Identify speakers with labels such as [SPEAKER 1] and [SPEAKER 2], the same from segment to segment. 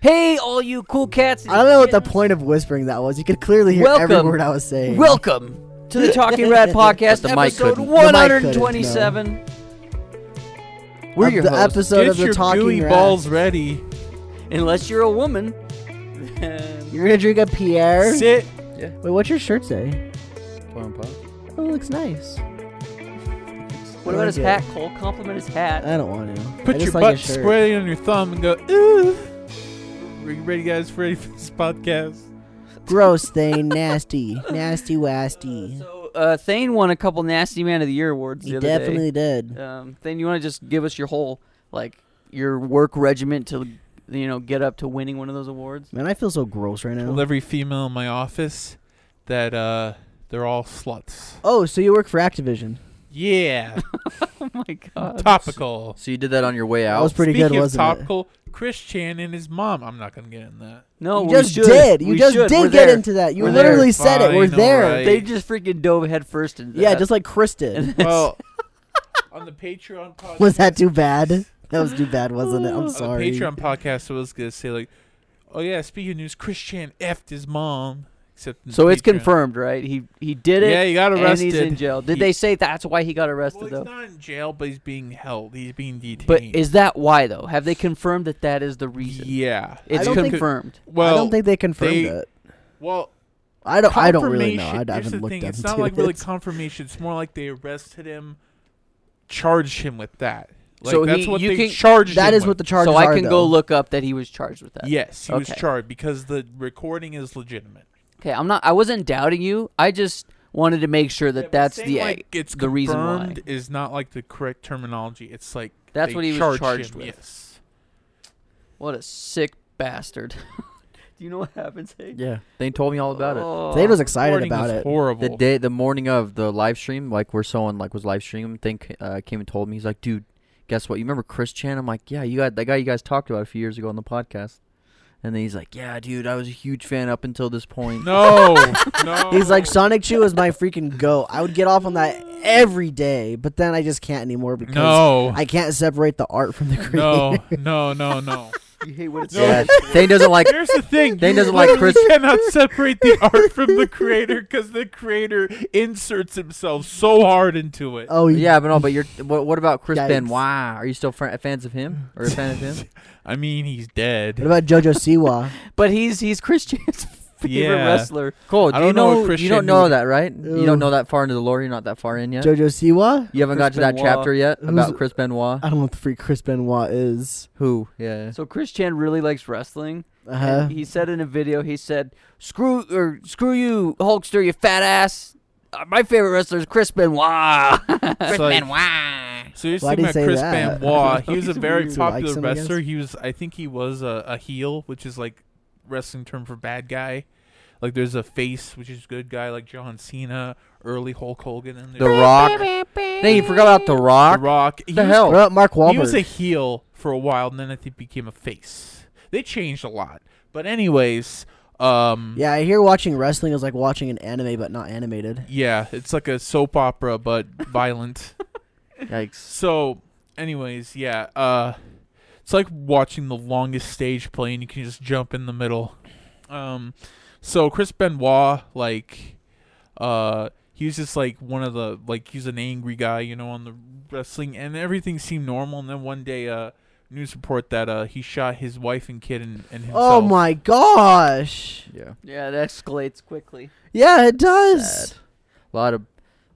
[SPEAKER 1] Hey, all you cool cats.
[SPEAKER 2] I don't know what the point of whispering that was. You could clearly hear every
[SPEAKER 1] Welcome.
[SPEAKER 2] word I was saying.
[SPEAKER 1] Welcome to the Talking Rad Podcast,
[SPEAKER 3] But the mic
[SPEAKER 1] episode
[SPEAKER 3] couldn't. The mic
[SPEAKER 2] couldn't, no.
[SPEAKER 1] 127. We're
[SPEAKER 2] Of
[SPEAKER 1] your
[SPEAKER 2] the
[SPEAKER 1] hosts.
[SPEAKER 2] episode
[SPEAKER 4] Get
[SPEAKER 2] of the
[SPEAKER 4] your
[SPEAKER 2] talking
[SPEAKER 4] gooey
[SPEAKER 2] Rats.
[SPEAKER 4] balls ready.
[SPEAKER 1] Unless you're a woman.
[SPEAKER 2] You're gonna drink a Pierre.
[SPEAKER 4] Sit.
[SPEAKER 2] Wait, what's your shirt say?
[SPEAKER 3] Porn pop.
[SPEAKER 2] Oh, it looks nice.
[SPEAKER 1] What about his
[SPEAKER 2] Okay. Uh,
[SPEAKER 1] hat? Cole, compliment his hat.
[SPEAKER 2] I don't want to. I
[SPEAKER 4] Put
[SPEAKER 2] just
[SPEAKER 4] your
[SPEAKER 2] like
[SPEAKER 4] butt
[SPEAKER 2] his shirt.
[SPEAKER 4] squarely on your thumb and go. Ooh. Are you ready, guys? Ready for this podcast?
[SPEAKER 2] Gross thing, nasty, nasty, wasty.
[SPEAKER 1] So, uh, Thane won a couple Nasty Man of the Year awards the
[SPEAKER 2] He
[SPEAKER 1] other
[SPEAKER 2] definitely did.
[SPEAKER 1] day. Um, Thane, you want to just give us your whole, like, your work regiment to, you know, get up to winning one of those awards?
[SPEAKER 2] Man, I feel so gross right
[SPEAKER 4] Told
[SPEAKER 2] now.
[SPEAKER 4] every female in my office that uh, they're all sluts.
[SPEAKER 2] Oh, so you work for Activision?
[SPEAKER 4] Yeah,
[SPEAKER 1] Oh my god.
[SPEAKER 4] topical.
[SPEAKER 3] So you did that on your way
[SPEAKER 2] That
[SPEAKER 3] out.
[SPEAKER 2] was Uh, pretty
[SPEAKER 4] Speaking
[SPEAKER 2] good,
[SPEAKER 4] of
[SPEAKER 2] wasn't
[SPEAKER 4] topical, Chris Chan and his mom. I'm not gonna get in that.
[SPEAKER 1] No,
[SPEAKER 2] it? You
[SPEAKER 1] we
[SPEAKER 2] just
[SPEAKER 1] should.
[SPEAKER 2] did. You
[SPEAKER 1] We
[SPEAKER 2] just
[SPEAKER 1] should.
[SPEAKER 2] did
[SPEAKER 1] We're
[SPEAKER 2] get
[SPEAKER 1] there.
[SPEAKER 2] into that. You
[SPEAKER 1] We're there.
[SPEAKER 2] literally said it. We're
[SPEAKER 4] Fine,
[SPEAKER 2] there.
[SPEAKER 4] alright.
[SPEAKER 1] They just freaking dove head first into
[SPEAKER 2] Yeah,
[SPEAKER 1] that.
[SPEAKER 2] just like Chris did.
[SPEAKER 4] Well, on the Patreon podcast,
[SPEAKER 2] Was that too bad? That was too bad, wasn't it? I'm
[SPEAKER 4] on the
[SPEAKER 2] sorry.
[SPEAKER 4] Patreon podcast, I was gonna say like, oh yeah, speaking of news, Chris Chan effed his mom. Except in
[SPEAKER 1] So it's
[SPEAKER 4] Patreon.
[SPEAKER 1] confirmed, right? He he did it.
[SPEAKER 4] Yeah, he got
[SPEAKER 1] and
[SPEAKER 4] arrested.
[SPEAKER 1] he's in jail. Did
[SPEAKER 4] He-
[SPEAKER 1] they say that's why he got
[SPEAKER 4] Well,
[SPEAKER 1] arrested
[SPEAKER 4] he's
[SPEAKER 1] though?
[SPEAKER 4] not in jail, but he's being held. He's being detained.
[SPEAKER 1] But is that why though? Have they confirmed that that is the reason?
[SPEAKER 4] yeah,
[SPEAKER 1] It's
[SPEAKER 2] don't think-
[SPEAKER 1] confirmed.
[SPEAKER 4] well,
[SPEAKER 2] I don't think they confirmed
[SPEAKER 4] they-
[SPEAKER 2] it.
[SPEAKER 4] well,
[SPEAKER 2] I don't. I don't really know. I,
[SPEAKER 4] confirmation-
[SPEAKER 2] I
[SPEAKER 4] here's
[SPEAKER 2] haven't
[SPEAKER 4] the
[SPEAKER 2] looked
[SPEAKER 4] thing,
[SPEAKER 2] up
[SPEAKER 4] It's not
[SPEAKER 2] into
[SPEAKER 4] like really
[SPEAKER 2] it.
[SPEAKER 4] confirmation. It's more like they arrested him, charged him with that. Like
[SPEAKER 1] So
[SPEAKER 4] that's
[SPEAKER 1] he-
[SPEAKER 4] what
[SPEAKER 1] you
[SPEAKER 4] they
[SPEAKER 1] can-
[SPEAKER 4] charged.
[SPEAKER 2] That
[SPEAKER 4] him
[SPEAKER 2] is what
[SPEAKER 4] with.
[SPEAKER 2] the charges
[SPEAKER 1] so I
[SPEAKER 2] are,
[SPEAKER 1] can go
[SPEAKER 2] though.
[SPEAKER 1] look up that he was charged with that.
[SPEAKER 4] Yes, he was
[SPEAKER 1] Okay.
[SPEAKER 4] charged because the recording is legitimate.
[SPEAKER 1] Okay, I'm not. I wasn't doubting you. I just wanted to make sure that
[SPEAKER 4] Yeah, but
[SPEAKER 1] that's
[SPEAKER 4] saying,
[SPEAKER 1] the
[SPEAKER 4] like, it's
[SPEAKER 1] the reason why.
[SPEAKER 4] confirmed is not like the correct terminology. It's like
[SPEAKER 1] That's
[SPEAKER 4] they
[SPEAKER 1] what he was
[SPEAKER 4] charged
[SPEAKER 1] charged
[SPEAKER 4] him,
[SPEAKER 1] with.
[SPEAKER 4] Yes.
[SPEAKER 1] What a sick bastard. Do you know what happens? Hey?
[SPEAKER 3] yeah. They told me all about
[SPEAKER 4] Oh,
[SPEAKER 3] it.
[SPEAKER 2] They was excited
[SPEAKER 4] Recording
[SPEAKER 2] about
[SPEAKER 4] was
[SPEAKER 2] it.
[SPEAKER 4] Horrible.
[SPEAKER 3] The day, the morning of the live stream, like where someone like was live streaming, thing uh, came and told me, he's like, "Dude, guess what? You remember Chris Chan?" I'm like, "Yeah, you got that guy you guys talked about a few years ago on the podcast." And then he's like, "Yeah, dude, I was a huge fan up until this point."
[SPEAKER 4] No, no.
[SPEAKER 2] He's like Sonic Chew is my freaking goat. I would get off on that every day, but then I just can't anymore because
[SPEAKER 4] no,
[SPEAKER 2] I can't separate the art from the creator.
[SPEAKER 4] no, no, no, no.
[SPEAKER 1] You hate what it's
[SPEAKER 4] No.
[SPEAKER 3] Yeah, Thane doesn't like.
[SPEAKER 4] Here's the thing.
[SPEAKER 3] Thane
[SPEAKER 4] you
[SPEAKER 3] doesn't like
[SPEAKER 4] literally
[SPEAKER 3] Chris-
[SPEAKER 4] cannot separate the art from the creator because the creator inserts himself so hard into it.
[SPEAKER 2] Oh yeah.
[SPEAKER 3] Yeah, but no, but you're. What, what about Chris
[SPEAKER 2] Yikes.
[SPEAKER 3] Benoit? Are you still fr- fans of him or a fan of him?
[SPEAKER 4] I mean, he's
[SPEAKER 2] What
[SPEAKER 4] dead.
[SPEAKER 2] about JoJo Siwa?
[SPEAKER 1] But he's he's Christian's favorite
[SPEAKER 4] Yeah.
[SPEAKER 1] wrestler.
[SPEAKER 3] Cool.
[SPEAKER 4] I
[SPEAKER 3] Do you
[SPEAKER 4] don't know
[SPEAKER 3] know?
[SPEAKER 4] what Chris
[SPEAKER 3] you don't
[SPEAKER 4] Chan
[SPEAKER 3] know
[SPEAKER 4] would-
[SPEAKER 3] that, right? You
[SPEAKER 2] Ooh.
[SPEAKER 3] don't know that far into the lore. You're not that far in yet.
[SPEAKER 2] JoJo Siwa?
[SPEAKER 3] You haven't
[SPEAKER 1] Chris
[SPEAKER 3] got to that
[SPEAKER 1] Benoit.
[SPEAKER 3] chapter yet
[SPEAKER 2] Who's-
[SPEAKER 3] about Chris Benoit.
[SPEAKER 2] I don't know what the freak Chris Benoit is.
[SPEAKER 3] Who? Yeah.
[SPEAKER 1] So Christian really likes wrestling.
[SPEAKER 2] Uh-huh.
[SPEAKER 1] And he said in a video, he said, "Screw or screw you, Hulkster, you fat ass. Uh, my favorite Ah." wrestler is Chris Benoit."
[SPEAKER 4] Chris Benoit. So you're
[SPEAKER 2] Why'd
[SPEAKER 4] talking
[SPEAKER 2] he
[SPEAKER 4] about
[SPEAKER 2] say
[SPEAKER 4] Chris
[SPEAKER 2] that?
[SPEAKER 4] Benoit. He was
[SPEAKER 2] He's
[SPEAKER 4] a very
[SPEAKER 2] weird. He likes
[SPEAKER 4] popular
[SPEAKER 2] him, I guess.
[SPEAKER 4] wrestler. He was, I think, he was a, a heel, which is like wrestling term for bad guy. Like there's a face, which is good guy, like John Cena, early Hulk Hogan, and
[SPEAKER 3] The
[SPEAKER 4] there's
[SPEAKER 3] Rock. Dang, you forgot about The
[SPEAKER 4] The
[SPEAKER 3] Rock.
[SPEAKER 4] Rock. He
[SPEAKER 3] The
[SPEAKER 4] was-
[SPEAKER 2] what
[SPEAKER 3] hell?
[SPEAKER 2] about Mark Wahlberg?
[SPEAKER 4] He was a heel for a while, and then I think became a face. They changed a lot, but anyways, um, yeah,
[SPEAKER 2] yeah, I hear watching wrestling is like watching an anime but not animated.
[SPEAKER 4] it's like a soap opera but violent.
[SPEAKER 3] Yikes.
[SPEAKER 4] So, anyways, yeah, uh, it's like watching the longest stage play, and you can just jump in the middle. Um, so Chris Benoit, like, uh, he was just like one of the like he's an angry guy, you know, on the wrestling, and everything seemed normal. And then one day, uh. News report that uh, he shot his wife and kid and, and himself.
[SPEAKER 2] Oh my gosh.
[SPEAKER 3] Yeah.
[SPEAKER 1] yeah, that escalates quickly.
[SPEAKER 2] Yeah, it does.
[SPEAKER 3] Sad. A lot of,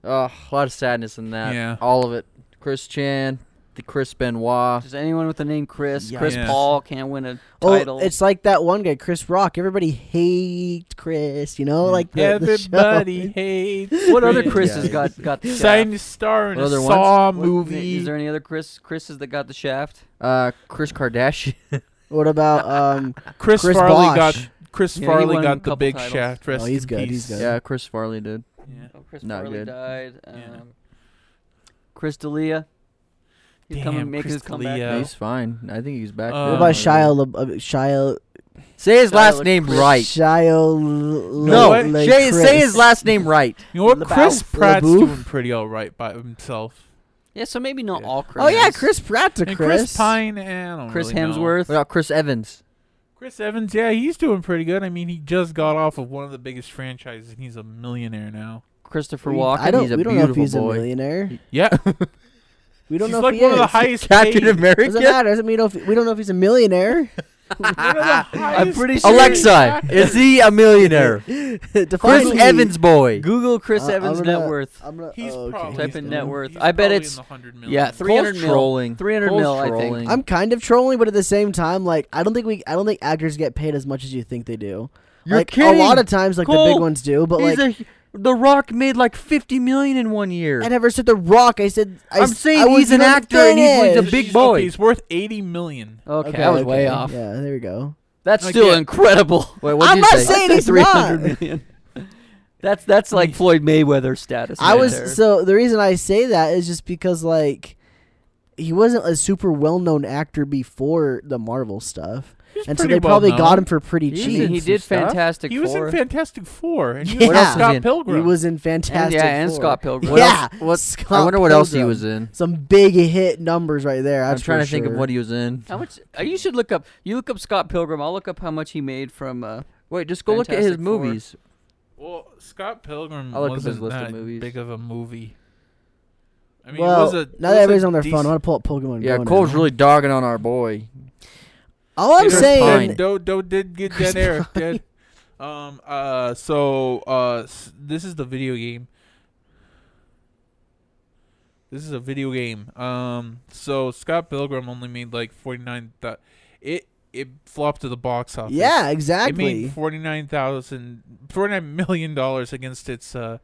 [SPEAKER 3] uh, a lot of sadness in that.
[SPEAKER 4] Yeah.
[SPEAKER 3] All of it. Chris Chan, the Chris Benoit.
[SPEAKER 1] Just anyone with the name Chris, Chris
[SPEAKER 4] Yikes.
[SPEAKER 1] Paul can't win a
[SPEAKER 2] Oh,
[SPEAKER 1] title.
[SPEAKER 2] it's like that one guy, Chris Rock. Everybody hates Chris, you know, like the, the show.
[SPEAKER 4] Everybody hates
[SPEAKER 1] what other
[SPEAKER 4] Chris.
[SPEAKER 1] Chris has
[SPEAKER 2] Yikes.
[SPEAKER 1] got got the
[SPEAKER 4] Signed
[SPEAKER 1] shaft?
[SPEAKER 4] to star in
[SPEAKER 3] What
[SPEAKER 4] a
[SPEAKER 3] other ones?
[SPEAKER 4] Saw
[SPEAKER 1] What-
[SPEAKER 4] movie.
[SPEAKER 1] Is there any other Chris Chris's that got the shaft?
[SPEAKER 3] Uh, Chris Kardashian.
[SPEAKER 2] What about um?
[SPEAKER 4] Chris,
[SPEAKER 2] Chris
[SPEAKER 4] Farley
[SPEAKER 2] Bosch.
[SPEAKER 4] got Chris
[SPEAKER 1] Yeah, he
[SPEAKER 4] Farley
[SPEAKER 1] won a
[SPEAKER 4] got the
[SPEAKER 1] couple
[SPEAKER 4] big
[SPEAKER 1] titles.
[SPEAKER 4] shaft. Rest
[SPEAKER 2] Oh, he's
[SPEAKER 4] in
[SPEAKER 2] good, he's
[SPEAKER 4] peace.
[SPEAKER 2] good.
[SPEAKER 3] yeah, Chris Farley did.
[SPEAKER 4] Yeah.
[SPEAKER 1] Oh, Chris
[SPEAKER 3] Not
[SPEAKER 1] Farley
[SPEAKER 3] good.
[SPEAKER 1] died. Um,
[SPEAKER 4] Yeah.
[SPEAKER 1] Chris D'Elia. He's coming,
[SPEAKER 4] Damn,
[SPEAKER 1] make his
[SPEAKER 4] Chris
[SPEAKER 1] comeback.
[SPEAKER 4] D'Elia.
[SPEAKER 3] He's fine. I think he's back.
[SPEAKER 4] Uh,
[SPEAKER 2] what
[SPEAKER 3] now.
[SPEAKER 2] about Shia? Le- uh, Shia?
[SPEAKER 3] Say his
[SPEAKER 1] Shia
[SPEAKER 3] last
[SPEAKER 1] LaBeouf.
[SPEAKER 3] name right.
[SPEAKER 2] Shia? L-
[SPEAKER 3] No,
[SPEAKER 4] what?
[SPEAKER 2] Le-
[SPEAKER 3] Shay- say his
[SPEAKER 2] Chris.
[SPEAKER 3] last name right.
[SPEAKER 4] You know what?
[SPEAKER 2] LaBeouf.
[SPEAKER 4] Chris Pratt's
[SPEAKER 2] LaBeouf.
[SPEAKER 4] doing pretty all right by himself.
[SPEAKER 1] Yeah, so maybe not
[SPEAKER 3] Yeah.
[SPEAKER 1] all Chris.
[SPEAKER 2] Oh yeah, Chris Pratt to
[SPEAKER 4] And
[SPEAKER 2] Chris.
[SPEAKER 4] Chris Pine and I don't
[SPEAKER 1] Chris
[SPEAKER 4] really know.
[SPEAKER 1] Hemsworth.
[SPEAKER 3] What about Chris Evans?
[SPEAKER 4] Chris Evans, yeah, he's doing pretty good. I mean, he just got off of one of the biggest franchises, and he's a millionaire now.
[SPEAKER 3] Christopher
[SPEAKER 2] We-
[SPEAKER 3] Walken.
[SPEAKER 2] I don't,
[SPEAKER 3] he's a
[SPEAKER 2] we don't know
[SPEAKER 3] beautiful
[SPEAKER 2] if he's a
[SPEAKER 3] boy.
[SPEAKER 2] millionaire.
[SPEAKER 4] Yeah,
[SPEAKER 2] We don't
[SPEAKER 4] he's
[SPEAKER 2] know
[SPEAKER 4] like
[SPEAKER 2] if he
[SPEAKER 4] one
[SPEAKER 2] is.
[SPEAKER 4] of the highest
[SPEAKER 3] Captain
[SPEAKER 4] paid-
[SPEAKER 3] America.
[SPEAKER 2] Doesn't matter. Doesn't mean if we don't know if he's a millionaire.
[SPEAKER 4] one of the highest
[SPEAKER 1] pretty
[SPEAKER 4] paid
[SPEAKER 1] sure-
[SPEAKER 3] Alexa,
[SPEAKER 4] actors.
[SPEAKER 3] is he a millionaire? Chris
[SPEAKER 2] Finally.
[SPEAKER 3] Evans boy.
[SPEAKER 1] Google Chris
[SPEAKER 2] Uh, I'm
[SPEAKER 1] Evans'
[SPEAKER 2] gonna-
[SPEAKER 1] net worth.
[SPEAKER 2] I'm gonna,
[SPEAKER 4] He's
[SPEAKER 2] oh, okay.
[SPEAKER 4] probably
[SPEAKER 1] Type in
[SPEAKER 4] he's
[SPEAKER 1] net
[SPEAKER 4] probably-
[SPEAKER 1] worth.
[SPEAKER 4] he's
[SPEAKER 1] I bet
[SPEAKER 4] probably in
[SPEAKER 1] it's-
[SPEAKER 4] the 100 million.
[SPEAKER 1] Yeah, three hundred mil.
[SPEAKER 3] trolling.
[SPEAKER 1] Three hundred
[SPEAKER 3] Cole's
[SPEAKER 1] mil, I
[SPEAKER 3] trolling.
[SPEAKER 1] think.
[SPEAKER 2] I'm kind of trolling, but at the same time, like I don't think we, I don't think actors get paid as much as you think they do.
[SPEAKER 3] You're
[SPEAKER 2] like
[SPEAKER 3] kidding.
[SPEAKER 2] a lot of times, like the
[SPEAKER 3] Cole,
[SPEAKER 2] big ones do, but
[SPEAKER 3] He's
[SPEAKER 2] like
[SPEAKER 3] a, the Rock made like fifty million in one year.
[SPEAKER 2] I never said The Rock. I said I,
[SPEAKER 3] I'm
[SPEAKER 2] s-
[SPEAKER 3] saying
[SPEAKER 2] I was
[SPEAKER 3] he's an
[SPEAKER 2] gonna
[SPEAKER 3] actor and he's- he's a
[SPEAKER 2] finish.
[SPEAKER 4] He's-
[SPEAKER 3] big
[SPEAKER 4] okay,
[SPEAKER 3] boy.
[SPEAKER 4] he's worth 80 million.
[SPEAKER 1] okay, I was way
[SPEAKER 2] okay.
[SPEAKER 1] off.
[SPEAKER 2] Yeah, there we go.
[SPEAKER 1] That's
[SPEAKER 4] Like,
[SPEAKER 1] still
[SPEAKER 4] yeah.
[SPEAKER 1] incredible.
[SPEAKER 3] Wait,
[SPEAKER 2] what'd I'm you not say? saying he's
[SPEAKER 1] three
[SPEAKER 2] not.
[SPEAKER 1] hundred million. That's that's like Floyd Mayweather status.
[SPEAKER 2] I
[SPEAKER 1] right
[SPEAKER 2] was
[SPEAKER 1] there.
[SPEAKER 2] so the reason I say that is just because like he wasn't a super well known actor before the Marvel stuff,
[SPEAKER 4] He's
[SPEAKER 2] and so
[SPEAKER 4] pretty
[SPEAKER 2] they
[SPEAKER 4] well
[SPEAKER 2] probably
[SPEAKER 4] known.
[SPEAKER 2] got him for pretty
[SPEAKER 3] He's
[SPEAKER 2] cheap.
[SPEAKER 3] in-
[SPEAKER 1] he
[SPEAKER 3] some
[SPEAKER 1] did
[SPEAKER 3] stuff.
[SPEAKER 1] Fantastic
[SPEAKER 4] He was
[SPEAKER 1] Four.
[SPEAKER 4] in Fantastic Four, and he
[SPEAKER 2] Yeah.
[SPEAKER 4] was in
[SPEAKER 2] What else
[SPEAKER 3] was he
[SPEAKER 4] Scott
[SPEAKER 3] in?
[SPEAKER 4] Pilgrim.
[SPEAKER 2] He was in
[SPEAKER 1] and,
[SPEAKER 2] Fantastic
[SPEAKER 1] yeah, and
[SPEAKER 2] Four.
[SPEAKER 1] Scott Pilgrim.
[SPEAKER 2] What yeah,
[SPEAKER 3] else- what-
[SPEAKER 2] Scott
[SPEAKER 3] I wonder what else he
[SPEAKER 2] Pilgrim.
[SPEAKER 3] was in.
[SPEAKER 2] Some big hit numbers right there.
[SPEAKER 3] I'm
[SPEAKER 2] That's
[SPEAKER 3] trying
[SPEAKER 2] for
[SPEAKER 3] to think of
[SPEAKER 2] sure.
[SPEAKER 3] what he was in.
[SPEAKER 1] How much? Uh, you should look up. You look up Scott Pilgrim. I'll look up how much he made from. Uh,
[SPEAKER 3] Wait, just go look at his
[SPEAKER 1] Fantastic Four.
[SPEAKER 3] movies.
[SPEAKER 4] Well, Scott Pilgrim
[SPEAKER 3] I'll look up his
[SPEAKER 4] wasn't
[SPEAKER 3] list of
[SPEAKER 4] that
[SPEAKER 3] movies.
[SPEAKER 4] big of a movie. I mean,
[SPEAKER 2] well,
[SPEAKER 4] it was a,
[SPEAKER 2] now
[SPEAKER 4] it
[SPEAKER 2] that
[SPEAKER 4] was a
[SPEAKER 2] everybody's on their phone,
[SPEAKER 4] decent-
[SPEAKER 2] I want to pull up Pokemon.
[SPEAKER 3] Yeah,
[SPEAKER 2] Go
[SPEAKER 3] Cole's
[SPEAKER 2] now.
[SPEAKER 3] really dogging on our boy.
[SPEAKER 2] All I'm
[SPEAKER 3] Peter
[SPEAKER 2] saying,
[SPEAKER 4] Doe Doe did get
[SPEAKER 2] Chris
[SPEAKER 4] dead air. Dead. Um. Uh. So. Uh. s- This is the video game. This is a video game. Um. So Scott Pilgrim only made like forty nine. Th- it it flopped to the box office.
[SPEAKER 2] yeah,
[SPEAKER 4] It
[SPEAKER 2] exactly.
[SPEAKER 4] made forty nine thousand forty nine million dollars against its uh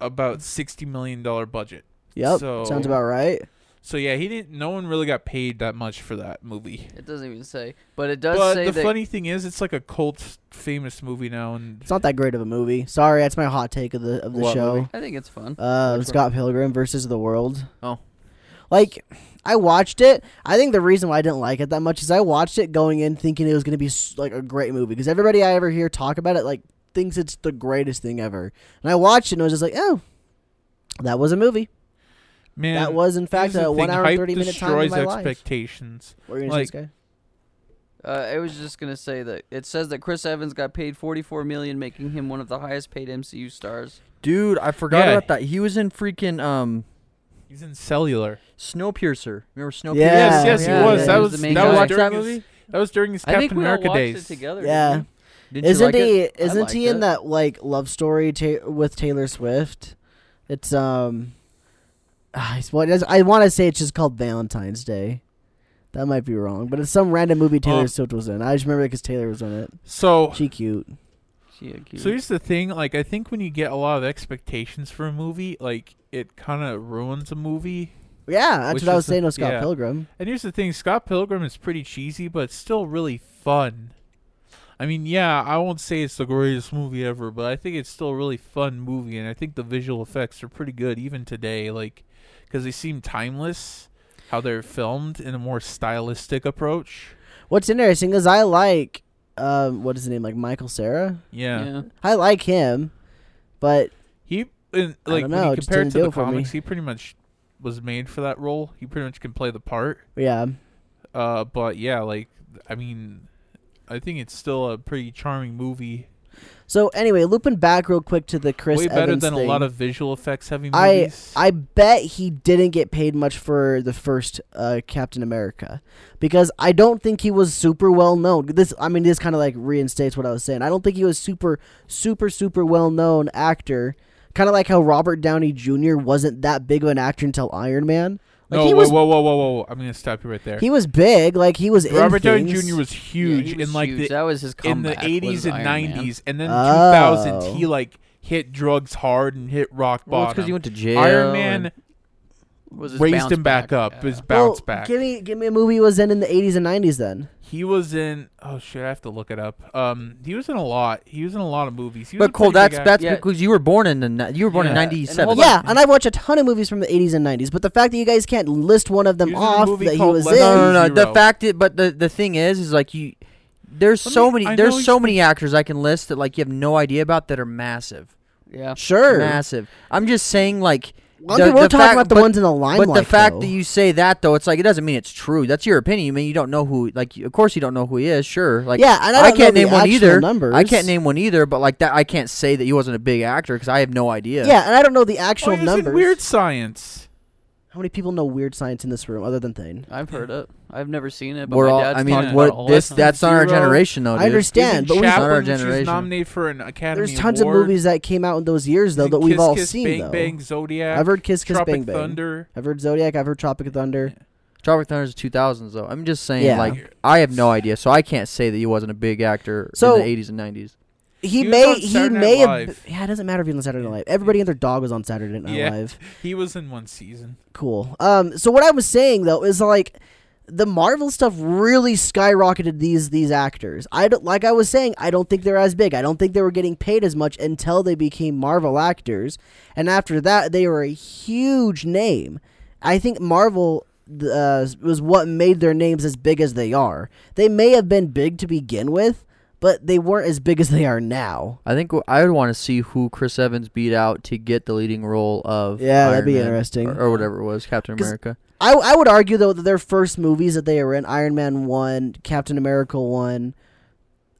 [SPEAKER 4] about sixty million dollar budget.
[SPEAKER 2] Yep,
[SPEAKER 4] so-
[SPEAKER 2] sounds about right.
[SPEAKER 4] So yeah, he didn't. No one really got paid that much for that movie.
[SPEAKER 1] it doesn't even say, but it does
[SPEAKER 4] but
[SPEAKER 1] say
[SPEAKER 4] the
[SPEAKER 1] that.
[SPEAKER 4] funny thing is, it's like a cult famous movie now, and
[SPEAKER 2] It's not that great of a movie. Sorry, that's my hot take of the of the
[SPEAKER 3] What
[SPEAKER 2] show.
[SPEAKER 3] movie?
[SPEAKER 1] I think it's fun.
[SPEAKER 2] Uh,
[SPEAKER 3] Which
[SPEAKER 2] Scott Pilgrim versus the World.
[SPEAKER 3] Oh.
[SPEAKER 2] like I watched it. I think the reason why I didn't like it that much is I watched it going in thinking it was going to be s- like a great movie because everybody I ever hear talk about it like thinks it's the greatest thing ever. And I watched it and I was just like, oh, that was a movie.
[SPEAKER 4] man,
[SPEAKER 2] that was in fact
[SPEAKER 4] here's the
[SPEAKER 2] a one
[SPEAKER 4] thing,
[SPEAKER 2] hour
[SPEAKER 4] hype
[SPEAKER 2] thirty minute time
[SPEAKER 4] destroys
[SPEAKER 2] of my life.
[SPEAKER 4] expectations.
[SPEAKER 2] What were you
[SPEAKER 4] like-
[SPEAKER 2] gonna say, Sky?
[SPEAKER 1] Uh, I was just gonna say that it says that Chris Evans got paid forty-four million, making him one of the highest-paid MCU stars.
[SPEAKER 3] Dude, I forgot
[SPEAKER 4] Yeah.
[SPEAKER 3] about that. He was in freaking um
[SPEAKER 4] He's in Cellular.
[SPEAKER 3] Snowpiercer. Remember Snowpiercer?
[SPEAKER 2] Yeah.
[SPEAKER 4] yes, yes,
[SPEAKER 1] Yeah,
[SPEAKER 4] he was.
[SPEAKER 1] yeah,
[SPEAKER 4] that
[SPEAKER 1] he was
[SPEAKER 4] was,
[SPEAKER 1] the main
[SPEAKER 4] that
[SPEAKER 1] guy.
[SPEAKER 4] was
[SPEAKER 1] Watch
[SPEAKER 4] during
[SPEAKER 3] that
[SPEAKER 4] his,
[SPEAKER 3] movie?
[SPEAKER 4] that was during his
[SPEAKER 1] I
[SPEAKER 4] Captain
[SPEAKER 1] think we
[SPEAKER 4] America
[SPEAKER 1] all watched
[SPEAKER 4] days.
[SPEAKER 1] it together.
[SPEAKER 2] Yeah.
[SPEAKER 1] didn't
[SPEAKER 3] Did you
[SPEAKER 2] Isn't
[SPEAKER 3] like it?
[SPEAKER 2] he? Isn't he
[SPEAKER 1] liked
[SPEAKER 2] in
[SPEAKER 1] it.
[SPEAKER 2] that like love story ta- with Taylor Swift? It's um, I s- well, it is- I want to say it's just called Valentine's Day. That might be wrong, but it's some random movie Taylor
[SPEAKER 4] Um,
[SPEAKER 2] Swift was in. I just remember because Taylor was in it.
[SPEAKER 4] So,
[SPEAKER 2] She cute.
[SPEAKER 1] we? She a
[SPEAKER 4] so
[SPEAKER 1] cutie.
[SPEAKER 4] here's the thing. Like, I think when you get a lot of expectations for a movie, like it kind of ruins a movie.
[SPEAKER 2] Yeah, that's
[SPEAKER 4] Which
[SPEAKER 2] what I
[SPEAKER 4] is
[SPEAKER 2] was
[SPEAKER 4] the-
[SPEAKER 2] saying with Scott
[SPEAKER 4] yeah.
[SPEAKER 2] Pilgrim.
[SPEAKER 4] And here's the thing: Scott Pilgrim is pretty cheesy, but it's still really fun. I mean, yeah, I won't say it's the greatest movie ever, but I think it's still a really fun movie, and I think the visual effects are pretty good even today, like because they seem timeless. How they're filmed in a more stylistic approach.
[SPEAKER 2] What's interesting is I like um, what is his name? Like Michael Sarah.
[SPEAKER 4] Yeah,
[SPEAKER 1] yeah.
[SPEAKER 2] I like him, but
[SPEAKER 4] he and
[SPEAKER 2] I
[SPEAKER 4] like
[SPEAKER 2] don't
[SPEAKER 4] when
[SPEAKER 2] know,
[SPEAKER 4] you
[SPEAKER 2] it just
[SPEAKER 4] compare it
[SPEAKER 2] didn't
[SPEAKER 4] to
[SPEAKER 2] do
[SPEAKER 4] the
[SPEAKER 2] it for me.
[SPEAKER 4] comics, he pretty much was made for that role. He pretty much can play the part.
[SPEAKER 2] yeah,
[SPEAKER 4] Uh, but yeah, like I mean, I think it's still a pretty charming movie.
[SPEAKER 2] So anyway, looping back real quick to the Chris
[SPEAKER 4] Way better
[SPEAKER 2] Evans
[SPEAKER 4] than
[SPEAKER 2] thing,
[SPEAKER 4] a lot of visual effects heavy
[SPEAKER 2] I-
[SPEAKER 4] movies.
[SPEAKER 2] I bet he didn't get paid much for the first uh, Captain America because I don't think he was super well known. This, I mean, this kind of like reinstates what I was saying. I don't think he was super, super, super well known actor. Kind of like how Robert Downey Jr. wasn't that big of an actor until Iron Man. Like
[SPEAKER 4] no,
[SPEAKER 2] he
[SPEAKER 4] whoa,
[SPEAKER 2] was,
[SPEAKER 4] whoa, whoa, whoa, whoa! I'm gonna stop you right there.
[SPEAKER 2] he was big. Like he was. in
[SPEAKER 4] Robert Downey
[SPEAKER 2] things.
[SPEAKER 4] Jr. was huge
[SPEAKER 1] Yeah, he was
[SPEAKER 4] in like
[SPEAKER 1] huge.
[SPEAKER 4] the
[SPEAKER 1] that was his
[SPEAKER 4] in the
[SPEAKER 1] comeback,
[SPEAKER 4] 80s
[SPEAKER 1] was
[SPEAKER 4] and
[SPEAKER 1] Iron Man.
[SPEAKER 4] 90s, and then
[SPEAKER 2] Oh.
[SPEAKER 4] 2000s he like hit drugs hard and hit rock
[SPEAKER 3] Well,
[SPEAKER 4] bottom.
[SPEAKER 3] because he went to jail.
[SPEAKER 4] Iron Man
[SPEAKER 1] Was his
[SPEAKER 4] raised
[SPEAKER 1] bounce
[SPEAKER 4] him back, up,
[SPEAKER 1] yeah.
[SPEAKER 4] his bounce
[SPEAKER 2] Well,
[SPEAKER 4] back.
[SPEAKER 2] Give me, give me a movie he was in in the '80s and '90s. Then
[SPEAKER 4] he was in oh shit, I have to look it up. Um, he was in a lot. He was in a lot of movies. He was a
[SPEAKER 3] But Cole,
[SPEAKER 4] pretty big
[SPEAKER 3] that's
[SPEAKER 4] act-
[SPEAKER 3] that's
[SPEAKER 1] Yeah.
[SPEAKER 3] because you were born in the ni- you were born in
[SPEAKER 4] Yeah.
[SPEAKER 1] And
[SPEAKER 3] '97.
[SPEAKER 1] hold
[SPEAKER 2] yeah, and I've watched a ton of movies from the 80s and 90s, but the fact that you guys can't list one of them
[SPEAKER 4] He was in a
[SPEAKER 2] off
[SPEAKER 4] movie
[SPEAKER 2] that he
[SPEAKER 4] called
[SPEAKER 2] was
[SPEAKER 4] Leather-
[SPEAKER 2] in.
[SPEAKER 3] no, no, no. The
[SPEAKER 4] Zero.
[SPEAKER 3] fact it, but the the thing is, is like you. There's
[SPEAKER 4] Let
[SPEAKER 3] so
[SPEAKER 4] me-
[SPEAKER 3] many.
[SPEAKER 4] I know
[SPEAKER 3] there's
[SPEAKER 4] he's
[SPEAKER 3] so many actors I can list that like you have no idea about that are massive,
[SPEAKER 1] Yeah.
[SPEAKER 2] Sure.
[SPEAKER 3] massive. I'm just saying like
[SPEAKER 2] Well,
[SPEAKER 3] The-
[SPEAKER 2] I mean, we're
[SPEAKER 3] the
[SPEAKER 2] talking
[SPEAKER 3] fact-
[SPEAKER 2] about the
[SPEAKER 3] but-
[SPEAKER 2] ones in the limelight.
[SPEAKER 3] But the fact
[SPEAKER 2] though.
[SPEAKER 3] that you say that though, it's like it doesn't mean it's true. That's your opinion. I mean, you don't know who. Like, of course, you don't know who he is. Sure, like
[SPEAKER 2] yeah, and I,
[SPEAKER 3] I,
[SPEAKER 2] don't know
[SPEAKER 3] can't
[SPEAKER 2] the
[SPEAKER 3] name one
[SPEAKER 2] actual
[SPEAKER 3] either.
[SPEAKER 2] Numbers.
[SPEAKER 3] I can't name one either. But like that, I can't say that he wasn't a big actor because I have no idea.
[SPEAKER 2] Yeah. and I don't know the
[SPEAKER 4] Oh,
[SPEAKER 2] actual
[SPEAKER 4] he was in
[SPEAKER 2] numbers.
[SPEAKER 4] Weird Science.
[SPEAKER 2] How many people know weird science in this room other than Thane?
[SPEAKER 1] I've heard it. I've never seen it, but
[SPEAKER 3] we're
[SPEAKER 1] my
[SPEAKER 3] all.
[SPEAKER 1] dad's
[SPEAKER 3] I
[SPEAKER 1] talked
[SPEAKER 3] mean,
[SPEAKER 1] about it
[SPEAKER 3] what
[SPEAKER 1] all
[SPEAKER 3] this?
[SPEAKER 1] the time.
[SPEAKER 3] That's not our
[SPEAKER 4] Zero.
[SPEAKER 3] generation, though.
[SPEAKER 2] I
[SPEAKER 3] Oh, Dude.
[SPEAKER 2] understand,
[SPEAKER 4] He
[SPEAKER 2] but
[SPEAKER 4] was in
[SPEAKER 2] we
[SPEAKER 3] Not our
[SPEAKER 4] Chaplin, which was
[SPEAKER 3] generation.
[SPEAKER 4] nominated for an Academy
[SPEAKER 2] there's tons
[SPEAKER 4] Award.
[SPEAKER 2] of movies that came out in those years though
[SPEAKER 4] He's in
[SPEAKER 2] that we've
[SPEAKER 4] Kiss,
[SPEAKER 2] all
[SPEAKER 4] Kiss,
[SPEAKER 2] seen
[SPEAKER 4] Bang,
[SPEAKER 2] though.
[SPEAKER 4] Bang, Zodiac.
[SPEAKER 2] I've heard Kiss Kiss
[SPEAKER 4] Tropic
[SPEAKER 2] Bang Bang.
[SPEAKER 4] Thunder.
[SPEAKER 2] I've heard Zodiac. I've heard Tropic of Thunder.
[SPEAKER 3] Tropic Thunder is two thousands though. I'm just saying,
[SPEAKER 2] Yeah.
[SPEAKER 3] like I have no idea, so I can't say that he wasn't a big actor
[SPEAKER 2] So-
[SPEAKER 3] in the eighties and nineties.
[SPEAKER 2] He,
[SPEAKER 4] He was
[SPEAKER 2] may.
[SPEAKER 4] on
[SPEAKER 2] He
[SPEAKER 4] Saturday Night
[SPEAKER 2] may have.
[SPEAKER 4] Live.
[SPEAKER 2] Yeah, it doesn't matter if he's on Saturday Night
[SPEAKER 4] Yeah.
[SPEAKER 2] Live. Everybody and their dog was on Saturday Night
[SPEAKER 4] Yeah.
[SPEAKER 2] Live.
[SPEAKER 4] He was in one season.
[SPEAKER 2] Cool. Um. So what I was saying though is like. The Marvel stuff really skyrocketed these these actors. I don't like I was saying. I don't think they're as big. I don't think they were getting paid as much until they became Marvel actors, and after that they were a huge name. I think Marvel th- uh, was what made their names as big as they are. They may have been big to begin with, but they weren't as big as they are now.
[SPEAKER 3] I think w- I would want to see who Chris Evans beat out to get the leading role of
[SPEAKER 2] Yeah, that'd
[SPEAKER 3] Iron
[SPEAKER 2] be
[SPEAKER 3] Man,
[SPEAKER 2] interesting.
[SPEAKER 3] or, or whatever it was, Captain
[SPEAKER 2] 'Cause-
[SPEAKER 3] America.
[SPEAKER 2] I, I would argue though that their first movies that they were in Iron Man one, Captain America one,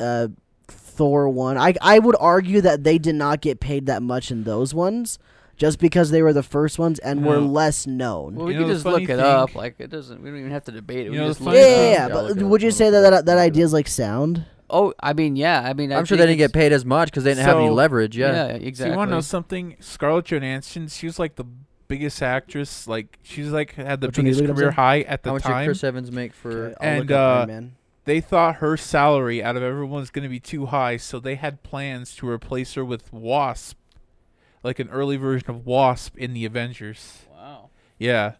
[SPEAKER 2] uh, Thor one. I I would argue that they did not get paid that much in those ones, just because they were the first ones and were
[SPEAKER 4] No.
[SPEAKER 2] less known.
[SPEAKER 1] Well, we
[SPEAKER 4] You
[SPEAKER 1] can
[SPEAKER 4] know the
[SPEAKER 1] just
[SPEAKER 4] funny
[SPEAKER 1] look it
[SPEAKER 4] thing-
[SPEAKER 1] up. Like it doesn't. We don't even have to debate it. We
[SPEAKER 4] You know
[SPEAKER 1] can just
[SPEAKER 4] the funny
[SPEAKER 1] look
[SPEAKER 2] yeah,
[SPEAKER 1] it
[SPEAKER 2] yeah,
[SPEAKER 1] up.
[SPEAKER 2] yeah,
[SPEAKER 3] Yeah, I'll
[SPEAKER 2] But
[SPEAKER 3] look it
[SPEAKER 2] would
[SPEAKER 3] up.
[SPEAKER 2] you
[SPEAKER 3] I'll
[SPEAKER 2] say
[SPEAKER 3] look
[SPEAKER 2] that
[SPEAKER 3] it
[SPEAKER 2] that,
[SPEAKER 3] up.
[SPEAKER 2] that
[SPEAKER 3] I'll look it
[SPEAKER 2] idea is like sound?
[SPEAKER 1] Oh, I mean, yeah. I mean, I
[SPEAKER 3] I'm sure they didn't
[SPEAKER 1] think
[SPEAKER 3] get paid as much because they didn't have any
[SPEAKER 4] So-
[SPEAKER 3] leverage.
[SPEAKER 1] it's-
[SPEAKER 3] Yeah.
[SPEAKER 1] Yeah, exactly.
[SPEAKER 4] So you want to know something? Scarlett Johansson. She was like the biggest actress. Like she's like had the
[SPEAKER 2] Which one are you
[SPEAKER 4] biggest
[SPEAKER 2] looking up,
[SPEAKER 4] career
[SPEAKER 2] sir?
[SPEAKER 4] high at
[SPEAKER 3] How
[SPEAKER 4] the
[SPEAKER 3] much did
[SPEAKER 4] time.
[SPEAKER 3] Chris Evans make for?
[SPEAKER 2] Okay, I'll look
[SPEAKER 4] and,
[SPEAKER 2] up Iron
[SPEAKER 4] uh,
[SPEAKER 2] Man.
[SPEAKER 4] they thought her salary out of everyone's going to be too high, so they had plans to replace her with Wasp, like an early version of Wasp in the Avengers.
[SPEAKER 1] Wow.
[SPEAKER 4] Yeah,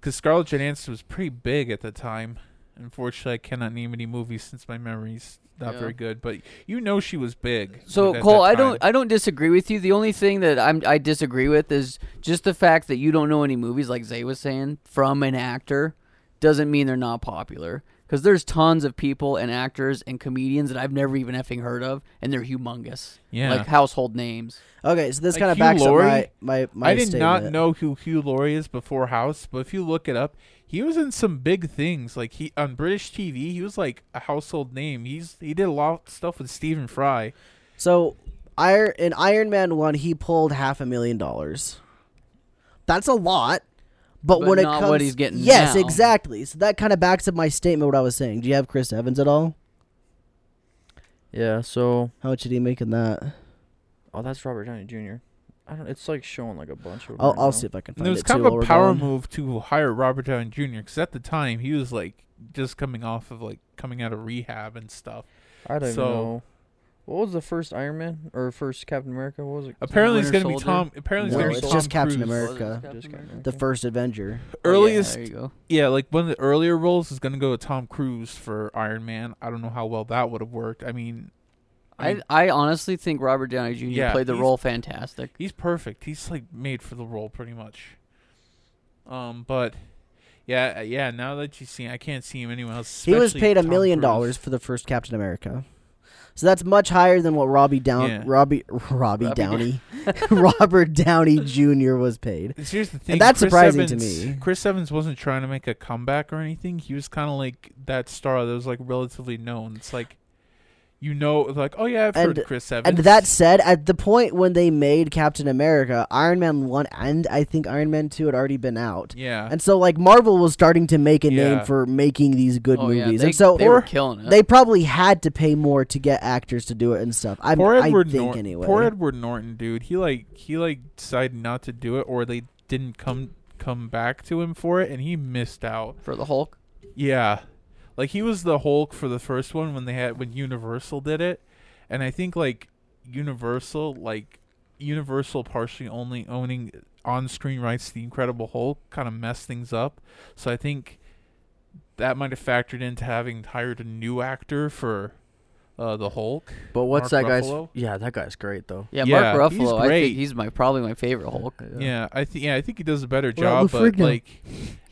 [SPEAKER 4] because Scarlett Johansson was pretty big at the time. Unfortunately, I cannot name any movies since my memory's not
[SPEAKER 1] Yeah.
[SPEAKER 4] very good. But you know she was big.
[SPEAKER 1] So
[SPEAKER 4] at
[SPEAKER 1] Cole,
[SPEAKER 4] that
[SPEAKER 1] I
[SPEAKER 4] time.
[SPEAKER 1] don't I don't disagree with you. The only thing that I'm I disagree with is just the fact that you don't know any movies like Zay was saying from an actor doesn't mean they're not popular cuz there's tons of people and actors and comedians that I've never even effing heard of and they're humongous.
[SPEAKER 4] Yeah.
[SPEAKER 1] Like household names. Oh,
[SPEAKER 2] Okay, so this
[SPEAKER 4] like
[SPEAKER 2] kind of
[SPEAKER 4] Hugh
[SPEAKER 2] backs
[SPEAKER 4] Laurie?
[SPEAKER 2] up my my, my
[SPEAKER 4] I did not
[SPEAKER 2] statement.
[SPEAKER 4] know who Hugh Laurie is before House, but if you look it up, he was in some big things. Like he on British TV, he was like a household name. He's he did a lot of stuff with Stephen Fry.
[SPEAKER 2] So, Iron in Iron Man one, he pulled half a million dollars. That's a lot, but,
[SPEAKER 1] But
[SPEAKER 2] when it
[SPEAKER 1] not
[SPEAKER 2] comes,
[SPEAKER 1] what he's getting
[SPEAKER 2] yes,
[SPEAKER 1] now.
[SPEAKER 2] exactly. So that kind of backs up my statement. What I was saying. Do you have Chris Evans at all?
[SPEAKER 3] Yeah. So,
[SPEAKER 2] How much did he make in that?
[SPEAKER 3] oh, that's Robert Downey Jr. I don't. It's like showing like a bunch of.
[SPEAKER 2] I'll, I'll see if I can
[SPEAKER 4] And
[SPEAKER 2] find
[SPEAKER 4] it was
[SPEAKER 2] it
[SPEAKER 4] kind
[SPEAKER 2] too
[SPEAKER 4] of
[SPEAKER 2] while
[SPEAKER 4] a
[SPEAKER 2] we're
[SPEAKER 4] power
[SPEAKER 2] going.
[SPEAKER 4] move to hire Robert Downey Jr. because at the time he was like just coming off of like coming out of rehab and stuff.
[SPEAKER 3] I don't even
[SPEAKER 4] So-
[SPEAKER 3] know. What was the first Iron Man or first Captain America? What was it?
[SPEAKER 4] Apparently
[SPEAKER 1] Winter
[SPEAKER 4] it's gonna
[SPEAKER 1] Soldier?
[SPEAKER 4] be Tom. Apparently
[SPEAKER 2] No,
[SPEAKER 4] it's gonna
[SPEAKER 2] it's
[SPEAKER 4] be
[SPEAKER 2] just
[SPEAKER 4] Tom
[SPEAKER 2] Captain
[SPEAKER 4] Cruise.
[SPEAKER 2] America.
[SPEAKER 3] Just
[SPEAKER 2] The first Avenger.
[SPEAKER 4] Earliest,
[SPEAKER 1] Oh, yeah, there you go.
[SPEAKER 4] yeah, like one of the earlier roles is gonna go to Tom Cruise for Iron Man. I don't know how well that would have worked. I mean, I
[SPEAKER 1] I
[SPEAKER 4] mean-
[SPEAKER 1] I honestly think Robert Downey Jr.
[SPEAKER 4] Yeah,
[SPEAKER 1] played the
[SPEAKER 4] he's-
[SPEAKER 1] role fantastic.
[SPEAKER 4] He's perfect. He's like made for the role pretty much. Um, but yeah, uh, yeah. Now that you see, I can't see him anywhere else.
[SPEAKER 2] He was
[SPEAKER 4] especially
[SPEAKER 2] paid a
[SPEAKER 4] Tom
[SPEAKER 2] million
[SPEAKER 4] Cruise.
[SPEAKER 2] dollars for the first Captain America. So that's much higher than what Robbie Down
[SPEAKER 4] Yeah.
[SPEAKER 2] Robbie Robbie
[SPEAKER 1] Robbie
[SPEAKER 2] Downey Robert Downey Jr. was paid.
[SPEAKER 4] And Here's the thing.
[SPEAKER 2] that's
[SPEAKER 4] Chris
[SPEAKER 2] surprising to
[SPEAKER 4] Evans,
[SPEAKER 2] me.
[SPEAKER 4] Chris Evans wasn't trying to make a comeback or anything. He was kind of like that star that was like relatively known. It's like, you know, like oh yeah, I've heard
[SPEAKER 2] And-
[SPEAKER 4] of Chris Evans.
[SPEAKER 2] And that said, at the point when they made Captain America, Iron Man 1 and I think Iron Man 2 had already been out.
[SPEAKER 4] yeah.
[SPEAKER 2] And so like Marvel was starting to make a name
[SPEAKER 4] Yeah.
[SPEAKER 2] for making these good
[SPEAKER 1] oh,
[SPEAKER 2] movies.
[SPEAKER 1] Yeah, they,
[SPEAKER 2] and so
[SPEAKER 1] they were killing it.
[SPEAKER 2] they probably had to pay more to get actors to do it and stuff. I'm,
[SPEAKER 4] poor
[SPEAKER 2] I
[SPEAKER 4] Edward
[SPEAKER 2] think
[SPEAKER 4] Norton.
[SPEAKER 2] anyway.
[SPEAKER 4] Poor Edward Norton, dude. He like he like decided not to do it, or they didn't come come back to him for it, and he missed out.
[SPEAKER 1] for the Hulk.
[SPEAKER 4] Yeah. Like he was the Hulk for the first one when they had when Universal did it. And I think like Universal like Universal partially only owning on-screen rights to the Incredible Hulk kind of messed things up. So I think that might have factored into having hired a new actor for uh, the Hulk.
[SPEAKER 3] But what's
[SPEAKER 4] Mark
[SPEAKER 3] that guy's?
[SPEAKER 4] Ruffalo?
[SPEAKER 3] Yeah, that guy's great though.
[SPEAKER 1] Yeah,
[SPEAKER 4] Yeah,
[SPEAKER 1] Mark
[SPEAKER 4] he's
[SPEAKER 1] Ruffalo. I
[SPEAKER 4] great.
[SPEAKER 1] think he's my probably my favorite Hulk.
[SPEAKER 4] Yeah, I think yeah, I think he does a better
[SPEAKER 2] Well,
[SPEAKER 4] job,
[SPEAKER 2] Lou
[SPEAKER 4] but
[SPEAKER 2] Ferrigno.
[SPEAKER 4] like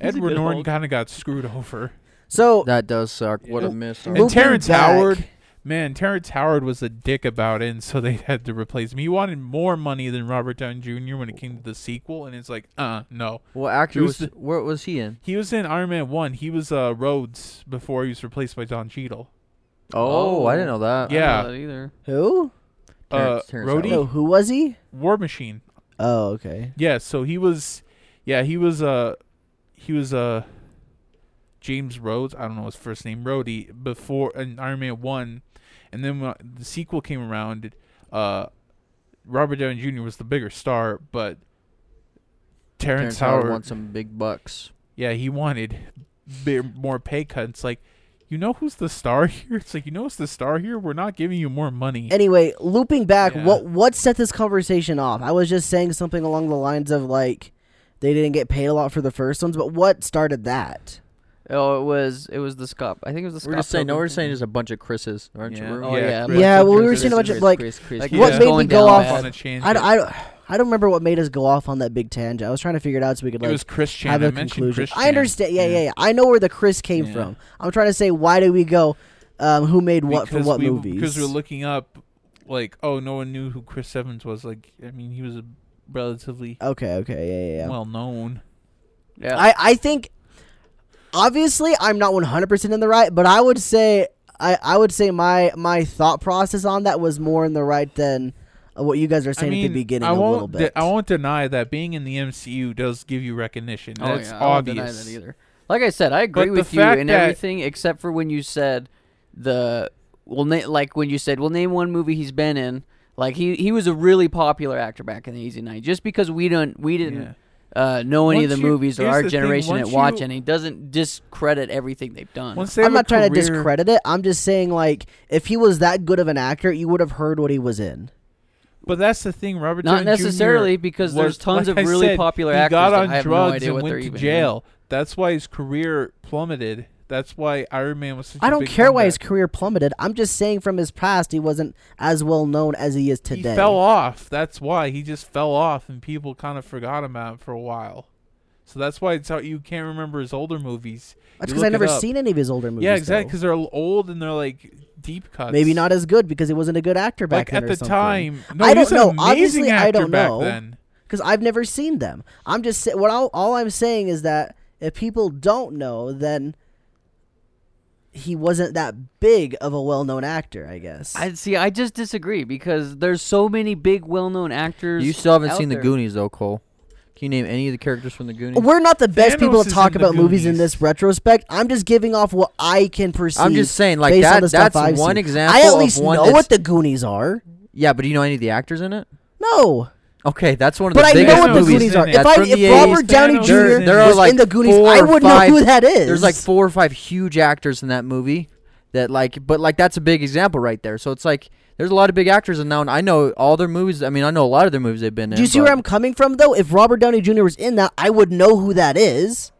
[SPEAKER 1] a
[SPEAKER 4] Edward
[SPEAKER 1] good
[SPEAKER 4] Norton
[SPEAKER 1] Hulk.
[SPEAKER 4] kind of got screwed over.
[SPEAKER 2] So
[SPEAKER 3] That does suck. What a
[SPEAKER 4] Yeah.
[SPEAKER 3] miss.
[SPEAKER 2] Moving
[SPEAKER 4] And Terrence
[SPEAKER 2] back-
[SPEAKER 4] Howard, man, Terrence Howard was a dick about it, and so they had to replace him. He wanted more money than Robert Downey Jr. when it came to the sequel, and it's like, uh, no.
[SPEAKER 3] What actor
[SPEAKER 4] Who's
[SPEAKER 3] was? What was he in?
[SPEAKER 4] He was in Iron Man One. He was uh Rhodes before he was replaced by Don Cheadle.
[SPEAKER 3] Oh, I didn't know
[SPEAKER 1] I
[SPEAKER 3] that.
[SPEAKER 1] don't know
[SPEAKER 4] Yeah.
[SPEAKER 1] that either.
[SPEAKER 2] Who?
[SPEAKER 4] Uh,
[SPEAKER 3] Terrence- Terrence
[SPEAKER 4] Rhodey,
[SPEAKER 2] No, who was he?
[SPEAKER 4] War Machine.
[SPEAKER 2] Oh, okay.
[SPEAKER 4] Yeah, so he was, yeah, he was uh, he was uh, James Rhodes. I don't know his first name, Rhodey, before in Iron Man One, and then when the sequel came around, uh, Robert Downey Jr. was the bigger star, but Terrence,
[SPEAKER 3] Terrence
[SPEAKER 4] Howard,
[SPEAKER 3] Howard won some big bucks.
[SPEAKER 4] yeah, he wanted bi- more pay cuts. Like, you know who's the star here? It's like you know who's the star here. We're not giving you more money.
[SPEAKER 2] Anyway, looping back,
[SPEAKER 4] Yeah.
[SPEAKER 2] what what set this conversation off? I was just saying something along the lines of like they didn't get paid a lot for the first ones, but what started that?
[SPEAKER 1] Oh, it was it was the Scott. I think it was the Scott.
[SPEAKER 3] We're just saying. No,
[SPEAKER 1] Pilgrim
[SPEAKER 3] we're saying
[SPEAKER 1] thing.
[SPEAKER 3] there's a bunch of Chris's, aren't
[SPEAKER 4] Yeah.
[SPEAKER 3] you? We're-
[SPEAKER 1] Oh
[SPEAKER 4] Yeah,
[SPEAKER 1] yeah.
[SPEAKER 4] Chris-
[SPEAKER 2] Yeah, well, we were
[SPEAKER 1] Chris-
[SPEAKER 2] saying a bunch of,
[SPEAKER 1] Chris-
[SPEAKER 2] like-
[SPEAKER 1] Chris- Chris-
[SPEAKER 4] Like,
[SPEAKER 1] Chris.
[SPEAKER 4] what
[SPEAKER 1] It's
[SPEAKER 4] made me
[SPEAKER 1] going
[SPEAKER 2] go
[SPEAKER 1] down
[SPEAKER 2] off
[SPEAKER 1] bad.
[SPEAKER 4] on a change.
[SPEAKER 2] I, don't- I, don't- I don't remember what made us go off on that big tangent. I was trying to figure it out so we could
[SPEAKER 4] it
[SPEAKER 2] like
[SPEAKER 4] was Chris Chan.
[SPEAKER 2] have
[SPEAKER 4] I
[SPEAKER 2] a
[SPEAKER 4] mentioned
[SPEAKER 2] conclusion.
[SPEAKER 4] Chris
[SPEAKER 2] I
[SPEAKER 4] Chan.
[SPEAKER 2] understand. Yeah, yeah, yeah. I know where the Chris came
[SPEAKER 4] Yeah.
[SPEAKER 2] from. I'm trying to say why did we go, um, who made what for
[SPEAKER 4] Because
[SPEAKER 2] what
[SPEAKER 4] we-
[SPEAKER 2] movies?
[SPEAKER 4] Because we're looking up, like, oh, no one knew who Chris Evans was. Like, I mean, he was a relatively
[SPEAKER 2] okay, okay, Uh, yeah, yeah. yeah.
[SPEAKER 4] well known.
[SPEAKER 1] Yeah.
[SPEAKER 2] I I think obviously I'm not 100 percent in the right, but I would say I I would say my my thought process on that was more in the right than uh, what you guys are
[SPEAKER 4] I
[SPEAKER 2] saying
[SPEAKER 4] mean,
[SPEAKER 2] at the beginning
[SPEAKER 4] I
[SPEAKER 2] a
[SPEAKER 4] won't
[SPEAKER 2] little bit.
[SPEAKER 4] de- I won't deny that being in the MCU does give you recognition.
[SPEAKER 1] Oh,
[SPEAKER 4] That's
[SPEAKER 1] yeah, I won't
[SPEAKER 4] obvious.
[SPEAKER 1] deny that either. Like I said, I agree
[SPEAKER 4] But the
[SPEAKER 1] with you
[SPEAKER 4] fact
[SPEAKER 1] in
[SPEAKER 4] that-
[SPEAKER 1] everything except for when you said the well, na- like when you said, "Well, name one movie he's been in." Like he he was a really popular actor back in the easy night. Just because we don't we didn't uh, know any of
[SPEAKER 4] Once
[SPEAKER 1] the
[SPEAKER 4] you-
[SPEAKER 1] movies or
[SPEAKER 4] here's
[SPEAKER 1] our
[SPEAKER 4] the thing,
[SPEAKER 1] generation
[SPEAKER 4] once
[SPEAKER 1] didn't watch
[SPEAKER 4] you-
[SPEAKER 1] any doesn't discredit everything they've done.
[SPEAKER 4] Once they
[SPEAKER 2] I'm
[SPEAKER 4] have a
[SPEAKER 2] not trying to
[SPEAKER 4] career-
[SPEAKER 2] discredit it. I'm just saying like if he was that good of an actor, you would have heard what he was in.
[SPEAKER 4] But that's the thing, Robert.
[SPEAKER 1] Not
[SPEAKER 4] Downey
[SPEAKER 1] necessarily
[SPEAKER 4] Jr.
[SPEAKER 1] because
[SPEAKER 4] was-
[SPEAKER 1] there's tons
[SPEAKER 4] like
[SPEAKER 1] of
[SPEAKER 4] I
[SPEAKER 1] really
[SPEAKER 4] said,
[SPEAKER 1] popular
[SPEAKER 4] he
[SPEAKER 1] actors
[SPEAKER 4] got
[SPEAKER 1] that
[SPEAKER 4] on
[SPEAKER 1] I have no
[SPEAKER 4] drugs
[SPEAKER 1] idea
[SPEAKER 4] and
[SPEAKER 1] what
[SPEAKER 4] went
[SPEAKER 1] they're
[SPEAKER 4] to
[SPEAKER 1] even in.
[SPEAKER 4] jail. That's why his career plummeted. That's why Iron Man was. Such a
[SPEAKER 2] I don't
[SPEAKER 4] big
[SPEAKER 2] care why his
[SPEAKER 4] comeback.
[SPEAKER 2] career plummeted. I'm just saying from his past, he wasn't as well known as he is today.
[SPEAKER 4] He fell off. That's why he just fell off, and people kind of forgot about him for a while. So that's why it's how you can't remember his older movies.
[SPEAKER 2] That's
[SPEAKER 4] You
[SPEAKER 2] because I
[SPEAKER 4] look it
[SPEAKER 2] never
[SPEAKER 4] up.
[SPEAKER 2] seen any of his older movies.
[SPEAKER 4] yeah, exactly,
[SPEAKER 2] though.
[SPEAKER 4] because they're old and they're like deep cuts.
[SPEAKER 2] Maybe not as good because he wasn't a good actor back
[SPEAKER 4] like
[SPEAKER 2] then
[SPEAKER 4] at
[SPEAKER 2] or
[SPEAKER 4] the
[SPEAKER 2] something.
[SPEAKER 4] time. No,
[SPEAKER 2] I
[SPEAKER 4] he
[SPEAKER 2] don't
[SPEAKER 4] was an
[SPEAKER 2] know.
[SPEAKER 4] Amazing
[SPEAKER 2] Obviously, I
[SPEAKER 4] actor
[SPEAKER 2] don't
[SPEAKER 4] back
[SPEAKER 2] know.
[SPEAKER 4] Then.
[SPEAKER 2] because I've never seen them. I'm just sa- what I'll, all I'm saying is that if people don't know, then he wasn't that big of a well-known actor, I guess.
[SPEAKER 1] I see. I just disagree because there's so many big, well-known actors.
[SPEAKER 3] You still haven't
[SPEAKER 1] out
[SPEAKER 3] seen the
[SPEAKER 1] there.
[SPEAKER 3] Goonies though, Cole. Can you name any of the characters from the Goonies?
[SPEAKER 2] We're not the best
[SPEAKER 4] Thanos
[SPEAKER 2] people to
[SPEAKER 4] is
[SPEAKER 2] talk
[SPEAKER 4] in the
[SPEAKER 2] about movies in
[SPEAKER 4] Goonies.
[SPEAKER 2] this retrospect. I'm just giving off what I can perceive.
[SPEAKER 3] I'm just saying, like
[SPEAKER 2] based on
[SPEAKER 3] that.
[SPEAKER 2] the stuff
[SPEAKER 3] That's
[SPEAKER 2] I've
[SPEAKER 3] one
[SPEAKER 2] seen.
[SPEAKER 3] example.
[SPEAKER 2] I at
[SPEAKER 3] of
[SPEAKER 2] least
[SPEAKER 3] one
[SPEAKER 2] know
[SPEAKER 3] that's-
[SPEAKER 2] what the Goonies are.
[SPEAKER 3] Yeah, but do you know any of the actors in it?
[SPEAKER 2] No,
[SPEAKER 3] Okay, that's one of
[SPEAKER 2] but
[SPEAKER 3] the
[SPEAKER 2] I
[SPEAKER 3] biggest
[SPEAKER 2] know what the
[SPEAKER 3] movies.
[SPEAKER 2] Goonies are.
[SPEAKER 4] That's
[SPEAKER 2] If, I,
[SPEAKER 3] from the
[SPEAKER 2] if Robert
[SPEAKER 3] 80s.
[SPEAKER 2] Downey
[SPEAKER 4] Thanos
[SPEAKER 2] Jr.
[SPEAKER 4] is in it.
[SPEAKER 2] was
[SPEAKER 4] There
[SPEAKER 3] are like
[SPEAKER 2] in the Goonies,
[SPEAKER 3] four
[SPEAKER 2] I
[SPEAKER 3] or
[SPEAKER 2] would know who
[SPEAKER 3] five-
[SPEAKER 2] that is.
[SPEAKER 3] There's like four or five huge actors in that movie that like but like that's a big example right there. So it's like there's a lot of big actors in now and I know all their movies I mean I know a lot of their movies they've been in.
[SPEAKER 2] Do you see
[SPEAKER 3] but-
[SPEAKER 2] where I'm coming from, though? If Robert Downey Jr. was in that, I would know who that is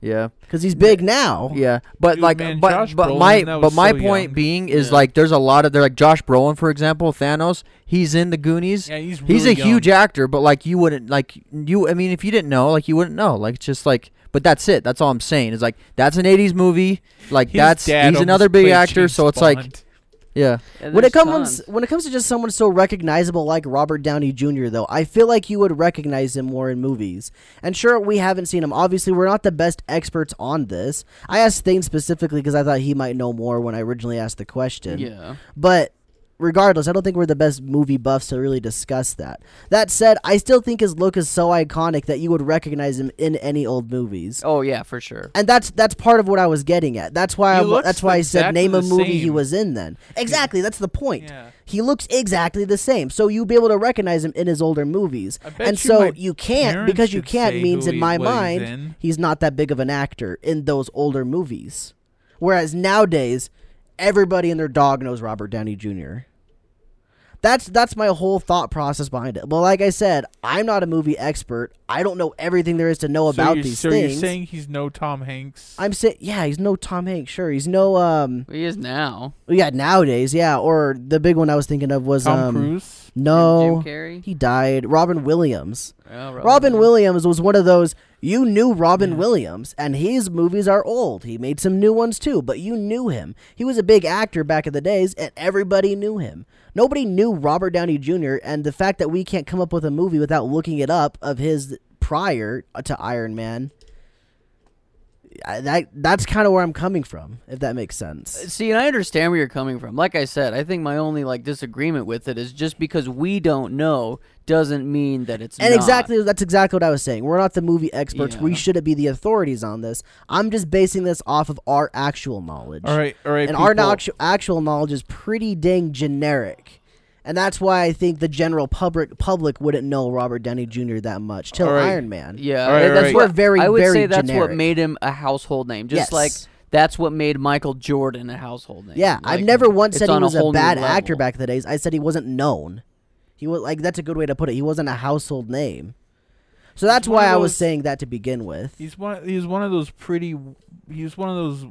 [SPEAKER 3] Yeah.
[SPEAKER 2] because he's big now.
[SPEAKER 3] Yeah. But
[SPEAKER 4] Dude,
[SPEAKER 3] like
[SPEAKER 4] man,
[SPEAKER 3] but
[SPEAKER 4] Josh
[SPEAKER 3] but
[SPEAKER 4] Brolin,
[SPEAKER 3] my
[SPEAKER 4] that
[SPEAKER 3] but
[SPEAKER 4] was
[SPEAKER 3] my
[SPEAKER 4] so
[SPEAKER 3] point
[SPEAKER 4] young.
[SPEAKER 3] being is
[SPEAKER 4] Yeah.
[SPEAKER 3] like there's a lot of they're like Josh Brolin for example, Thanos, he's in the Goonies.
[SPEAKER 4] Yeah, he's
[SPEAKER 3] he's
[SPEAKER 4] really
[SPEAKER 3] a
[SPEAKER 4] young.
[SPEAKER 3] huge actor, but like you wouldn't like you. I mean, if you didn't know, like you wouldn't know. Like it's just like, but that's it. That's all I'm saying. Is like that's an '80s movie. Like
[SPEAKER 4] His
[SPEAKER 3] that's
[SPEAKER 4] dad
[SPEAKER 3] he's
[SPEAKER 4] almost
[SPEAKER 3] another big
[SPEAKER 4] played
[SPEAKER 3] actor.
[SPEAKER 4] James
[SPEAKER 3] so it's like,
[SPEAKER 4] Bond.
[SPEAKER 3] yeah,
[SPEAKER 1] And
[SPEAKER 2] When it
[SPEAKER 1] there's
[SPEAKER 2] comes
[SPEAKER 1] tons.
[SPEAKER 2] when it comes to just someone so recognizable like Robert Downey Jr. though, I feel like you would recognize him more in movies. And sure, we haven't seen him. Obviously, we're not the best experts on this. I asked Thane specifically because I thought he might know more when I originally asked the question.
[SPEAKER 1] yeah.
[SPEAKER 2] But regardless, I don't think we're the best movie buffs to really discuss that. That said, I still think his look is so iconic that you would recognize him in any old movies.
[SPEAKER 1] Oh yeah, for sure.
[SPEAKER 2] And that's that's part of what I was getting at. That's why
[SPEAKER 4] He
[SPEAKER 2] I,
[SPEAKER 4] looks
[SPEAKER 2] that's why I said
[SPEAKER 4] exactly
[SPEAKER 2] name a
[SPEAKER 4] the
[SPEAKER 2] movie he
[SPEAKER 4] same.
[SPEAKER 2] was in then. Exactly, that's the point.
[SPEAKER 4] Yeah.
[SPEAKER 2] He looks exactly the same. So you'll be able to recognize him in his older movies.
[SPEAKER 4] I bet
[SPEAKER 2] And
[SPEAKER 4] you
[SPEAKER 2] so
[SPEAKER 4] my
[SPEAKER 2] you can't
[SPEAKER 4] parents
[SPEAKER 2] because you
[SPEAKER 4] could
[SPEAKER 2] can't
[SPEAKER 4] say
[SPEAKER 2] means
[SPEAKER 4] who
[SPEAKER 2] in
[SPEAKER 4] he-
[SPEAKER 2] my
[SPEAKER 4] what he's
[SPEAKER 2] mind
[SPEAKER 4] in.
[SPEAKER 2] he's not that big of an actor in those older movies. Whereas nowadays everybody and their dog knows Robert Downey Jr. That's that's my whole thought process behind it. Well, like I said, I'm not a movie expert. I don't know everything there is to know
[SPEAKER 4] So
[SPEAKER 2] about
[SPEAKER 4] you're-
[SPEAKER 2] these
[SPEAKER 4] so
[SPEAKER 2] things.
[SPEAKER 4] you're saying he's no Tom Hanks?
[SPEAKER 2] I'm saying, yeah, he's no Tom Hanks. Sure, he's no um,
[SPEAKER 1] He is now.
[SPEAKER 2] yeah, nowadays, yeah. Or the big one I was thinking of was
[SPEAKER 4] Tom
[SPEAKER 2] um,
[SPEAKER 4] Cruise.
[SPEAKER 2] No,
[SPEAKER 1] Jim Carrey.
[SPEAKER 2] he died. Robin Williams.
[SPEAKER 1] Oh, Robin,
[SPEAKER 2] Robin
[SPEAKER 1] Williams.
[SPEAKER 2] Williams was one of those you knew Robin
[SPEAKER 4] Yeah.
[SPEAKER 2] Williams, and his movies are old. He made some new ones too, but you knew him. He was a big actor back in the days, and everybody knew him. Nobody knew Robert Downey Jr., and the fact that we can't come up with a movie without looking it up of his prior to Iron Man. I, that that's kind of where I'm coming from, if that makes sense.
[SPEAKER 1] See, and I understand where you're coming from. Like I said, I think my only like disagreement with it is just because we don't know doesn't mean that it's
[SPEAKER 2] And
[SPEAKER 1] not.
[SPEAKER 2] exactly that's exactly what I was saying. We're not the movie experts. We
[SPEAKER 1] Yeah.
[SPEAKER 2] shouldn't be the authorities on this. I'm just basing this off of our actual knowledge.
[SPEAKER 4] All right, all right.
[SPEAKER 2] and our
[SPEAKER 4] people.
[SPEAKER 2] actu- actual knowledge is pretty dang generic, and that's why I think the general public public wouldn't know Robert Downey Jr. that much till
[SPEAKER 4] All right.
[SPEAKER 2] Iron Man.
[SPEAKER 1] Yeah,
[SPEAKER 4] All right,
[SPEAKER 1] and
[SPEAKER 4] all
[SPEAKER 1] that's
[SPEAKER 4] right.
[SPEAKER 1] what
[SPEAKER 2] We're very,
[SPEAKER 1] I would
[SPEAKER 2] very
[SPEAKER 1] say that's what
[SPEAKER 2] generic.
[SPEAKER 1] made him a household name. Just
[SPEAKER 2] Yes.
[SPEAKER 1] like that's what made Michael Jordan a household name.
[SPEAKER 2] Yeah,
[SPEAKER 1] Like,
[SPEAKER 2] I've never once
[SPEAKER 1] it's
[SPEAKER 2] said he
[SPEAKER 1] on
[SPEAKER 2] was a,
[SPEAKER 1] whole new
[SPEAKER 2] bad
[SPEAKER 1] level.
[SPEAKER 2] actor back in the days. I said he wasn't known. He was like that's a good way to put it. He wasn't a household name, so that's
[SPEAKER 4] one
[SPEAKER 2] why
[SPEAKER 4] of
[SPEAKER 2] I was
[SPEAKER 4] those-
[SPEAKER 2] saying that to begin with.
[SPEAKER 4] He's one. He's one of those pretty. He's one of those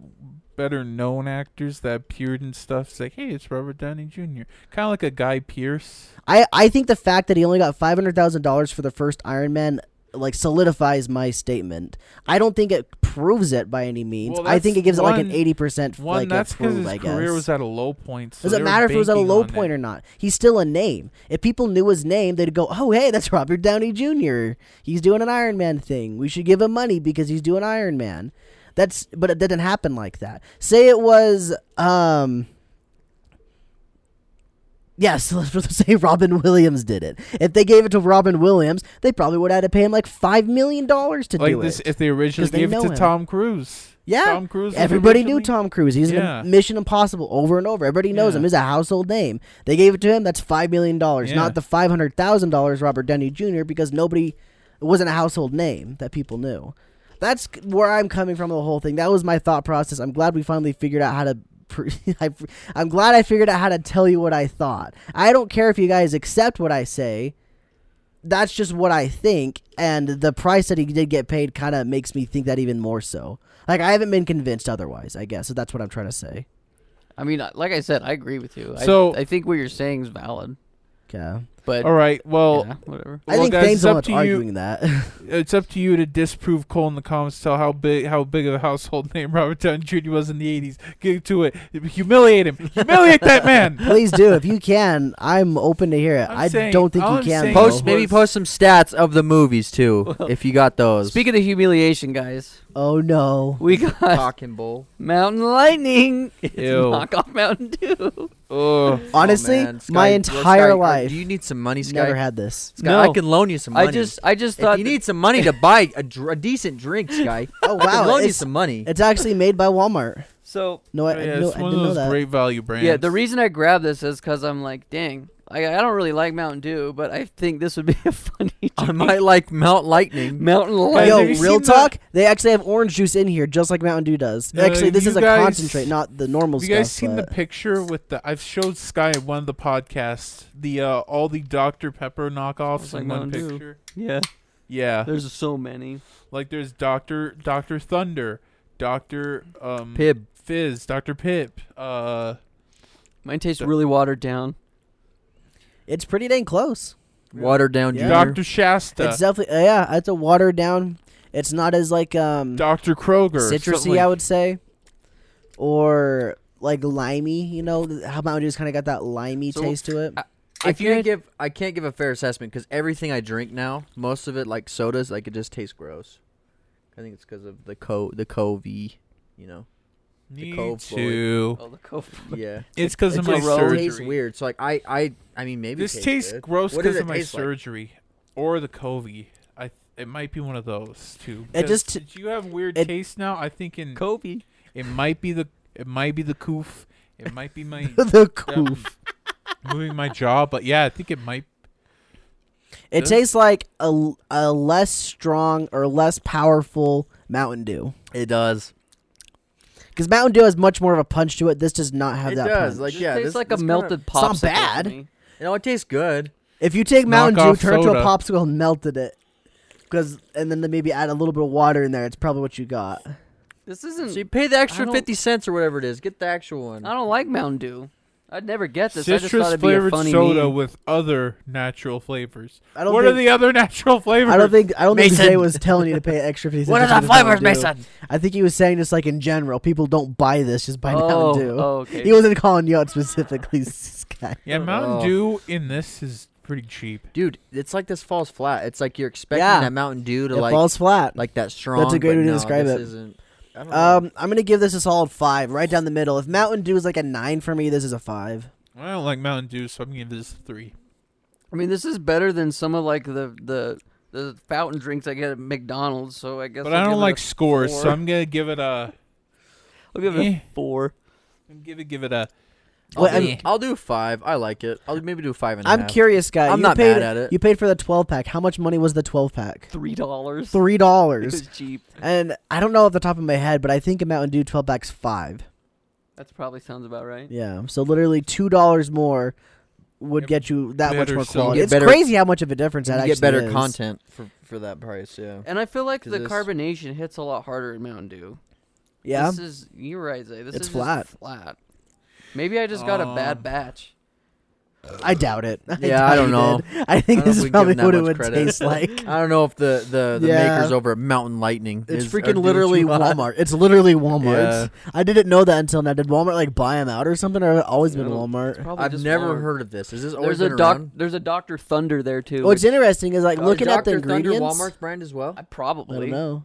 [SPEAKER 4] better known actors that appeared in stuff. It's like, hey, it's Robert Downey Jr. Kind of like a Guy Pierce.
[SPEAKER 2] I, I think the fact that he only got five hundred thousand dollars for the first Iron Man like solidifies my statement. I don't think it proves it by any means.
[SPEAKER 4] Well,
[SPEAKER 2] I think it
[SPEAKER 4] that's
[SPEAKER 2] gives it like an
[SPEAKER 4] one-
[SPEAKER 2] eighty percent
[SPEAKER 4] One,
[SPEAKER 2] like
[SPEAKER 4] that's
[SPEAKER 2] a prove.
[SPEAKER 4] because his
[SPEAKER 2] I guess
[SPEAKER 4] career was at a low point. So
[SPEAKER 2] doesn't
[SPEAKER 4] they were
[SPEAKER 2] matter if it was at a
[SPEAKER 4] banking
[SPEAKER 2] low
[SPEAKER 4] on
[SPEAKER 2] point
[SPEAKER 4] it.
[SPEAKER 2] or not. He's still a name. If people knew his name, they'd go, "Oh, hey, that's Robert Downey Jr. He's doing an Iron Man thing. We should give him money because he's doing Iron Man." That's but it didn't happen like that. Say it was um Yes, let's just say Robin Williams did it. If they gave it to Robin Williams, they probably would have had to pay him like five million dollars to
[SPEAKER 4] Like
[SPEAKER 2] do
[SPEAKER 4] this,
[SPEAKER 2] it.
[SPEAKER 4] if they originally
[SPEAKER 2] 'Cause they
[SPEAKER 4] gave it
[SPEAKER 2] know
[SPEAKER 4] to
[SPEAKER 2] him.
[SPEAKER 4] Tom Cruise.
[SPEAKER 2] Yeah,
[SPEAKER 4] Tom Cruise. was
[SPEAKER 2] Everybody knew
[SPEAKER 4] originally-
[SPEAKER 2] Tom Cruise. He's
[SPEAKER 4] Yeah.
[SPEAKER 2] in Mission Impossible over and over. Everybody knows
[SPEAKER 4] Yeah.
[SPEAKER 2] him. He's a household name. They gave it to him. That's five million dollars,
[SPEAKER 4] Yeah.
[SPEAKER 2] not the five hundred thousand dollars Robert Downey Jr. Because nobody, it wasn't a household name that people knew. That's c- where I'm coming from. The whole thing. That was my thought process. I'm glad we finally figured out how to. pr- I- I'm glad I figured out how to tell you what I thought. I don't care if you guys accept what I say. That's just what I think, and the price that he did get paid kind of makes me think that even more so. Like I haven't been convinced otherwise. I guess so. That's what I'm trying to say.
[SPEAKER 1] I mean, like I said, I agree with you. I-
[SPEAKER 4] So-
[SPEAKER 1] I, think what you're saying is valid,
[SPEAKER 2] Yeah.
[SPEAKER 1] but
[SPEAKER 4] All right.
[SPEAKER 3] Oh.
[SPEAKER 4] Well,
[SPEAKER 1] yeah, whatever.
[SPEAKER 2] I
[SPEAKER 4] well,
[SPEAKER 2] think
[SPEAKER 4] guys,
[SPEAKER 2] Thane's
[SPEAKER 4] it's
[SPEAKER 2] the
[SPEAKER 4] up
[SPEAKER 2] one that's
[SPEAKER 4] to you.
[SPEAKER 2] arguing that.
[SPEAKER 4] it's up to you to disprove Cole in the comments. Tell how big how big of a household name Robert Downey Jr. was in the '80s. Get to it. Humiliate him. Humiliate that man.
[SPEAKER 2] Please do if you can. I'm open to hear it.
[SPEAKER 4] I'm
[SPEAKER 2] I
[SPEAKER 4] saying-
[SPEAKER 2] don't think
[SPEAKER 4] all
[SPEAKER 2] you
[SPEAKER 4] I'm
[SPEAKER 2] can.
[SPEAKER 4] saying
[SPEAKER 2] though.
[SPEAKER 3] Post maybe
[SPEAKER 4] was-
[SPEAKER 3] post some stats of the movies too, if you got those.
[SPEAKER 1] Speaking of humiliation, guys,
[SPEAKER 2] Oh no.
[SPEAKER 1] we got
[SPEAKER 3] talking bull.
[SPEAKER 1] Mountain Lightning. It's
[SPEAKER 4] Ew.
[SPEAKER 1] knock off Mountain Dew.
[SPEAKER 4] Ugh.
[SPEAKER 2] Honestly,
[SPEAKER 3] Oh, man. Sky-
[SPEAKER 2] my
[SPEAKER 3] well,
[SPEAKER 2] entire
[SPEAKER 3] Sky,
[SPEAKER 2] life,
[SPEAKER 3] Do you need some money, Sky?
[SPEAKER 2] never had this.
[SPEAKER 3] Sky,
[SPEAKER 1] No.
[SPEAKER 3] I can loan you some money.
[SPEAKER 1] I just, I just
[SPEAKER 3] if
[SPEAKER 1] thought
[SPEAKER 3] you
[SPEAKER 1] that-
[SPEAKER 3] need some money to buy a, dr- a decent drink, Sky.
[SPEAKER 2] Oh
[SPEAKER 3] I can
[SPEAKER 2] wow,
[SPEAKER 3] loan you
[SPEAKER 2] it's,
[SPEAKER 3] some money.
[SPEAKER 2] it's actually made by Walmart.
[SPEAKER 1] so.
[SPEAKER 2] No, I,
[SPEAKER 4] Oh,
[SPEAKER 2] I
[SPEAKER 4] yeah,
[SPEAKER 2] know-
[SPEAKER 4] it's
[SPEAKER 2] I
[SPEAKER 4] one
[SPEAKER 2] didn't
[SPEAKER 4] of
[SPEAKER 2] know
[SPEAKER 4] those
[SPEAKER 2] that.
[SPEAKER 4] great value brands.
[SPEAKER 1] Yeah, the reason I grabbed this is because I'm like, dang, I, I don't really like Mountain Dew, but I think this would be a funny.
[SPEAKER 3] I
[SPEAKER 1] drink.
[SPEAKER 3] might like Mount Lightning.
[SPEAKER 1] Mountain
[SPEAKER 4] Guys,
[SPEAKER 1] Lightning.
[SPEAKER 2] Yo,
[SPEAKER 4] have you
[SPEAKER 2] real
[SPEAKER 4] seen
[SPEAKER 2] talk. They actually have orange juice in here, just like Mountain Dew does.
[SPEAKER 4] No,
[SPEAKER 2] actually, this
[SPEAKER 4] you
[SPEAKER 2] is a
[SPEAKER 4] guys-
[SPEAKER 2] concentrate, not the normal
[SPEAKER 4] Have you
[SPEAKER 2] stuff.
[SPEAKER 4] guys seen the
[SPEAKER 2] but-
[SPEAKER 4] picture with the? I've showed Sky in one of the podcasts the uh, all the Dr Pepper knockoffs
[SPEAKER 1] Looks like
[SPEAKER 4] in one
[SPEAKER 1] Mountain Dew.
[SPEAKER 4] picture.
[SPEAKER 1] yeah,
[SPEAKER 4] Yeah,
[SPEAKER 1] there's so many.
[SPEAKER 4] like there's Doctor Doctor Thunder, Doctor um,
[SPEAKER 3] Pib.
[SPEAKER 4] Fizz, Doctor Pip. Uh,
[SPEAKER 1] Mine tastes
[SPEAKER 4] The-
[SPEAKER 1] really watered down.
[SPEAKER 2] it's pretty dang close.
[SPEAKER 3] Watered down
[SPEAKER 2] Yeah.
[SPEAKER 3] junior.
[SPEAKER 4] Dr. Shasta,
[SPEAKER 2] It's definitely uh, yeah. It's a watered down. It's not as like um
[SPEAKER 4] Dr. Kroger.
[SPEAKER 2] citrusy,
[SPEAKER 4] something
[SPEAKER 2] I
[SPEAKER 4] like-
[SPEAKER 2] would say, or like limey. You know how Mountain Dew's kind of got that limey
[SPEAKER 3] So, uh,
[SPEAKER 2] taste to it.
[SPEAKER 3] I-
[SPEAKER 1] I
[SPEAKER 3] I
[SPEAKER 1] can't-
[SPEAKER 3] can't give I can't give a fair assessment because everything I drink now, most of it like sodas, like it just tastes gross. I think it's because of the co the cove, you know.
[SPEAKER 4] Me
[SPEAKER 3] Cove Floyd.
[SPEAKER 4] too.
[SPEAKER 1] Oh, the Coke.
[SPEAKER 3] Yeah,
[SPEAKER 4] It's because
[SPEAKER 1] It's
[SPEAKER 4] of
[SPEAKER 1] a
[SPEAKER 4] my
[SPEAKER 1] roll.
[SPEAKER 4] surgery.
[SPEAKER 3] tastes weird. So like I I I mean maybe
[SPEAKER 4] This
[SPEAKER 3] it
[SPEAKER 4] tastes
[SPEAKER 3] good.
[SPEAKER 4] gross
[SPEAKER 3] What
[SPEAKER 4] because
[SPEAKER 3] does it
[SPEAKER 4] of my
[SPEAKER 3] taste like?
[SPEAKER 4] surgery or the Covey. I it might be one of those two.
[SPEAKER 2] It
[SPEAKER 4] because
[SPEAKER 2] just-
[SPEAKER 4] did you have weird
[SPEAKER 2] it-
[SPEAKER 4] taste now? I think in
[SPEAKER 1] Kobe.
[SPEAKER 4] it might be the it might be the coof. It might be my
[SPEAKER 2] the
[SPEAKER 4] um,
[SPEAKER 2] coof.
[SPEAKER 4] moving my jaw. But yeah, I think it might.
[SPEAKER 2] It
[SPEAKER 4] does-
[SPEAKER 2] tastes like a, a less strong or less powerful Mountain Dew.
[SPEAKER 3] It does.
[SPEAKER 2] Because Mountain Dew has much more of a punch to it. This does not have
[SPEAKER 3] It
[SPEAKER 2] that
[SPEAKER 3] does.
[SPEAKER 2] punch.
[SPEAKER 3] Like
[SPEAKER 1] Just
[SPEAKER 3] yeah,
[SPEAKER 1] tastes
[SPEAKER 3] this,
[SPEAKER 1] like
[SPEAKER 3] this
[SPEAKER 1] a
[SPEAKER 3] kinda-
[SPEAKER 1] melted
[SPEAKER 2] not
[SPEAKER 1] popsicle. to
[SPEAKER 2] bad.
[SPEAKER 1] me.
[SPEAKER 3] You know, it tastes good.
[SPEAKER 2] if you take Mountain Dew,
[SPEAKER 4] Knockoff
[SPEAKER 2] turn it to a
[SPEAKER 4] soda.
[SPEAKER 2] popsicle and melted it. Cause, and then maybe add a little bit of water in there. It's probably what you got.
[SPEAKER 1] This
[SPEAKER 3] So you
[SPEAKER 1] isn't.
[SPEAKER 2] Hmm.
[SPEAKER 3] pay the
[SPEAKER 1] I
[SPEAKER 3] extra
[SPEAKER 1] don't-
[SPEAKER 3] fifty cents or whatever it is. Get the actual one.
[SPEAKER 1] I don't like Mountain Dew. I'd never get this. I just thought
[SPEAKER 4] Citrus
[SPEAKER 1] it'd be a
[SPEAKER 4] flavored
[SPEAKER 1] funny
[SPEAKER 4] soda
[SPEAKER 1] meme.
[SPEAKER 4] with other natural flavors.
[SPEAKER 2] I don't
[SPEAKER 4] What are
[SPEAKER 2] think,
[SPEAKER 4] the other natural flavors?
[SPEAKER 2] I don't think I don't think
[SPEAKER 3] Mason.
[SPEAKER 2] Jay was telling you to pay extra fifty cents.
[SPEAKER 3] What
[SPEAKER 2] That's
[SPEAKER 3] are the
[SPEAKER 2] he was telling
[SPEAKER 3] flavors,
[SPEAKER 2] you to do.
[SPEAKER 1] Oh,
[SPEAKER 3] Mason?
[SPEAKER 2] I think he was saying just like in general, people don't buy this, just buy
[SPEAKER 1] oh,
[SPEAKER 2] Mountain Dew.
[SPEAKER 1] oh, okay.
[SPEAKER 2] He wasn't calling you out specifically, Sky.
[SPEAKER 4] Yeah, Mountain
[SPEAKER 3] Oh.
[SPEAKER 4] Dew in this is pretty cheap.
[SPEAKER 3] Dude, it's like this falls flat. It's like you're expecting
[SPEAKER 2] Yeah.
[SPEAKER 3] that Mountain Dew
[SPEAKER 2] It
[SPEAKER 3] to like
[SPEAKER 2] falls flat.
[SPEAKER 3] like that strong.
[SPEAKER 2] great
[SPEAKER 3] but
[SPEAKER 2] way to
[SPEAKER 3] no,
[SPEAKER 2] describe
[SPEAKER 3] this
[SPEAKER 2] it.
[SPEAKER 3] Isn't, I don't know.
[SPEAKER 2] Um, I'm gonna give this a solid five, right down the middle. If Mountain Dew is like a nine for me, this is a five.
[SPEAKER 4] I don't like Mountain Dew, so I'm gonna give this a three.
[SPEAKER 1] I mean, this is better than some of like the the the fountain drinks I get at McDonald's. So I guess.
[SPEAKER 4] But
[SPEAKER 1] I'll
[SPEAKER 4] I
[SPEAKER 1] give
[SPEAKER 4] don't
[SPEAKER 1] it
[SPEAKER 4] like
[SPEAKER 1] A,
[SPEAKER 4] scores, so
[SPEAKER 1] four.
[SPEAKER 4] I'm gonna give it a.
[SPEAKER 1] I'll give it
[SPEAKER 4] Eh.
[SPEAKER 1] a four.
[SPEAKER 4] I'm gonna give it a.
[SPEAKER 3] I'll,
[SPEAKER 2] Well,
[SPEAKER 3] do,
[SPEAKER 2] I'm-
[SPEAKER 3] I'll do five. I like it. I'll maybe do five and a
[SPEAKER 2] I'm
[SPEAKER 3] half.
[SPEAKER 2] curious, guy.
[SPEAKER 3] I'm
[SPEAKER 2] you
[SPEAKER 3] not
[SPEAKER 2] paid,
[SPEAKER 3] mad at it.
[SPEAKER 2] You paid for the 12 pack. How much money was the 12 pack?
[SPEAKER 1] Three dollars.
[SPEAKER 2] Three
[SPEAKER 1] It
[SPEAKER 2] dollars.
[SPEAKER 1] was cheap.
[SPEAKER 2] and I don't know off the top of my head, but I think a Mountain Dew 12 pack's five.
[SPEAKER 1] That probably sounds about right.
[SPEAKER 2] Yeah. So literally two dollars more would
[SPEAKER 4] Yep.
[SPEAKER 2] get you that much
[SPEAKER 4] Better
[SPEAKER 2] more
[SPEAKER 4] soda.
[SPEAKER 2] quality.
[SPEAKER 3] You get
[SPEAKER 2] It's
[SPEAKER 3] better-
[SPEAKER 2] crazy how much of a difference that
[SPEAKER 3] You
[SPEAKER 2] actually
[SPEAKER 3] get better
[SPEAKER 2] is.
[SPEAKER 3] content for for that price. Yeah.
[SPEAKER 1] And I feel like
[SPEAKER 3] 'Cause
[SPEAKER 1] the
[SPEAKER 3] this-
[SPEAKER 1] carbonation hits a lot harder in Mountain Dew.
[SPEAKER 2] Yeah.
[SPEAKER 1] This is you're right, Zay. This is
[SPEAKER 2] It's
[SPEAKER 1] just
[SPEAKER 2] flat.
[SPEAKER 1] flat. Maybe I just got a
[SPEAKER 4] Um,
[SPEAKER 1] bad batch.
[SPEAKER 2] I doubt it. I
[SPEAKER 3] Yeah,
[SPEAKER 2] doubt
[SPEAKER 3] I don't
[SPEAKER 2] you
[SPEAKER 3] know.
[SPEAKER 2] did. I think this
[SPEAKER 3] I don't know if
[SPEAKER 2] is
[SPEAKER 3] we can
[SPEAKER 2] probably
[SPEAKER 3] give 'em that
[SPEAKER 2] what it
[SPEAKER 3] much
[SPEAKER 2] would
[SPEAKER 3] credit.
[SPEAKER 2] taste like.
[SPEAKER 3] I don't know if the the, the
[SPEAKER 2] Yeah.
[SPEAKER 3] makers over at Mountain Lightning.
[SPEAKER 2] It's
[SPEAKER 3] is, are doing
[SPEAKER 2] freaking
[SPEAKER 3] too
[SPEAKER 2] literally
[SPEAKER 3] much.
[SPEAKER 2] Walmart. It's literally Walmart.
[SPEAKER 3] Yeah.
[SPEAKER 2] I didn't know that until now. Did Walmart like buy them out or something? Or have it always been
[SPEAKER 1] I don't-
[SPEAKER 2] Walmart?
[SPEAKER 1] It's probably
[SPEAKER 3] I've
[SPEAKER 1] just
[SPEAKER 3] never
[SPEAKER 1] Walmart.
[SPEAKER 3] heard of this. Is this always
[SPEAKER 1] There's
[SPEAKER 3] been
[SPEAKER 1] a doc.
[SPEAKER 3] around?
[SPEAKER 1] There's a Doctor Thunder there too.
[SPEAKER 2] What's
[SPEAKER 1] which-
[SPEAKER 2] interesting is like
[SPEAKER 1] Dr.
[SPEAKER 2] looking at the
[SPEAKER 3] Dr. Thunder
[SPEAKER 2] ingredients.
[SPEAKER 3] Walmart's brand as well.
[SPEAKER 1] I
[SPEAKER 2] I don't
[SPEAKER 1] probably.
[SPEAKER 2] know.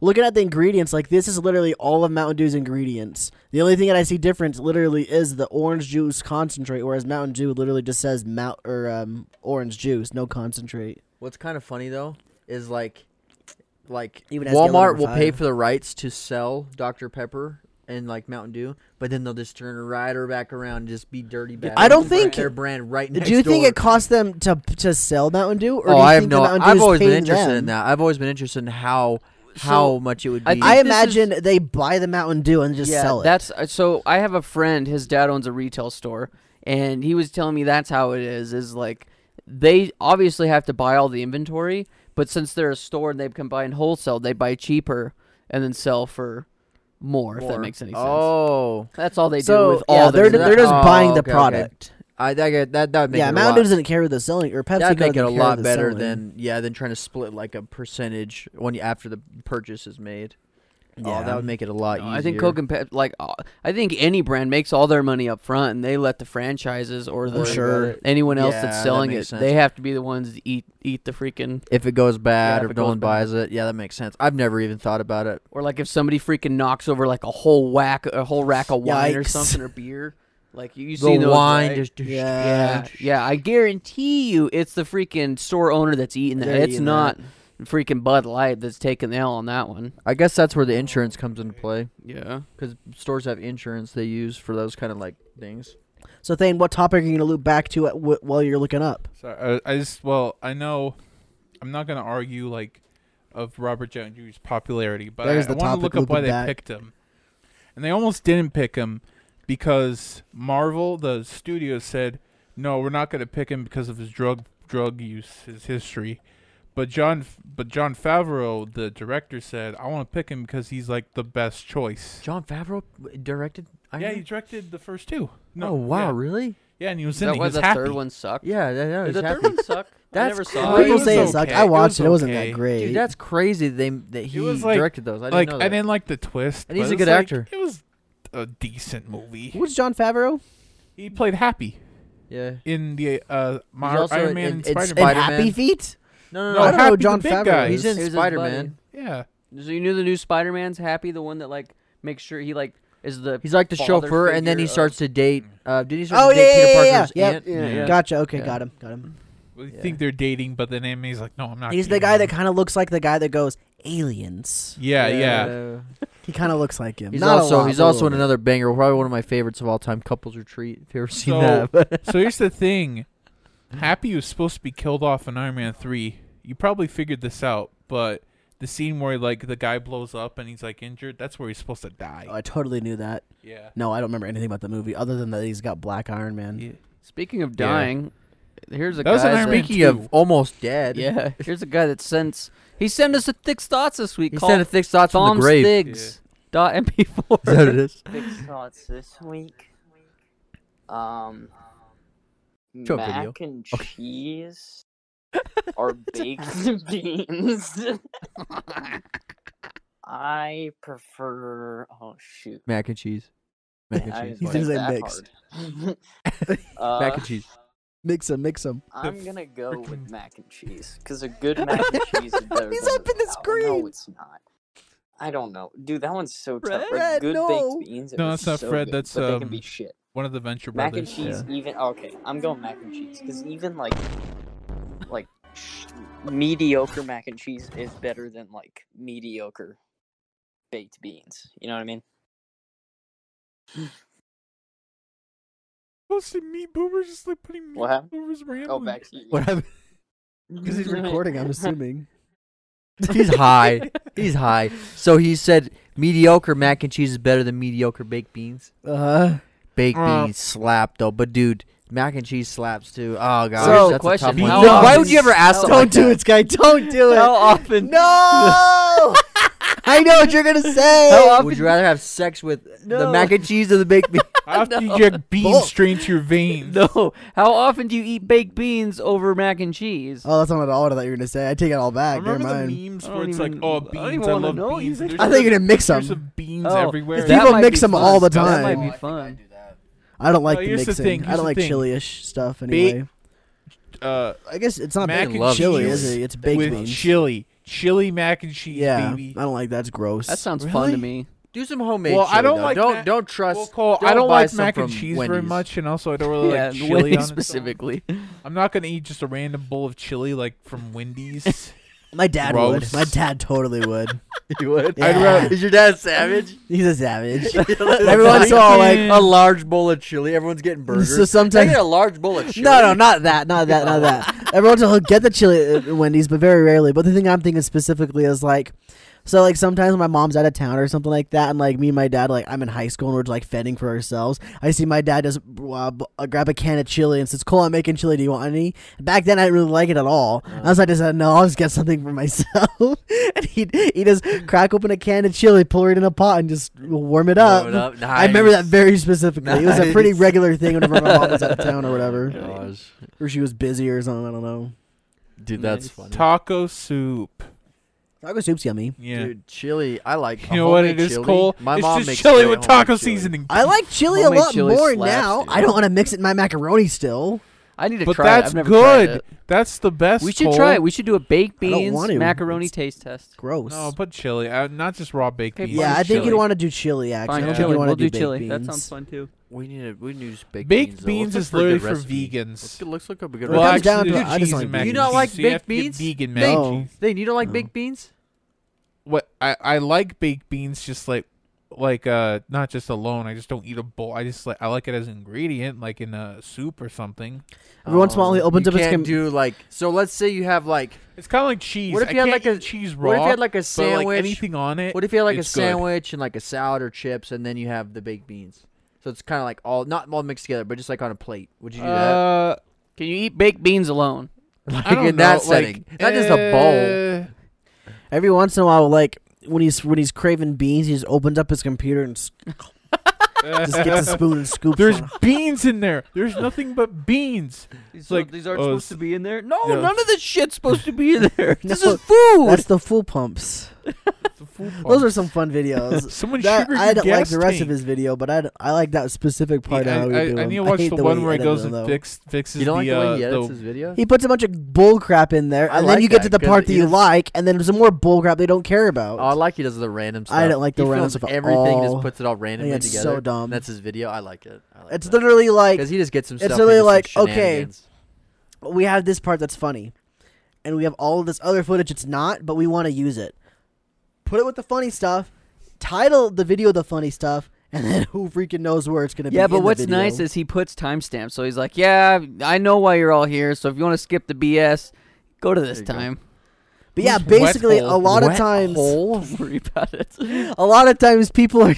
[SPEAKER 2] Looking at the ingredients, like this is literally all of Mountain Dew's ingredients. The only thing that I see different, literally, is the orange juice concentrate, whereas Mountain Dew literally just says mount or um, orange juice, no concentrate.
[SPEAKER 3] What's kind of funny though is like, like
[SPEAKER 2] Even as yellow
[SPEAKER 3] Walmart
[SPEAKER 2] number
[SPEAKER 3] will pay
[SPEAKER 2] five.
[SPEAKER 3] for the rights to sell Dr Pepper and like Mountain Dew, but then they'll just turn right or back around and just be dirty back.
[SPEAKER 2] I don't think-
[SPEAKER 3] their brand right next
[SPEAKER 2] do you think
[SPEAKER 3] door.
[SPEAKER 2] it cost them to to sell Mountain Dew? Or
[SPEAKER 3] Oh,
[SPEAKER 2] do you
[SPEAKER 3] I have
[SPEAKER 2] think that
[SPEAKER 3] no.
[SPEAKER 2] Mountain Dew
[SPEAKER 3] I've
[SPEAKER 2] is
[SPEAKER 3] always been
[SPEAKER 2] paying
[SPEAKER 3] interested
[SPEAKER 2] them?
[SPEAKER 3] in that. I've always been interested in how
[SPEAKER 1] So,
[SPEAKER 3] how much it would be.
[SPEAKER 1] I
[SPEAKER 2] I
[SPEAKER 1] think this
[SPEAKER 2] imagine they buy the Mountain Dew and just
[SPEAKER 1] yeah,
[SPEAKER 2] sell it.
[SPEAKER 1] that's uh, so. I have a friend. His dad owns a retail store, and he was telling me that's how it is. Is like they obviously have to buy all the inventory, but since they're a store and they can buy in wholesale, they buy cheaper and then sell for more. If that
[SPEAKER 3] More.
[SPEAKER 1] makes any sense.
[SPEAKER 3] oh,
[SPEAKER 1] That's all they
[SPEAKER 2] so
[SPEAKER 1] do with
[SPEAKER 2] yeah,
[SPEAKER 1] all
[SPEAKER 2] they're
[SPEAKER 1] their
[SPEAKER 3] ju-
[SPEAKER 2] they're just
[SPEAKER 3] Oh,
[SPEAKER 2] buying the
[SPEAKER 3] okay, okay.
[SPEAKER 2] product.
[SPEAKER 3] I that that that would make
[SPEAKER 2] Yeah,
[SPEAKER 3] it a
[SPEAKER 2] Mountain
[SPEAKER 3] lot.
[SPEAKER 2] Dew doesn't care the selling or PepsiCo
[SPEAKER 3] That'd make it
[SPEAKER 2] doesn't
[SPEAKER 3] a
[SPEAKER 2] care
[SPEAKER 3] lot
[SPEAKER 2] the
[SPEAKER 3] better
[SPEAKER 2] selling.
[SPEAKER 3] than yeah than trying to split like a percentage when you after the purchase is made.
[SPEAKER 2] Yeah.
[SPEAKER 3] Oh, that would make it a lot easier.
[SPEAKER 1] I think Coke and Pepsi, like uh, I think any brand makes all their money up front, and they let the franchises or the
[SPEAKER 2] For sure.
[SPEAKER 1] anyone else
[SPEAKER 3] Yeah,
[SPEAKER 1] that's
[SPEAKER 3] that
[SPEAKER 1] selling it,
[SPEAKER 3] makes sense.
[SPEAKER 1] they have to be the ones to eat eat the freaking
[SPEAKER 3] If it goes
[SPEAKER 1] Yeah,
[SPEAKER 3] bad
[SPEAKER 1] if
[SPEAKER 3] or
[SPEAKER 1] it
[SPEAKER 3] no
[SPEAKER 1] goes
[SPEAKER 3] one buys it, yeah, that makes sense. I've never even thought about it.
[SPEAKER 1] or like if somebody freaking knocks over like a whole whack a whole rack of wine or
[SPEAKER 2] Yikes.
[SPEAKER 1] something or beer, like you, you
[SPEAKER 3] the
[SPEAKER 1] see those,
[SPEAKER 3] wine
[SPEAKER 1] right?
[SPEAKER 3] just,
[SPEAKER 1] yeah, yeah, I guarantee you, it's the freaking store owner that's eating that.
[SPEAKER 2] They're
[SPEAKER 1] it's
[SPEAKER 2] eating
[SPEAKER 1] not freaking Bud Light that's taking the L on that one.
[SPEAKER 3] I guess that's where the insurance comes into play
[SPEAKER 1] Yeah.
[SPEAKER 3] because stores have insurance they use for those kind of like things.
[SPEAKER 2] So Thane, what topic are you gonna loop back to at, wh- while you're looking up?
[SPEAKER 4] So uh, I, I just well, I know I'm not gonna argue like of Robert Downey Jr.'s popularity, but I,
[SPEAKER 2] There's the
[SPEAKER 4] I want to
[SPEAKER 2] topic
[SPEAKER 4] look up why
[SPEAKER 2] looping
[SPEAKER 4] they
[SPEAKER 2] back.
[SPEAKER 4] picked him. And they almost didn't pick him because Marvel, the studio, said no, we're not gonna pick him because of his drug drug use, his history. But John, but John Favreau, the director, said I want to pick him because he's like the best choice.
[SPEAKER 3] John Favreau directed. Iron
[SPEAKER 4] yeah, he
[SPEAKER 3] Man?
[SPEAKER 4] directed the first two.
[SPEAKER 3] oh wow, really?
[SPEAKER 4] Yeah, yeah and he was
[SPEAKER 1] Is
[SPEAKER 4] in
[SPEAKER 1] that
[SPEAKER 4] it. He
[SPEAKER 1] why
[SPEAKER 4] was
[SPEAKER 1] the
[SPEAKER 4] happy.
[SPEAKER 1] third one sucked?
[SPEAKER 3] Yeah, yeah, yeah.
[SPEAKER 1] Did
[SPEAKER 3] he's
[SPEAKER 1] the
[SPEAKER 3] happy.
[SPEAKER 1] third one suck? I
[SPEAKER 3] That's
[SPEAKER 1] never saw
[SPEAKER 3] Oh,
[SPEAKER 2] People
[SPEAKER 4] it
[SPEAKER 2] say
[SPEAKER 4] was
[SPEAKER 2] it sucked.
[SPEAKER 4] okay.
[SPEAKER 2] I
[SPEAKER 4] It was
[SPEAKER 2] watched it. It wasn't
[SPEAKER 4] okay.
[SPEAKER 2] that great.
[SPEAKER 3] Dude, that's crazy. They that he
[SPEAKER 4] was like-
[SPEAKER 3] directed those. I didn't
[SPEAKER 4] like
[SPEAKER 3] know
[SPEAKER 4] I
[SPEAKER 3] that.
[SPEAKER 4] didn't like the twist.
[SPEAKER 3] And he's
[SPEAKER 4] but
[SPEAKER 3] a
[SPEAKER 4] it's
[SPEAKER 3] good
[SPEAKER 4] like-
[SPEAKER 3] actor.
[SPEAKER 4] It was a decent movie.
[SPEAKER 2] Who's John Favreau?
[SPEAKER 4] He played Happy
[SPEAKER 3] yeah.
[SPEAKER 4] in the uh, Mar-
[SPEAKER 3] He's also
[SPEAKER 4] Iron
[SPEAKER 3] in-
[SPEAKER 4] Man
[SPEAKER 3] in-
[SPEAKER 4] and
[SPEAKER 3] in
[SPEAKER 4] Spider Man.
[SPEAKER 3] Spider-
[SPEAKER 2] In Happy
[SPEAKER 3] Spider-Man.
[SPEAKER 2] Feet?
[SPEAKER 3] No,
[SPEAKER 4] No,
[SPEAKER 2] I
[SPEAKER 3] no, no.
[SPEAKER 2] don't know
[SPEAKER 4] Happy
[SPEAKER 2] who John
[SPEAKER 4] the big
[SPEAKER 2] Favreau
[SPEAKER 4] guy.
[SPEAKER 2] is.
[SPEAKER 3] He's in
[SPEAKER 1] It was his
[SPEAKER 3] Spider
[SPEAKER 1] buddy.
[SPEAKER 3] Man.
[SPEAKER 4] Yeah,
[SPEAKER 1] So you knew the new Spider-Man's happy, the one that like makes sure he like is the
[SPEAKER 3] He's like the
[SPEAKER 1] father
[SPEAKER 3] chauffeur, and then
[SPEAKER 1] figure
[SPEAKER 3] he
[SPEAKER 1] of-
[SPEAKER 3] starts to date. Uh, did he start
[SPEAKER 2] Oh
[SPEAKER 3] to
[SPEAKER 2] yeah,
[SPEAKER 3] date
[SPEAKER 2] yeah,
[SPEAKER 3] Peter
[SPEAKER 2] yeah, yeah.
[SPEAKER 3] Parker's
[SPEAKER 2] Yep.
[SPEAKER 3] aunt?
[SPEAKER 1] Yeah, yeah.
[SPEAKER 2] Gotcha. Okay,
[SPEAKER 3] Yeah.
[SPEAKER 2] got him. Got him.
[SPEAKER 4] we
[SPEAKER 3] Yeah.
[SPEAKER 4] think they're dating, but then Amy's like, "No, I'm not."
[SPEAKER 2] He's the
[SPEAKER 4] dating
[SPEAKER 2] guy that
[SPEAKER 4] him."
[SPEAKER 2] kind of looks like the guy that goes aliens.
[SPEAKER 4] Yeah, yeah.
[SPEAKER 2] He kind of looks like him.
[SPEAKER 3] He's
[SPEAKER 2] Not a
[SPEAKER 3] also
[SPEAKER 2] lot,
[SPEAKER 3] he's
[SPEAKER 2] but a
[SPEAKER 3] also in
[SPEAKER 2] little
[SPEAKER 3] another banger, probably one of my favorites of all time, Couples Retreat. If you ever seen
[SPEAKER 4] So-
[SPEAKER 3] that, but
[SPEAKER 4] so here's the thing: Happy was supposed to be killed off in Iron Man three. You probably figured this out, but the scene where like the guy blows up and he's like injured, that's where he's supposed to die.
[SPEAKER 2] bit. Oh, I totally knew that.
[SPEAKER 4] yeah.
[SPEAKER 2] No, I don't remember anything about the movie other than that he's got Black Iron Man.
[SPEAKER 4] Yeah.
[SPEAKER 1] Speaking of
[SPEAKER 4] Yeah.
[SPEAKER 1] dying, here's a
[SPEAKER 4] That
[SPEAKER 1] guy.
[SPEAKER 4] was an Iron Man
[SPEAKER 1] that-
[SPEAKER 3] speaking of
[SPEAKER 4] two.
[SPEAKER 3] almost dead,
[SPEAKER 1] yeah, here's a guy that sends. He sent us a thick thoughts this week.
[SPEAKER 3] he
[SPEAKER 1] called
[SPEAKER 3] sent a thick thoughts from the
[SPEAKER 1] Thom
[SPEAKER 3] grave.
[SPEAKER 1] Stiggs. Dot MP4.
[SPEAKER 3] Is that what it is?
[SPEAKER 5] Big thoughts this week. Um,
[SPEAKER 3] Show a
[SPEAKER 5] mac
[SPEAKER 3] video.
[SPEAKER 5] and
[SPEAKER 3] Okay.
[SPEAKER 5] cheese or baked beans. I prefer. Oh shoot!
[SPEAKER 3] Mac and cheese. Mac and
[SPEAKER 5] I
[SPEAKER 3] cheese.
[SPEAKER 2] He
[SPEAKER 5] was
[SPEAKER 3] why?
[SPEAKER 2] didn't
[SPEAKER 5] like
[SPEAKER 2] say
[SPEAKER 5] that
[SPEAKER 2] mixed.
[SPEAKER 5] hard.
[SPEAKER 3] Mac
[SPEAKER 5] Uh,
[SPEAKER 3] and cheese.
[SPEAKER 2] Mix them, mix them.
[SPEAKER 5] I'm
[SPEAKER 4] f-
[SPEAKER 5] gonna go
[SPEAKER 4] freaking-
[SPEAKER 5] with mac and cheese because a good mac and cheese is better
[SPEAKER 2] He's
[SPEAKER 5] than
[SPEAKER 2] up in the
[SPEAKER 5] without.
[SPEAKER 2] screen.
[SPEAKER 5] No, it's not. I don't know, dude. That one's so tough.
[SPEAKER 2] Fred,
[SPEAKER 5] Like, good
[SPEAKER 2] no.
[SPEAKER 5] baked beans. it
[SPEAKER 4] No,
[SPEAKER 5] was
[SPEAKER 4] that's not
[SPEAKER 5] so
[SPEAKER 4] Fred,
[SPEAKER 5] good,
[SPEAKER 4] that's,
[SPEAKER 5] but they can
[SPEAKER 4] um,
[SPEAKER 5] be shit.
[SPEAKER 4] One of the Venture
[SPEAKER 5] Mac and
[SPEAKER 4] Brothers.
[SPEAKER 5] cheese, even okay. I'm going mac and cheese because even like, like sh- mediocre mac and cheese is better than like mediocre baked beans. You know what I mean?
[SPEAKER 4] Oh, see, Meat Boomer just like putting Meat
[SPEAKER 5] What happened?
[SPEAKER 4] Boomer's random.
[SPEAKER 5] Oh, back to you.
[SPEAKER 3] What happened?
[SPEAKER 2] Because he's recording, I'm assuming.
[SPEAKER 3] He's high. He's high. So he said mediocre mac and cheese is better than mediocre baked beans.
[SPEAKER 2] Uh,
[SPEAKER 3] Baked
[SPEAKER 4] Uh.
[SPEAKER 3] beans slap though, but dude, mac and cheese slaps too. Oh gosh,
[SPEAKER 1] So,
[SPEAKER 3] that's
[SPEAKER 1] question,
[SPEAKER 3] a tough one.
[SPEAKER 4] how
[SPEAKER 3] No, why
[SPEAKER 2] often-
[SPEAKER 3] would you ever
[SPEAKER 2] don't
[SPEAKER 3] ask? something like
[SPEAKER 2] do
[SPEAKER 3] that?
[SPEAKER 2] it, Sky. Don't do it.
[SPEAKER 1] How often?
[SPEAKER 2] No! I know what you're going to say.
[SPEAKER 1] How often-
[SPEAKER 3] Would you rather have sex with the
[SPEAKER 1] No.
[SPEAKER 3] mac and cheese or the baked beans?
[SPEAKER 4] After you inject beans
[SPEAKER 2] Both.
[SPEAKER 4] straight into your veins.
[SPEAKER 1] No. How often do you eat baked beans over mac and cheese?
[SPEAKER 2] Oh, that's not at all what I thought you were going to say. I take it all back. Never
[SPEAKER 4] Remember
[SPEAKER 2] mind.
[SPEAKER 4] the memes
[SPEAKER 1] I
[SPEAKER 4] where
[SPEAKER 1] don't
[SPEAKER 4] it's like,
[SPEAKER 1] even-
[SPEAKER 4] oh,
[SPEAKER 1] I don't
[SPEAKER 4] beans, I,
[SPEAKER 1] even wanna
[SPEAKER 4] love
[SPEAKER 1] know.
[SPEAKER 4] beans.
[SPEAKER 1] He's
[SPEAKER 4] There's
[SPEAKER 1] actually-
[SPEAKER 2] I thought you were going to mix
[SPEAKER 4] there's
[SPEAKER 2] them.
[SPEAKER 4] some beans
[SPEAKER 1] Oh,
[SPEAKER 4] everywhere.
[SPEAKER 1] is
[SPEAKER 2] People
[SPEAKER 1] That might
[SPEAKER 2] mix
[SPEAKER 1] be
[SPEAKER 2] them
[SPEAKER 1] fun.
[SPEAKER 2] all the
[SPEAKER 1] That
[SPEAKER 2] time.
[SPEAKER 1] might be fun.
[SPEAKER 2] I don't like
[SPEAKER 4] No,
[SPEAKER 2] the
[SPEAKER 4] Oh, here's the
[SPEAKER 2] mixing.
[SPEAKER 4] thing,
[SPEAKER 2] I
[SPEAKER 4] here's
[SPEAKER 2] don't
[SPEAKER 4] the
[SPEAKER 2] like
[SPEAKER 4] thing.
[SPEAKER 2] chili-ish stuff
[SPEAKER 4] Ba-
[SPEAKER 2] anyway.
[SPEAKER 4] uh,
[SPEAKER 2] I guess it's not
[SPEAKER 4] mac
[SPEAKER 2] baked
[SPEAKER 3] big
[SPEAKER 4] and
[SPEAKER 3] love
[SPEAKER 2] chili,
[SPEAKER 4] cheese
[SPEAKER 2] is it? It's baked
[SPEAKER 4] with
[SPEAKER 2] beans.
[SPEAKER 4] chili, chili mac and cheese,
[SPEAKER 2] yeah,
[SPEAKER 4] baby.
[SPEAKER 2] I don't like that. That's gross.
[SPEAKER 1] That sounds fun to
[SPEAKER 4] Really?
[SPEAKER 1] me.
[SPEAKER 3] Do some homemade.
[SPEAKER 4] Well, I
[SPEAKER 3] chili,
[SPEAKER 4] don't
[SPEAKER 3] though.
[SPEAKER 4] like
[SPEAKER 3] Don't
[SPEAKER 4] mac-
[SPEAKER 3] don't trust.
[SPEAKER 4] Well, Cole,
[SPEAKER 3] don't
[SPEAKER 4] I don't
[SPEAKER 3] buy
[SPEAKER 4] like
[SPEAKER 3] some
[SPEAKER 4] mac and
[SPEAKER 3] from
[SPEAKER 4] cheese very
[SPEAKER 3] Wendy's.
[SPEAKER 4] much, and also I don't really
[SPEAKER 1] yeah,
[SPEAKER 4] like chili
[SPEAKER 1] Wendy's
[SPEAKER 4] on its own.
[SPEAKER 1] specifically.
[SPEAKER 4] I'm not gonna eat just a random bowl of chili like from Wendy's.
[SPEAKER 2] My dad would.
[SPEAKER 4] Gross.
[SPEAKER 2] My dad totally would.
[SPEAKER 3] You would.
[SPEAKER 2] I'd rather-
[SPEAKER 3] Is your dad savage?
[SPEAKER 2] He's a savage. Everyone's all like,
[SPEAKER 3] a large bowl of chili. Everyone's getting burgers.
[SPEAKER 2] so
[SPEAKER 3] Can I
[SPEAKER 2] sometimes.
[SPEAKER 3] get a large bowl of chili.
[SPEAKER 2] No, no, not that, not that, not that. Everyone's will get the chili at Wendy's, but very rarely. But the thing I'm thinking specifically is like, so like sometimes when my mom's out of town or something like that, and like me and my dad, like I'm in high school and we're just like fending for ourselves. I see my dad just uh, b- uh, grab a can of chili and says, "Cole, I'm making chili. Do you want any?" Back then, I didn't really like it at all. I was like, "Just no, I'll just get something for myself." and he he just crack open a can of chili, pour it in a pot, and just warm it up.
[SPEAKER 3] Blow it up.
[SPEAKER 2] I remember that
[SPEAKER 3] Nice.
[SPEAKER 2] very specifically. It was a pretty
[SPEAKER 3] Nice.
[SPEAKER 2] regular thing whenever my mom was out of town or whatever
[SPEAKER 3] Gosh.
[SPEAKER 2] or she was busy or something. I don't know.
[SPEAKER 3] Dude, that's
[SPEAKER 1] Nice.
[SPEAKER 3] funny.
[SPEAKER 4] Taco soup.
[SPEAKER 2] Taco soup's yummy.
[SPEAKER 4] Yeah.
[SPEAKER 3] Dude, chili. I like.
[SPEAKER 4] you know what it
[SPEAKER 3] homemade
[SPEAKER 4] is,
[SPEAKER 3] chili.
[SPEAKER 4] Cole?
[SPEAKER 3] My
[SPEAKER 4] it's
[SPEAKER 3] mom
[SPEAKER 4] just
[SPEAKER 3] makes
[SPEAKER 4] chili
[SPEAKER 3] great
[SPEAKER 4] with
[SPEAKER 3] homemade
[SPEAKER 4] taco
[SPEAKER 3] chili.
[SPEAKER 4] seasoning.
[SPEAKER 2] I like chili
[SPEAKER 1] Homemade
[SPEAKER 2] a lot
[SPEAKER 1] chili
[SPEAKER 2] more
[SPEAKER 1] slaps,
[SPEAKER 2] now.
[SPEAKER 1] dude.
[SPEAKER 2] I don't want to mix it in my macaroni still.
[SPEAKER 1] I need to
[SPEAKER 4] But
[SPEAKER 1] try it. I've
[SPEAKER 4] that's
[SPEAKER 1] never tried
[SPEAKER 4] good.
[SPEAKER 1] it.
[SPEAKER 4] That's the best.
[SPEAKER 1] We should
[SPEAKER 4] Cole.
[SPEAKER 1] try it. We should do a baked
[SPEAKER 2] I don't
[SPEAKER 1] beans
[SPEAKER 2] want to.
[SPEAKER 1] macaroni
[SPEAKER 2] It's-
[SPEAKER 1] taste test.
[SPEAKER 2] Gross.
[SPEAKER 4] No, but chili, uh, not just raw baked
[SPEAKER 1] Okay,
[SPEAKER 4] beans.
[SPEAKER 2] yeah,
[SPEAKER 1] Fine,
[SPEAKER 2] I think
[SPEAKER 1] Oh, chili.
[SPEAKER 2] you'd want to do chili actually. I
[SPEAKER 1] Fine,
[SPEAKER 2] don't think
[SPEAKER 1] chili.
[SPEAKER 2] you want
[SPEAKER 1] We'll
[SPEAKER 2] to
[SPEAKER 1] do
[SPEAKER 2] do,
[SPEAKER 1] chili.
[SPEAKER 2] baked
[SPEAKER 1] That
[SPEAKER 2] beans.
[SPEAKER 1] sounds fun too.
[SPEAKER 3] We need to. We need to use baked,
[SPEAKER 4] Baked
[SPEAKER 3] beans. though. Let's
[SPEAKER 4] beans
[SPEAKER 3] look
[SPEAKER 4] is
[SPEAKER 3] a good
[SPEAKER 4] literally for
[SPEAKER 3] recipe.
[SPEAKER 4] vegans.
[SPEAKER 3] Let's, get- let's look up a good
[SPEAKER 4] Well,
[SPEAKER 2] It comes
[SPEAKER 3] recipe.
[SPEAKER 4] actually,
[SPEAKER 2] down to-
[SPEAKER 4] there's
[SPEAKER 2] I just
[SPEAKER 4] cheese
[SPEAKER 2] don't like
[SPEAKER 4] and mac
[SPEAKER 3] beans. You
[SPEAKER 4] and
[SPEAKER 3] don't
[SPEAKER 4] cheese,
[SPEAKER 3] like
[SPEAKER 4] so you
[SPEAKER 3] baked
[SPEAKER 4] have to get
[SPEAKER 3] beans?
[SPEAKER 4] Vegan mac
[SPEAKER 2] No.
[SPEAKER 4] and cheese.
[SPEAKER 3] Thing, you don't like
[SPEAKER 2] No.
[SPEAKER 3] baked beans?
[SPEAKER 4] What I, I like baked beans just like like uh not just alone. I just don't eat a bowl. I just like I like it as an ingredient, like in a soup or something.
[SPEAKER 2] Every once in a while, he
[SPEAKER 3] Um,
[SPEAKER 2] opens
[SPEAKER 3] you
[SPEAKER 2] up his
[SPEAKER 3] can't
[SPEAKER 2] com-
[SPEAKER 3] do like. So let's say you have like.
[SPEAKER 4] It's kind of like cheese.
[SPEAKER 3] What if
[SPEAKER 4] I
[SPEAKER 3] you had
[SPEAKER 4] can't
[SPEAKER 3] like a-
[SPEAKER 4] eat cheese raw?
[SPEAKER 3] What if you had like a
[SPEAKER 4] but,
[SPEAKER 3] sandwich?
[SPEAKER 4] like anything on it?
[SPEAKER 3] What if you had like a
[SPEAKER 4] it's good.
[SPEAKER 3] sandwich and like a salad or chips, and then you have the baked beans? So it's kind of like all not all mixed together, but just like on a plate. Would you do that?
[SPEAKER 4] Uh,
[SPEAKER 1] Can you eat baked beans alone?
[SPEAKER 3] Like
[SPEAKER 4] I don't
[SPEAKER 3] in that
[SPEAKER 4] know, like,
[SPEAKER 3] setting, not just a bowl.
[SPEAKER 4] eh,
[SPEAKER 2] Every once in a while, like when he's when he's craving beans, he just opens up his computer and s- just gets a spoon and scoops.
[SPEAKER 4] There's
[SPEAKER 2] one.
[SPEAKER 4] beans in there. There's nothing but beans.
[SPEAKER 1] These,
[SPEAKER 4] like,
[SPEAKER 1] these aren't
[SPEAKER 4] oh,
[SPEAKER 1] supposed
[SPEAKER 4] s-
[SPEAKER 1] to be in there. No,
[SPEAKER 4] yeah.
[SPEAKER 1] none of this shit's supposed to be in there.
[SPEAKER 2] No,
[SPEAKER 1] this is food.
[SPEAKER 2] That's the full pumps. Those are some fun videos.
[SPEAKER 4] Someone
[SPEAKER 2] That-
[SPEAKER 4] sugared
[SPEAKER 2] I
[SPEAKER 4] your
[SPEAKER 2] don't like
[SPEAKER 4] gas
[SPEAKER 2] the rest
[SPEAKER 4] tank.
[SPEAKER 2] of his video, but I, d- I like that specific part.
[SPEAKER 4] Yeah,
[SPEAKER 2] of how we
[SPEAKER 4] I,
[SPEAKER 2] do
[SPEAKER 4] I, I
[SPEAKER 2] him.
[SPEAKER 4] need to watch
[SPEAKER 2] hate
[SPEAKER 4] the,
[SPEAKER 2] the way
[SPEAKER 4] one
[SPEAKER 2] he
[SPEAKER 4] where he
[SPEAKER 2] edits
[SPEAKER 4] goes
[SPEAKER 2] them,
[SPEAKER 4] and
[SPEAKER 2] though.
[SPEAKER 4] fix, fixes
[SPEAKER 3] You don't like the,
[SPEAKER 4] uh,
[SPEAKER 3] way he edits
[SPEAKER 4] the-
[SPEAKER 3] his video?
[SPEAKER 2] He puts a bunch of bull crap in there,
[SPEAKER 3] I
[SPEAKER 2] and
[SPEAKER 3] like
[SPEAKER 2] then you get to
[SPEAKER 3] that,
[SPEAKER 2] the
[SPEAKER 3] 'cause
[SPEAKER 2] part that
[SPEAKER 3] he
[SPEAKER 2] you
[SPEAKER 3] just-
[SPEAKER 2] like, and then some more bull crap they don't care about.
[SPEAKER 3] Oh, I like he does the random stuff.
[SPEAKER 2] I don't like the
[SPEAKER 3] he
[SPEAKER 2] random
[SPEAKER 3] films
[SPEAKER 2] stuff at
[SPEAKER 3] Everything
[SPEAKER 2] all.
[SPEAKER 3] just puts it all randomly
[SPEAKER 2] it's so
[SPEAKER 3] together.
[SPEAKER 2] dumb.
[SPEAKER 3] That's his video. I like it. I like
[SPEAKER 2] it's
[SPEAKER 3] that.
[SPEAKER 2] literally like
[SPEAKER 3] because he just gets some
[SPEAKER 2] it's
[SPEAKER 3] stuff.
[SPEAKER 2] literally
[SPEAKER 3] into some
[SPEAKER 2] like, okay,
[SPEAKER 3] shenanigans.
[SPEAKER 2] we have this part that's funny, and we have all of this other footage it's not, but we want to use it. Put it with the funny stuff. Title the video the funny stuff, and then who freaking knows where it's gonna be?
[SPEAKER 1] yeah, but
[SPEAKER 2] in the
[SPEAKER 1] what's
[SPEAKER 2] video.
[SPEAKER 1] nice is he puts timestamps, so he's like, "Yeah, I know why you're all here. So if you want to skip the BS, go to this
[SPEAKER 3] There you go.
[SPEAKER 1] time.
[SPEAKER 2] but yeah,
[SPEAKER 4] who's wet
[SPEAKER 2] basically a
[SPEAKER 4] hole?
[SPEAKER 2] lot of
[SPEAKER 3] Wet
[SPEAKER 2] times,
[SPEAKER 3] hole?
[SPEAKER 1] Don't worry about it."
[SPEAKER 2] a lot of times people are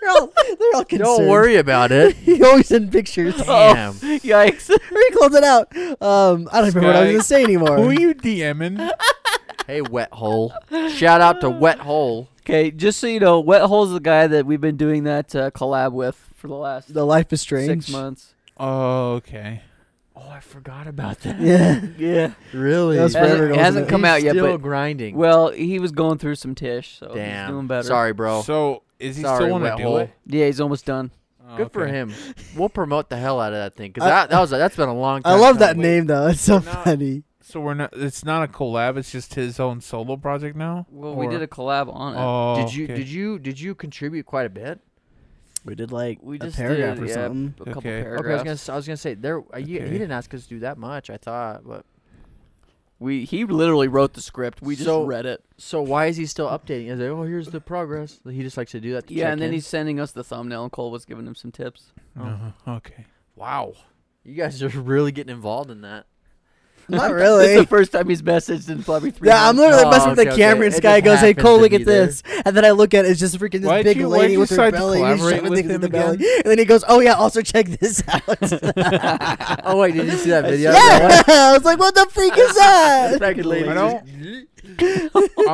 [SPEAKER 2] they're all they're all concerned.
[SPEAKER 3] Don't worry about it.
[SPEAKER 2] He always in pictures.
[SPEAKER 1] Oh,
[SPEAKER 3] Damn.
[SPEAKER 1] Yikes!
[SPEAKER 2] He close it out. Um, I don't remember what I was
[SPEAKER 4] Sky.
[SPEAKER 2] gonna say anymore.
[SPEAKER 4] Who are you DMing?
[SPEAKER 3] Hey, wet hole. Shout out to wet hole.
[SPEAKER 1] Okay, just so you know, Wet Hole's the guy that we've been doing that uh, collab with for the last
[SPEAKER 2] The life is strange.
[SPEAKER 1] six months.
[SPEAKER 4] Oh, okay.
[SPEAKER 3] Oh, I forgot about that.
[SPEAKER 2] Yeah,
[SPEAKER 1] Yeah.
[SPEAKER 3] Really?
[SPEAKER 2] That was
[SPEAKER 1] It hasn't-
[SPEAKER 2] forever ago,
[SPEAKER 1] it hasn't
[SPEAKER 2] wasn't
[SPEAKER 1] come out yet,
[SPEAKER 3] Still
[SPEAKER 1] but
[SPEAKER 3] grinding.
[SPEAKER 1] well, he was going through some tish, so
[SPEAKER 3] Damn.
[SPEAKER 1] he's doing better.
[SPEAKER 3] Sorry, bro.
[SPEAKER 4] So is he
[SPEAKER 3] Sorry,
[SPEAKER 4] still on a
[SPEAKER 3] wet hole.
[SPEAKER 4] duel?
[SPEAKER 1] Yeah, he's almost done.
[SPEAKER 4] Oh,
[SPEAKER 3] Good for
[SPEAKER 4] okay.
[SPEAKER 3] him. We'll promote the hell out of that thing because
[SPEAKER 2] I-
[SPEAKER 3] that, that was that's been a long time.
[SPEAKER 2] I love that
[SPEAKER 3] coming.
[SPEAKER 2] name though. It's so
[SPEAKER 4] We're not-
[SPEAKER 2] funny.
[SPEAKER 4] So we're not. It's not a collab. It's just his own solo project now.
[SPEAKER 1] Well, we
[SPEAKER 4] Or-
[SPEAKER 1] did a collab on it.
[SPEAKER 4] Oh,
[SPEAKER 3] Did you
[SPEAKER 4] okay.
[SPEAKER 3] did you did you contribute quite a bit?
[SPEAKER 2] We did like
[SPEAKER 1] We
[SPEAKER 2] a
[SPEAKER 1] just
[SPEAKER 2] paragraph
[SPEAKER 1] did,
[SPEAKER 2] or
[SPEAKER 1] yeah,
[SPEAKER 2] something.
[SPEAKER 1] A couple
[SPEAKER 4] Okay. Okay, I
[SPEAKER 3] Okay, I was
[SPEAKER 1] paragraphs.
[SPEAKER 3] gonna s- I was gonna say there. Uh, you,
[SPEAKER 4] Okay.
[SPEAKER 3] He didn't ask us to do that much. I thought, but
[SPEAKER 1] We he literally wrote the script. We just
[SPEAKER 3] So-
[SPEAKER 1] read it.
[SPEAKER 3] so why is he still updating? Is like, oh, here's the progress. He just likes to do that. To
[SPEAKER 1] Yeah,
[SPEAKER 3] check
[SPEAKER 1] and then
[SPEAKER 3] in?
[SPEAKER 1] he's sending us the thumbnail, and Cole was giving him some tips.
[SPEAKER 4] No, Uh-huh, okay.
[SPEAKER 3] wow. You guys are really getting involved in that.
[SPEAKER 2] Not
[SPEAKER 1] It's the
[SPEAKER 2] really.
[SPEAKER 1] first time he's messaged in probably three.
[SPEAKER 2] Yeah, I'm
[SPEAKER 1] months.
[SPEAKER 2] literally
[SPEAKER 3] Oh,
[SPEAKER 2] messing with
[SPEAKER 3] okay,
[SPEAKER 2] the
[SPEAKER 3] okay.
[SPEAKER 2] camera, and this
[SPEAKER 3] It
[SPEAKER 2] guy
[SPEAKER 3] just
[SPEAKER 2] goes, "Hey,
[SPEAKER 3] happens
[SPEAKER 2] Cole,
[SPEAKER 3] to
[SPEAKER 2] look
[SPEAKER 3] be
[SPEAKER 2] at
[SPEAKER 3] there.
[SPEAKER 2] this," and then I look at it, it's just freaking this
[SPEAKER 4] Why'd
[SPEAKER 2] big
[SPEAKER 4] you- why'd
[SPEAKER 2] lady
[SPEAKER 4] you
[SPEAKER 2] with her
[SPEAKER 4] decide to
[SPEAKER 2] belly, and he's
[SPEAKER 4] collaborate
[SPEAKER 2] shoving
[SPEAKER 4] with
[SPEAKER 2] things in
[SPEAKER 4] him
[SPEAKER 2] the belly,
[SPEAKER 4] again?
[SPEAKER 2] and then he goes, "Oh yeah, also check this out."
[SPEAKER 3] oh wait, did you see that video?
[SPEAKER 2] yeah, I was like, "What the freak is that?"
[SPEAKER 3] That lady
[SPEAKER 4] I don't. I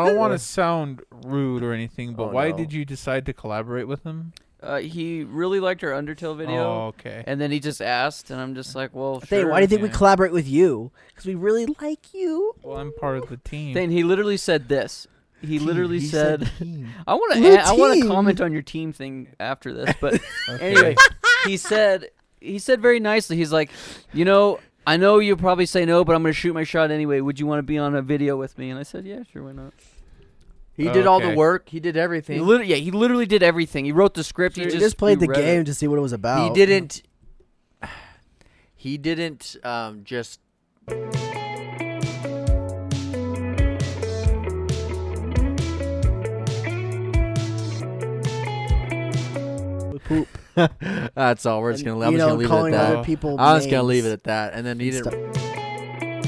[SPEAKER 4] don't want to sound rude or anything, but
[SPEAKER 3] Oh,
[SPEAKER 4] why
[SPEAKER 3] no.
[SPEAKER 4] did you decide to collaborate with him?
[SPEAKER 1] Uh, he really liked our Undertale video,
[SPEAKER 4] Oh, okay.
[SPEAKER 1] and then he just asked, and I'm just like, well,
[SPEAKER 2] Thane,
[SPEAKER 1] sure.
[SPEAKER 2] why do you think we
[SPEAKER 4] yeah.
[SPEAKER 2] collaborate with you? Because we really like you.
[SPEAKER 4] Well, I'm part of the team.
[SPEAKER 1] Thane, he literally said this. He literally
[SPEAKER 3] He
[SPEAKER 1] said,
[SPEAKER 3] "Hmm."
[SPEAKER 1] "I want
[SPEAKER 2] Blue
[SPEAKER 1] to. I want to
[SPEAKER 2] team.
[SPEAKER 1] comment on your team thing after this." But
[SPEAKER 4] Okay.
[SPEAKER 1] anyway, he said he said very nicely. He's like, you know, I know you'll probably say no, but I'm going to shoot my shot anyway. Would you want to be on a video with me? And I said, yeah, sure, why not?
[SPEAKER 3] He did all the
[SPEAKER 4] Okay.
[SPEAKER 3] work. He did
[SPEAKER 1] He
[SPEAKER 3] everything.
[SPEAKER 1] literally, yeah, he literally did everything. He wrote the script.
[SPEAKER 2] He
[SPEAKER 1] he
[SPEAKER 2] just,
[SPEAKER 1] just,
[SPEAKER 2] played
[SPEAKER 1] we
[SPEAKER 2] the
[SPEAKER 1] read it.
[SPEAKER 2] game to see what it was about.
[SPEAKER 3] He didn't. He didn't um, just.
[SPEAKER 2] poop.
[SPEAKER 3] That's all. We're just gonna. I'm
[SPEAKER 2] you
[SPEAKER 3] just
[SPEAKER 2] know,
[SPEAKER 3] gonna leave it at
[SPEAKER 2] calling
[SPEAKER 3] that.
[SPEAKER 2] other people.
[SPEAKER 3] I'm just gonna leave it
[SPEAKER 2] names
[SPEAKER 3] at that. And then he
[SPEAKER 2] and
[SPEAKER 3] didn't.
[SPEAKER 2] stuff.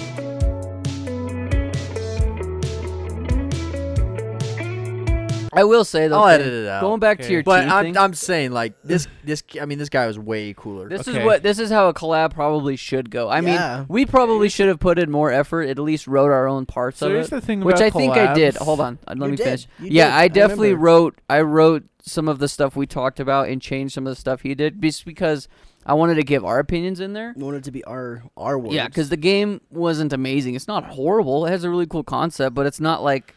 [SPEAKER 1] I will say though,
[SPEAKER 2] Oh,
[SPEAKER 3] I'll
[SPEAKER 1] Thane,
[SPEAKER 3] edit it out.
[SPEAKER 1] Going back to
[SPEAKER 4] Okay.
[SPEAKER 1] your
[SPEAKER 3] But
[SPEAKER 1] team
[SPEAKER 3] I'm,
[SPEAKER 1] thing,
[SPEAKER 3] I'm saying like this. This. I mean, this guy was way cooler.
[SPEAKER 1] this
[SPEAKER 4] Okay.
[SPEAKER 1] is what this is how a collab probably should go. I
[SPEAKER 2] Yeah.
[SPEAKER 1] mean, we probably should have put in more effort. At least wrote our own parts
[SPEAKER 4] so
[SPEAKER 1] of
[SPEAKER 4] here's
[SPEAKER 1] it.
[SPEAKER 4] the thing
[SPEAKER 1] which
[SPEAKER 4] about
[SPEAKER 1] I think I did.
[SPEAKER 4] collabs.
[SPEAKER 1] Hold on, uh, let
[SPEAKER 2] You
[SPEAKER 1] me
[SPEAKER 2] did.
[SPEAKER 1] finish.
[SPEAKER 2] You
[SPEAKER 1] yeah,
[SPEAKER 2] did. I
[SPEAKER 1] I definitely
[SPEAKER 2] remember.
[SPEAKER 1] wrote. I wrote some of the stuff we talked about and changed some of the stuff he did, just because I wanted to give our opinions in there.
[SPEAKER 2] We want it to be our our words.
[SPEAKER 1] Yeah, because the game wasn't amazing. It's not horrible. It has a really cool concept, but it's not like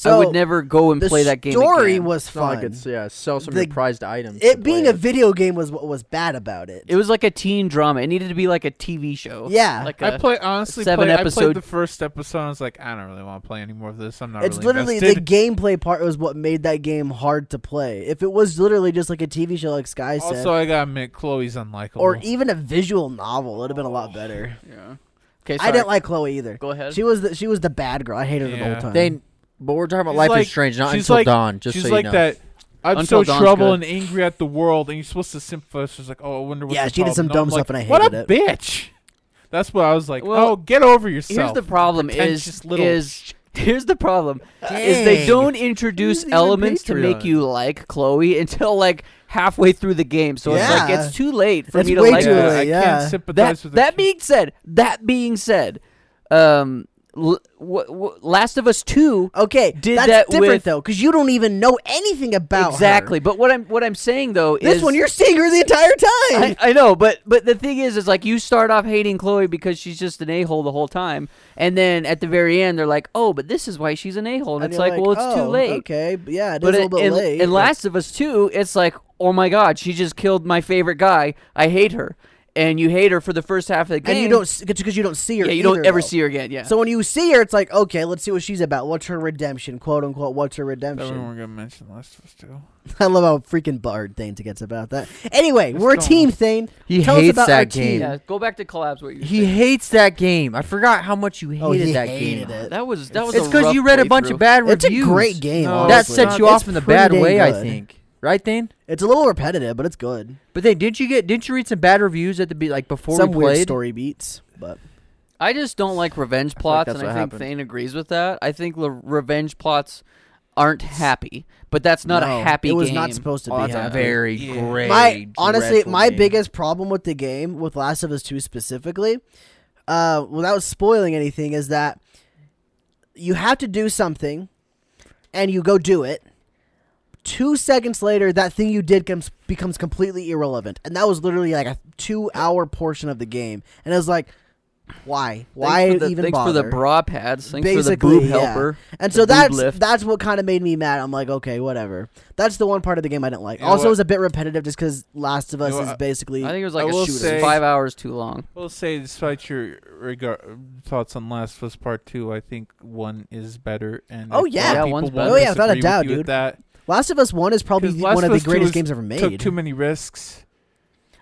[SPEAKER 2] so
[SPEAKER 1] I would never go and
[SPEAKER 2] the
[SPEAKER 1] play that game.
[SPEAKER 2] story
[SPEAKER 1] again.
[SPEAKER 2] was
[SPEAKER 3] It's not
[SPEAKER 2] fun.
[SPEAKER 3] like it's yeah. Sell some
[SPEAKER 2] The-
[SPEAKER 3] of your prized items. to
[SPEAKER 2] it being
[SPEAKER 3] play
[SPEAKER 2] a video game was what was bad about it.
[SPEAKER 1] It was like a teen drama. It needed to be like a TV show.
[SPEAKER 2] yeah,
[SPEAKER 1] like
[SPEAKER 4] I
[SPEAKER 1] a,
[SPEAKER 4] play honestly.
[SPEAKER 1] seven
[SPEAKER 4] played, I
[SPEAKER 1] episode-
[SPEAKER 4] played the first episode. I was like, I don't really want to play any more of this. I'm not.
[SPEAKER 2] it's
[SPEAKER 4] really
[SPEAKER 2] literally
[SPEAKER 4] invested.
[SPEAKER 2] the gameplay part was what made that game hard to play. If it was literally just like a TV show, like Sky said,
[SPEAKER 4] Also, I gotta admit, Chloe's unlikable.
[SPEAKER 2] or even a visual novel, it'd have been a lot better.
[SPEAKER 1] yeah. Okay,
[SPEAKER 2] I
[SPEAKER 1] sorry.
[SPEAKER 2] didn't like Chloe either.
[SPEAKER 1] Go ahead.
[SPEAKER 2] She was the, she was the bad girl. I hated her the
[SPEAKER 4] Yeah.
[SPEAKER 2] whole time.
[SPEAKER 3] They. But we're talking about
[SPEAKER 4] She's
[SPEAKER 3] life
[SPEAKER 4] like-
[SPEAKER 3] is strange. Not
[SPEAKER 4] she's
[SPEAKER 3] until
[SPEAKER 4] like-
[SPEAKER 3] dawn. Just
[SPEAKER 4] she's
[SPEAKER 3] so you
[SPEAKER 4] like
[SPEAKER 3] know.
[SPEAKER 4] that. I'm
[SPEAKER 1] Until
[SPEAKER 4] so
[SPEAKER 1] Dawn's
[SPEAKER 4] trouble
[SPEAKER 1] good.
[SPEAKER 4] and angry at the world, and you're supposed to sympathize. She's like, oh, I wonder what.
[SPEAKER 2] Yeah,
[SPEAKER 4] the
[SPEAKER 2] she did some
[SPEAKER 4] problem.
[SPEAKER 2] dumb
[SPEAKER 4] I'm
[SPEAKER 2] stuff
[SPEAKER 4] like,
[SPEAKER 2] and I
[SPEAKER 4] What a
[SPEAKER 2] hated
[SPEAKER 4] bitch! That's what I was like.
[SPEAKER 1] Well,
[SPEAKER 4] oh, get over yourself.
[SPEAKER 1] Here's the problem is
[SPEAKER 4] Pretentious little
[SPEAKER 1] is here's the problem is they
[SPEAKER 3] Dang.
[SPEAKER 1] don't introduce
[SPEAKER 3] Who's even
[SPEAKER 1] elements to make
[SPEAKER 3] Patreon?
[SPEAKER 1] you like Chloe until like halfway through the game. So it's
[SPEAKER 2] Yeah.
[SPEAKER 1] like it's too late for
[SPEAKER 2] It's
[SPEAKER 1] me to
[SPEAKER 2] way
[SPEAKER 1] like
[SPEAKER 2] too
[SPEAKER 1] her.
[SPEAKER 4] yeah,
[SPEAKER 2] late.
[SPEAKER 4] I
[SPEAKER 2] yeah.
[SPEAKER 4] can't sympathize
[SPEAKER 1] that.
[SPEAKER 4] with
[SPEAKER 1] That
[SPEAKER 4] the-
[SPEAKER 1] being said, that being said, um, l- w- w- Last of Us Two
[SPEAKER 2] Okay,
[SPEAKER 1] Did
[SPEAKER 2] that's
[SPEAKER 1] that
[SPEAKER 2] different
[SPEAKER 1] with-
[SPEAKER 2] though, because you don't even know anything about her.
[SPEAKER 1] exactly. But what I'm what I'm saying though
[SPEAKER 2] This
[SPEAKER 1] is
[SPEAKER 2] one, you're seeing her the entire time.
[SPEAKER 1] I, I know, but but the thing is, is like you start off hating Chloe because she's just an a hole the whole time, and then at the very end, they're like, "Oh, but this is why she's an a hole." And,
[SPEAKER 2] And
[SPEAKER 1] it's
[SPEAKER 2] you're
[SPEAKER 1] like, "Well, it's
[SPEAKER 2] oh,
[SPEAKER 1] too late."
[SPEAKER 2] Okay, b- yeah, it is
[SPEAKER 1] But
[SPEAKER 2] a
[SPEAKER 1] in,
[SPEAKER 2] little bit
[SPEAKER 1] in,
[SPEAKER 2] late.
[SPEAKER 1] in Last of Us Two, it's like, "Oh my God, she just killed my favorite guy. I hate her," and you hate her for the first half of the game,
[SPEAKER 2] and you don't because you don't see her.
[SPEAKER 1] yeah, you don't
[SPEAKER 2] either,
[SPEAKER 1] ever
[SPEAKER 2] though.
[SPEAKER 1] see her again, yeah.
[SPEAKER 2] So when you see her, it's like, okay, let's see what she's about. What's her redemption, quote unquote? What's her
[SPEAKER 4] That we
[SPEAKER 2] redemption?
[SPEAKER 4] weren't gonna mention Last of Us Two.
[SPEAKER 2] I love how freaking barred Thane gets about that. Anyway, we're a
[SPEAKER 4] go
[SPEAKER 2] team, Thane.
[SPEAKER 3] He
[SPEAKER 2] Tell us
[SPEAKER 3] hates
[SPEAKER 2] about
[SPEAKER 3] that
[SPEAKER 2] our
[SPEAKER 3] game.
[SPEAKER 2] team.
[SPEAKER 1] yeah, go back to collabs. What you
[SPEAKER 3] He hates that game. I forgot how much you hated
[SPEAKER 2] Oh, he
[SPEAKER 3] that
[SPEAKER 2] hated
[SPEAKER 3] game.
[SPEAKER 2] it.
[SPEAKER 1] that was that was.
[SPEAKER 3] It's
[SPEAKER 1] because
[SPEAKER 3] because you read a bunch of bad
[SPEAKER 2] It's
[SPEAKER 3] reviews.
[SPEAKER 2] a great game.
[SPEAKER 4] No,
[SPEAKER 2] honestly.
[SPEAKER 3] That
[SPEAKER 4] Honestly.
[SPEAKER 3] sets you off
[SPEAKER 2] It's
[SPEAKER 3] in the
[SPEAKER 2] pretty
[SPEAKER 3] bad
[SPEAKER 2] dang
[SPEAKER 3] way, I
[SPEAKER 2] good.
[SPEAKER 3] think. Right, Thane?
[SPEAKER 2] It's a little repetitive, but it's good.
[SPEAKER 3] But then didn't you get didn't you read some bad reviews at the be like before
[SPEAKER 2] Some
[SPEAKER 3] we
[SPEAKER 2] weird
[SPEAKER 3] played?
[SPEAKER 2] story beats, but
[SPEAKER 1] I just don't like revenge
[SPEAKER 3] feel
[SPEAKER 1] plots,
[SPEAKER 3] like that's
[SPEAKER 1] and I
[SPEAKER 3] what
[SPEAKER 1] think
[SPEAKER 3] happened.
[SPEAKER 1] Thane agrees with that. I think the revenge plots aren't happy, but that's not
[SPEAKER 2] No,
[SPEAKER 1] a happy.
[SPEAKER 2] It was
[SPEAKER 1] game.
[SPEAKER 2] not supposed to
[SPEAKER 3] Oh,
[SPEAKER 2] be
[SPEAKER 3] that's a
[SPEAKER 2] happy.
[SPEAKER 3] very
[SPEAKER 4] Yeah.
[SPEAKER 3] great.
[SPEAKER 2] my honestly
[SPEAKER 3] dreadful
[SPEAKER 2] my
[SPEAKER 3] game.
[SPEAKER 2] biggest problem with the game with last of us 2 specifically uh, without spoiling anything is that you have to do something and you go do it. Two seconds later, that thing you did comes, becomes completely irrelevant, and that was literally like a two-hour portion of the game. And I was like, "Why? Why
[SPEAKER 1] thanks for the,
[SPEAKER 2] even
[SPEAKER 1] thanks
[SPEAKER 2] bother?"
[SPEAKER 1] for the bra pads. Thanks
[SPEAKER 2] Basically,
[SPEAKER 1] for the boob
[SPEAKER 2] yeah.
[SPEAKER 1] helper.
[SPEAKER 2] And
[SPEAKER 1] the
[SPEAKER 2] so
[SPEAKER 1] boob
[SPEAKER 2] that's
[SPEAKER 1] lift.
[SPEAKER 2] that's what kind of made me mad. I'm like, okay, whatever. That's the one part of the game I didn't like.
[SPEAKER 4] You know
[SPEAKER 2] also,
[SPEAKER 4] what?
[SPEAKER 2] it was a bit repetitive just because Last of Us
[SPEAKER 4] know
[SPEAKER 2] is
[SPEAKER 4] what?
[SPEAKER 2] basically
[SPEAKER 1] I think it was
[SPEAKER 4] I
[SPEAKER 1] like a
[SPEAKER 4] will
[SPEAKER 1] shooter.
[SPEAKER 4] say-
[SPEAKER 1] Five hours too long.
[SPEAKER 4] We'll say, despite your regar- thoughts on Last of Us Part Two, I think one is better. And
[SPEAKER 2] Oh,
[SPEAKER 4] I feel
[SPEAKER 1] Yeah,
[SPEAKER 2] yeah.
[SPEAKER 4] people
[SPEAKER 1] one's
[SPEAKER 4] won't
[SPEAKER 1] better. Oh,
[SPEAKER 2] yeah, without a
[SPEAKER 4] disagree with
[SPEAKER 2] doubt,
[SPEAKER 4] you with
[SPEAKER 2] dude.
[SPEAKER 4] That
[SPEAKER 2] Last of Us One is probably
[SPEAKER 4] 'Cause
[SPEAKER 2] the-
[SPEAKER 4] Last
[SPEAKER 2] one of
[SPEAKER 4] of
[SPEAKER 2] the
[SPEAKER 4] Us 2
[SPEAKER 2] greatest
[SPEAKER 4] was-
[SPEAKER 2] games ever
[SPEAKER 4] took
[SPEAKER 2] made.
[SPEAKER 4] too many risks.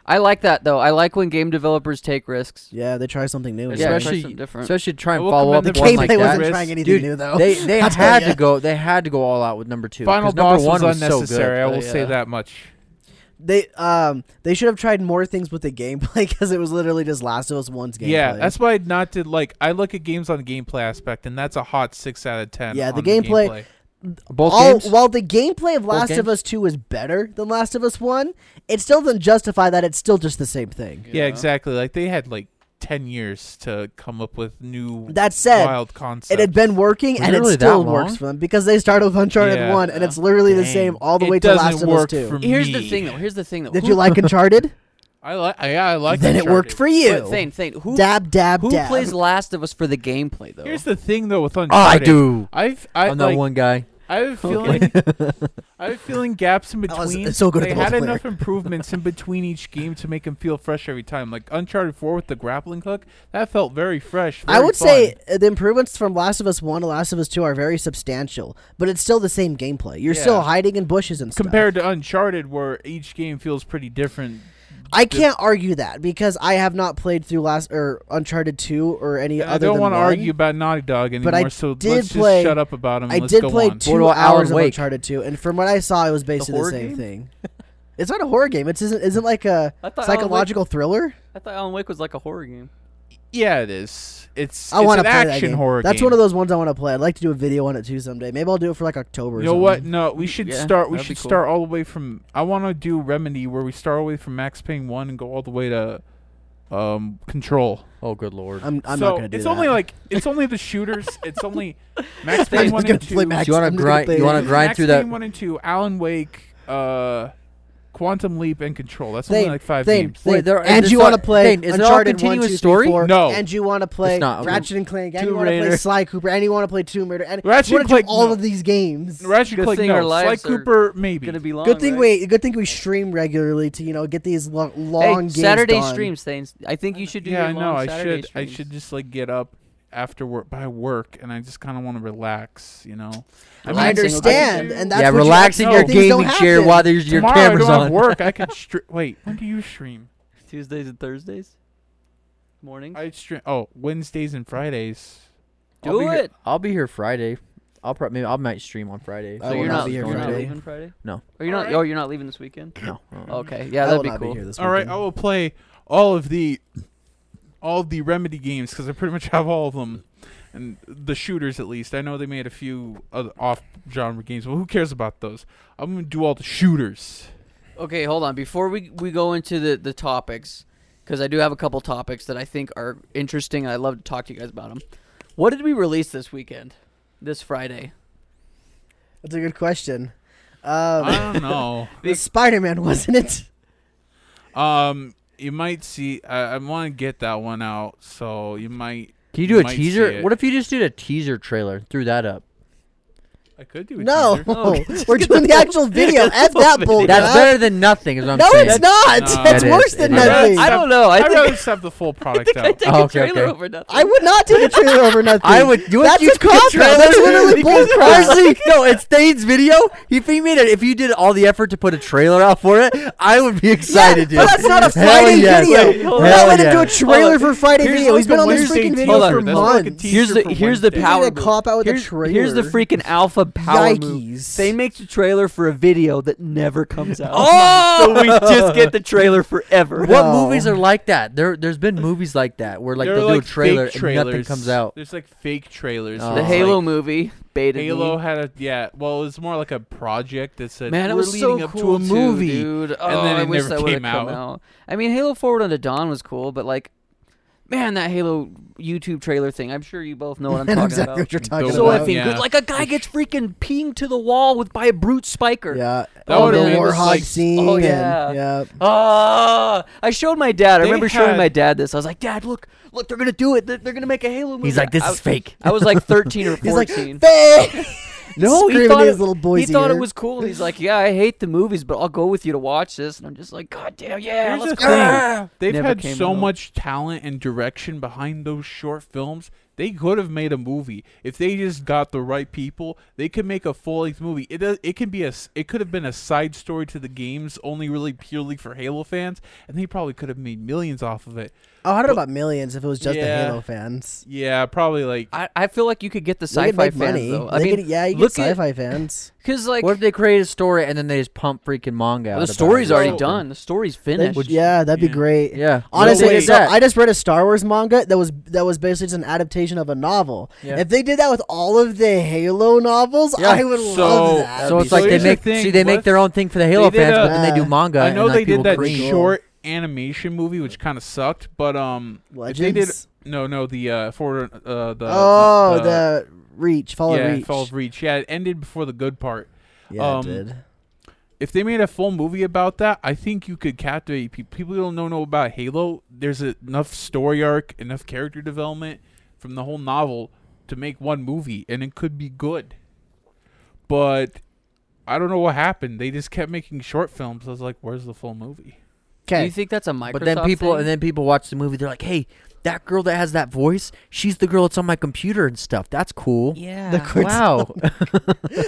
[SPEAKER 1] I like that though. I like when game developers take risks.
[SPEAKER 2] yeah, they try something new.
[SPEAKER 1] Yeah,
[SPEAKER 2] Yeah,
[SPEAKER 1] try
[SPEAKER 3] especially
[SPEAKER 1] something different.
[SPEAKER 3] especially to try
[SPEAKER 4] I
[SPEAKER 3] and
[SPEAKER 4] will
[SPEAKER 3] follow up
[SPEAKER 4] commend
[SPEAKER 2] the
[SPEAKER 4] the
[SPEAKER 3] one
[SPEAKER 2] gameplay
[SPEAKER 4] gameplay
[SPEAKER 3] like that.
[SPEAKER 2] wasn't
[SPEAKER 4] Risk.
[SPEAKER 2] trying anything
[SPEAKER 3] Dude,
[SPEAKER 2] new though.
[SPEAKER 3] They they
[SPEAKER 2] I'll tell
[SPEAKER 3] had
[SPEAKER 2] ya.
[SPEAKER 3] to go. They had to go all out with number two. 'cause
[SPEAKER 4] Final
[SPEAKER 3] number
[SPEAKER 4] boss
[SPEAKER 3] one
[SPEAKER 4] was unnecessary.
[SPEAKER 3] So
[SPEAKER 4] I will
[SPEAKER 3] good. Oh,
[SPEAKER 4] say that much.
[SPEAKER 2] They um they should have tried more things with the gameplay because it was literally just Last of Us One's gameplay.
[SPEAKER 4] Yeah, that's why I not did like I look at games on the gameplay aspect, and that's a hot six out of ten.
[SPEAKER 2] Yeah, the
[SPEAKER 4] on
[SPEAKER 2] gameplay-
[SPEAKER 3] Both
[SPEAKER 2] all,
[SPEAKER 3] games.
[SPEAKER 2] while the gameplay of Last of
[SPEAKER 3] games?
[SPEAKER 2] Us Two is better than Last of Us One, it still doesn't justify that it's still just the same thing.
[SPEAKER 4] Yeah. exactly. Like they had like ten years to come up with new
[SPEAKER 2] That said,
[SPEAKER 4] wild concepts.
[SPEAKER 2] it had been working
[SPEAKER 3] Was
[SPEAKER 2] and
[SPEAKER 3] it
[SPEAKER 2] it
[SPEAKER 3] really that
[SPEAKER 2] still
[SPEAKER 3] long?
[SPEAKER 2] works for them because they started with Uncharted
[SPEAKER 4] Yeah.
[SPEAKER 2] One and it's literally the
[SPEAKER 4] Dang.
[SPEAKER 2] same all the
[SPEAKER 4] It
[SPEAKER 2] way to
[SPEAKER 4] doesn't
[SPEAKER 2] Last of Us
[SPEAKER 4] work
[SPEAKER 2] Two.
[SPEAKER 4] for
[SPEAKER 1] Here's the
[SPEAKER 4] me.
[SPEAKER 1] thing though. Here's the thing though.
[SPEAKER 2] Did
[SPEAKER 1] Who-
[SPEAKER 2] you like Uncharted?
[SPEAKER 4] I like. Yeah, I like.
[SPEAKER 2] then it worked
[SPEAKER 4] Uncharted.
[SPEAKER 2] for you.
[SPEAKER 1] But Thane, Thane, who
[SPEAKER 2] dab dab
[SPEAKER 1] who
[SPEAKER 2] dab.
[SPEAKER 1] plays Last of Us for the gameplay though?
[SPEAKER 4] Here's the thing though with
[SPEAKER 3] Oh, I
[SPEAKER 4] Uncharted.
[SPEAKER 3] do.
[SPEAKER 4] I've I
[SPEAKER 3] I'm that
[SPEAKER 4] like,
[SPEAKER 3] one guy.
[SPEAKER 4] I have a feeling I have a feeling gaps in
[SPEAKER 2] That was-
[SPEAKER 4] between.
[SPEAKER 2] it's so good at
[SPEAKER 4] they
[SPEAKER 2] the
[SPEAKER 4] had
[SPEAKER 2] multiplayer.
[SPEAKER 4] enough improvements in between each game to make them feel fresh every time. Like Uncharted Four with the grappling hook, that felt very fresh.
[SPEAKER 2] I
[SPEAKER 4] very
[SPEAKER 2] would
[SPEAKER 4] fun.
[SPEAKER 2] say uh, the improvements from Last of Us One to Last of Us Two are very substantial, but it's still the same gameplay. You're still
[SPEAKER 4] Yeah.
[SPEAKER 2] hiding in bushes and stuff.
[SPEAKER 4] compared to Uncharted, where each game feels pretty different.
[SPEAKER 2] I can't argue that because I have not played through last or Uncharted Two or any
[SPEAKER 4] And I
[SPEAKER 2] other.
[SPEAKER 4] don't
[SPEAKER 2] want to
[SPEAKER 4] argue about Naughty Dog anymore,
[SPEAKER 2] I
[SPEAKER 4] so
[SPEAKER 2] did
[SPEAKER 4] let's
[SPEAKER 2] play-
[SPEAKER 4] just shut up about him.
[SPEAKER 2] I
[SPEAKER 4] let's
[SPEAKER 2] did
[SPEAKER 4] go
[SPEAKER 2] play
[SPEAKER 4] on.
[SPEAKER 2] two
[SPEAKER 3] What about Alan
[SPEAKER 2] hours of
[SPEAKER 3] Wake?
[SPEAKER 2] Uncharted Two, and from what I saw, it was basically the,
[SPEAKER 4] horror
[SPEAKER 2] same
[SPEAKER 4] game?
[SPEAKER 2] thing. it's not a horror game. It's isn't isn't like a
[SPEAKER 1] I thought Alan Wake-
[SPEAKER 2] psychological thriller.
[SPEAKER 1] I thought Alan Wake was like a horror game.
[SPEAKER 4] Yeah, it is. It's
[SPEAKER 2] I
[SPEAKER 4] it's
[SPEAKER 2] want
[SPEAKER 4] an
[SPEAKER 2] to play that
[SPEAKER 4] action
[SPEAKER 2] game.
[SPEAKER 4] horror.
[SPEAKER 2] That's
[SPEAKER 4] game.
[SPEAKER 2] one of those ones I want to play. I'd like to do a video on it too someday. Maybe I'll do it for like October. or
[SPEAKER 4] You know
[SPEAKER 2] something.
[SPEAKER 4] what? No, we should
[SPEAKER 1] Mm, yeah,
[SPEAKER 4] start. We
[SPEAKER 1] that'd be
[SPEAKER 4] should
[SPEAKER 1] cool.
[SPEAKER 4] start all the way from. I want to do Remedy, where we start all the way from Max Payne one and go all the way to um Control.
[SPEAKER 3] Oh, good lord.
[SPEAKER 2] I'm, I'm
[SPEAKER 4] so
[SPEAKER 2] not gonna do
[SPEAKER 4] it's
[SPEAKER 2] that.
[SPEAKER 4] only like it's only the shooters. it's only Max
[SPEAKER 2] I'm
[SPEAKER 4] Payne
[SPEAKER 2] just
[SPEAKER 4] one
[SPEAKER 2] gonna
[SPEAKER 4] and
[SPEAKER 2] play
[SPEAKER 4] two.
[SPEAKER 2] Max.
[SPEAKER 3] you wanna
[SPEAKER 2] I'm just
[SPEAKER 3] grind-
[SPEAKER 2] play
[SPEAKER 3] you wanna
[SPEAKER 2] it.
[SPEAKER 3] grind
[SPEAKER 4] Max
[SPEAKER 3] through that-
[SPEAKER 4] Payne one and two, Alan Wake, uh, Quantum Leap, and Control. That's
[SPEAKER 2] Thane,
[SPEAKER 4] only like five
[SPEAKER 2] Thane,
[SPEAKER 4] games.
[SPEAKER 2] Thane.
[SPEAKER 3] Wait, there-
[SPEAKER 2] and
[SPEAKER 3] it's
[SPEAKER 2] you
[SPEAKER 3] not-
[SPEAKER 2] want to play
[SPEAKER 3] Thane, is it all
[SPEAKER 2] Uncharted 1, 2,
[SPEAKER 3] continuous
[SPEAKER 2] 3,
[SPEAKER 3] story?
[SPEAKER 2] 4,
[SPEAKER 4] No.
[SPEAKER 2] And you want to play
[SPEAKER 3] It's not.
[SPEAKER 2] Ratchet and Clank. And
[SPEAKER 4] Tomb
[SPEAKER 2] you want to play
[SPEAKER 4] Raider.
[SPEAKER 2] Sly Cooper. And you want to play Tomb Raider. And
[SPEAKER 4] Ratchet
[SPEAKER 2] you want to
[SPEAKER 4] Clank,
[SPEAKER 2] do all
[SPEAKER 4] no.
[SPEAKER 2] of these games.
[SPEAKER 4] Ratchet
[SPEAKER 1] Good
[SPEAKER 4] Clank,
[SPEAKER 1] thing
[SPEAKER 4] no.
[SPEAKER 1] our
[SPEAKER 4] Sly
[SPEAKER 1] lives are
[SPEAKER 4] Cooper, maybe.
[SPEAKER 1] Gonna be long.
[SPEAKER 2] Good thing
[SPEAKER 1] right?
[SPEAKER 2] we good thing we stream regularly to you know get these lo-
[SPEAKER 1] Hey,
[SPEAKER 2] long games
[SPEAKER 1] Saturday
[SPEAKER 2] done.
[SPEAKER 1] streams, Thane. I think you should do. your
[SPEAKER 4] yeah, I know.
[SPEAKER 1] long
[SPEAKER 4] I
[SPEAKER 1] Saturday
[SPEAKER 4] should. I
[SPEAKER 1] streams.
[SPEAKER 4] should just like get up after work by work, and I just kind of want to relax. You know.
[SPEAKER 2] I,
[SPEAKER 1] mean,
[SPEAKER 2] understand,
[SPEAKER 4] I can
[SPEAKER 2] and
[SPEAKER 4] do-
[SPEAKER 2] that's
[SPEAKER 3] yeah,
[SPEAKER 2] what
[SPEAKER 3] relax
[SPEAKER 2] you
[SPEAKER 3] in
[SPEAKER 2] like,
[SPEAKER 4] no,
[SPEAKER 3] your
[SPEAKER 2] things don't
[SPEAKER 3] gaming chair
[SPEAKER 2] happen.
[SPEAKER 3] while there's your
[SPEAKER 4] Tomorrow
[SPEAKER 3] cameras
[SPEAKER 4] I don't
[SPEAKER 3] on.
[SPEAKER 4] have work. I could stream. Wait, when do you stream?
[SPEAKER 1] Tuesdays and Thursdays morning.
[SPEAKER 4] I stream. Oh, Wednesdays and Fridays.
[SPEAKER 3] I'll be
[SPEAKER 1] Do
[SPEAKER 3] here-
[SPEAKER 1] it.
[SPEAKER 3] I'll be here Friday. I'll probably maybe I might stream on Friday.
[SPEAKER 2] I
[SPEAKER 1] So
[SPEAKER 2] will
[SPEAKER 1] Oh, you're
[SPEAKER 2] not
[SPEAKER 1] not
[SPEAKER 2] be here
[SPEAKER 1] you're not
[SPEAKER 2] Friday.
[SPEAKER 1] leaving Friday.
[SPEAKER 3] No.
[SPEAKER 1] Are you not?
[SPEAKER 4] Alright. Mm-hmm.
[SPEAKER 1] Oh, you're not leaving this weekend.
[SPEAKER 3] No.
[SPEAKER 1] Okay. Yeah,
[SPEAKER 2] I
[SPEAKER 1] that'd
[SPEAKER 2] will
[SPEAKER 1] be
[SPEAKER 2] not
[SPEAKER 1] cool.
[SPEAKER 2] here this
[SPEAKER 4] All right,
[SPEAKER 2] weekend.
[SPEAKER 4] I will play all of the, all of the remedy games because I pretty much have all of them, and the shooters at least. I know they made a few other off-genre games, but who cares about those? I'm gonna do all the shooters.
[SPEAKER 1] Okay, hold on. Before we we go into the the topics, because I do have a couple topics that I think are interesting, and I'd love to talk to you guys about them. What did we release this weekend? This Friday.
[SPEAKER 2] That's a good question.
[SPEAKER 4] I
[SPEAKER 2] Um,
[SPEAKER 4] don't know.
[SPEAKER 2] Spider Man wasn't it?
[SPEAKER 4] Um, you might see. I, I want to get that one out, so you might.
[SPEAKER 3] Can you do a
[SPEAKER 4] might see
[SPEAKER 3] teaser?
[SPEAKER 4] it.
[SPEAKER 3] What if you just did a teaser trailer? Threw that up.
[SPEAKER 4] I could do. A
[SPEAKER 2] No,
[SPEAKER 4] teaser.
[SPEAKER 2] we're doing the actual video. F Oh, that bull.
[SPEAKER 3] That's
[SPEAKER 2] crap.
[SPEAKER 3] better than nothing. Is what I'm
[SPEAKER 2] No,
[SPEAKER 3] saying.
[SPEAKER 2] it's not.
[SPEAKER 4] No.
[SPEAKER 2] That's
[SPEAKER 3] It is.
[SPEAKER 2] worse than
[SPEAKER 3] It is.
[SPEAKER 2] nothing.
[SPEAKER 1] I don't know. I
[SPEAKER 4] I'd
[SPEAKER 1] think
[SPEAKER 4] rather just have the full product
[SPEAKER 1] I
[SPEAKER 4] out.
[SPEAKER 1] take
[SPEAKER 3] Oh,
[SPEAKER 1] a
[SPEAKER 3] okay,
[SPEAKER 1] trailer
[SPEAKER 3] okay.
[SPEAKER 1] over nothing.
[SPEAKER 2] I would not take a trailer over nothing.
[SPEAKER 3] I would do
[SPEAKER 2] That's
[SPEAKER 3] it. You
[SPEAKER 2] a cop-out.
[SPEAKER 3] trailer.
[SPEAKER 2] That's literally
[SPEAKER 3] Because-
[SPEAKER 2] bull crap.
[SPEAKER 3] Honestly, no, it's Thane's video. If he made it, if you did all the effort to put a trailer out for it, I would be excited.
[SPEAKER 2] Yeah, but
[SPEAKER 3] dude.
[SPEAKER 2] that's not a
[SPEAKER 3] Hell
[SPEAKER 2] Friday
[SPEAKER 3] yes.
[SPEAKER 2] video.
[SPEAKER 1] Wait, hold
[SPEAKER 2] We're not
[SPEAKER 3] Hell
[SPEAKER 2] letting him do a
[SPEAKER 3] yes.
[SPEAKER 2] trailer
[SPEAKER 1] Hold
[SPEAKER 2] for Friday
[SPEAKER 4] Here's
[SPEAKER 2] video.
[SPEAKER 4] like
[SPEAKER 2] He's been
[SPEAKER 4] the
[SPEAKER 2] on this
[SPEAKER 4] Wednesday
[SPEAKER 2] freaking
[SPEAKER 4] teaser
[SPEAKER 2] video for
[SPEAKER 4] for Monday.
[SPEAKER 2] months.
[SPEAKER 1] Here's the
[SPEAKER 4] teaser for
[SPEAKER 1] here's the
[SPEAKER 4] Wednesday.
[SPEAKER 1] power
[SPEAKER 2] They need to
[SPEAKER 1] move.
[SPEAKER 2] cop out with a
[SPEAKER 1] here's, here's the
[SPEAKER 2] trailer.
[SPEAKER 1] freaking alpha power move.
[SPEAKER 2] Yikes.
[SPEAKER 1] They make the trailer for a video that never comes out.
[SPEAKER 3] Oh!
[SPEAKER 1] so we just get the trailer forever.
[SPEAKER 3] What
[SPEAKER 2] No.
[SPEAKER 3] movies are like that? There, there's been movies like that where like
[SPEAKER 4] They're
[SPEAKER 3] they'll
[SPEAKER 4] like
[SPEAKER 3] do a trailer
[SPEAKER 4] fake
[SPEAKER 3] and nothing
[SPEAKER 4] trailers.
[SPEAKER 3] comes out.
[SPEAKER 4] There's like fake trailers.
[SPEAKER 3] The
[SPEAKER 4] where
[SPEAKER 1] Oh. The
[SPEAKER 4] Oh, it's
[SPEAKER 1] Halo
[SPEAKER 4] like-
[SPEAKER 1] movie baited
[SPEAKER 4] Halo
[SPEAKER 1] me.
[SPEAKER 4] had a yeah. Well, it was more like a project that said
[SPEAKER 1] Man, it
[SPEAKER 4] we're
[SPEAKER 1] was
[SPEAKER 4] leading
[SPEAKER 1] so
[SPEAKER 4] up
[SPEAKER 1] cool
[SPEAKER 4] to a
[SPEAKER 1] too,
[SPEAKER 4] movie.
[SPEAKER 1] dude. Oh,
[SPEAKER 4] then
[SPEAKER 1] I
[SPEAKER 4] it
[SPEAKER 1] wish
[SPEAKER 4] never
[SPEAKER 1] that would've
[SPEAKER 4] came
[SPEAKER 1] come
[SPEAKER 4] out.
[SPEAKER 1] I mean, Halo Forward Unto Dawn was cool, but like man, that Halo YouTube trailer thing. I'm sure you both know what I'm talking
[SPEAKER 2] exactly
[SPEAKER 1] about.
[SPEAKER 2] what you're talking
[SPEAKER 1] So
[SPEAKER 2] about.
[SPEAKER 1] effing good.
[SPEAKER 4] Yeah.
[SPEAKER 1] Like a guy gets freaking pinged to the wall with by a brute spiker.
[SPEAKER 2] Yeah,
[SPEAKER 4] That
[SPEAKER 2] oh, the
[SPEAKER 4] would've made this,
[SPEAKER 2] Warhog
[SPEAKER 4] like-
[SPEAKER 2] scene.
[SPEAKER 1] Oh,
[SPEAKER 2] and-
[SPEAKER 1] yeah.
[SPEAKER 2] yeah.
[SPEAKER 1] Ah! I showed my dad. I
[SPEAKER 4] They
[SPEAKER 1] remember showing
[SPEAKER 4] had-
[SPEAKER 1] my dad this. I was like, Dad, look, look, they're gonna do it. They're, they're gonna make a Halo movie.
[SPEAKER 3] He's like, this
[SPEAKER 1] I-
[SPEAKER 3] is fake.
[SPEAKER 1] I was like 13 or 14.
[SPEAKER 2] He's like, "Fake!"
[SPEAKER 1] no, he
[SPEAKER 2] Screaming
[SPEAKER 1] thought
[SPEAKER 2] in his
[SPEAKER 1] it,
[SPEAKER 2] little boy's
[SPEAKER 1] he thought it
[SPEAKER 2] ear.
[SPEAKER 1] was cool. He's like, yeah, I hate the movies, but I'll go with you to watch this. And I'm just like, God damn, yeah,
[SPEAKER 4] Here's
[SPEAKER 1] let's
[SPEAKER 4] the
[SPEAKER 1] go.
[SPEAKER 4] thing. They've
[SPEAKER 1] Never
[SPEAKER 4] had
[SPEAKER 1] came
[SPEAKER 4] so
[SPEAKER 1] out.
[SPEAKER 4] much talent and direction behind those short films. They could have made a movie if they just got the right people. They could make a full length movie. It does, it can be a s- it could have been a side story to the games, only really purely for Halo fans, and they probably could have made millions off of it.
[SPEAKER 2] Oh, I don't know about millions if it was just the
[SPEAKER 4] Yeah.
[SPEAKER 2] Halo fans.
[SPEAKER 4] Yeah, probably like
[SPEAKER 1] I, I feel like you could get the
[SPEAKER 2] They could
[SPEAKER 1] sci-fi
[SPEAKER 2] make
[SPEAKER 1] fans
[SPEAKER 2] money.
[SPEAKER 1] though. I
[SPEAKER 2] They
[SPEAKER 1] mean,
[SPEAKER 2] could- yeah, you get
[SPEAKER 1] look at-
[SPEAKER 2] sci-fi fans.
[SPEAKER 1] because like
[SPEAKER 3] what if they create a story and then they just pump freaking manga? out
[SPEAKER 1] the
[SPEAKER 3] about
[SPEAKER 1] story's
[SPEAKER 3] it or
[SPEAKER 1] already
[SPEAKER 3] something?
[SPEAKER 1] done. The story's
[SPEAKER 2] They-
[SPEAKER 1] finished.
[SPEAKER 2] yeah, that'd be
[SPEAKER 4] yeah.
[SPEAKER 2] great.
[SPEAKER 3] Yeah.
[SPEAKER 2] Honestly,
[SPEAKER 3] No way.
[SPEAKER 2] so I just read a Star Wars manga that was that was basically just an adaptation of a novel.
[SPEAKER 3] Yeah.
[SPEAKER 2] If they did that with all of the Halo novels,
[SPEAKER 3] Yeah.
[SPEAKER 2] I would love
[SPEAKER 4] So-
[SPEAKER 2] that.
[SPEAKER 3] so
[SPEAKER 4] be
[SPEAKER 3] it's like
[SPEAKER 4] so
[SPEAKER 3] they
[SPEAKER 4] here's the
[SPEAKER 3] make
[SPEAKER 4] thing,
[SPEAKER 3] see they make their
[SPEAKER 4] let's-
[SPEAKER 3] own thing for the Halo
[SPEAKER 4] they did
[SPEAKER 3] fans,
[SPEAKER 4] a-
[SPEAKER 3] but then they do
[SPEAKER 2] Yeah.
[SPEAKER 3] manga.
[SPEAKER 4] I know
[SPEAKER 3] and, like,
[SPEAKER 4] they did
[SPEAKER 3] people
[SPEAKER 4] that
[SPEAKER 3] cringe.
[SPEAKER 4] short animation movie which kind of sucked, but um if they did
[SPEAKER 2] Legends?
[SPEAKER 4] no no the uh for uh the
[SPEAKER 2] oh, the Reach, Follow
[SPEAKER 4] yeah,
[SPEAKER 2] Reach.
[SPEAKER 4] Fall of Reach. Yeah, it ended before the good part.
[SPEAKER 2] yeah, it
[SPEAKER 4] um,
[SPEAKER 2] did.
[SPEAKER 4] if they made a full movie about that, I think you could captivate people. People who don't know know about Halo. There's enough story arc, enough character development from the whole novel to make one movie, and it could be good. But I don't know what happened. They just kept making short films. I was like, "Where's the full movie?"
[SPEAKER 1] Do
[SPEAKER 2] Okay,
[SPEAKER 1] you think that's a Microsoft?
[SPEAKER 3] But then people
[SPEAKER 1] thing?
[SPEAKER 3] and then people watch the movie. They're like, hey, that girl that has that voice, she's the girl that's on my computer and stuff. That's cool.
[SPEAKER 1] yeah,
[SPEAKER 2] the Chris-
[SPEAKER 3] Wow.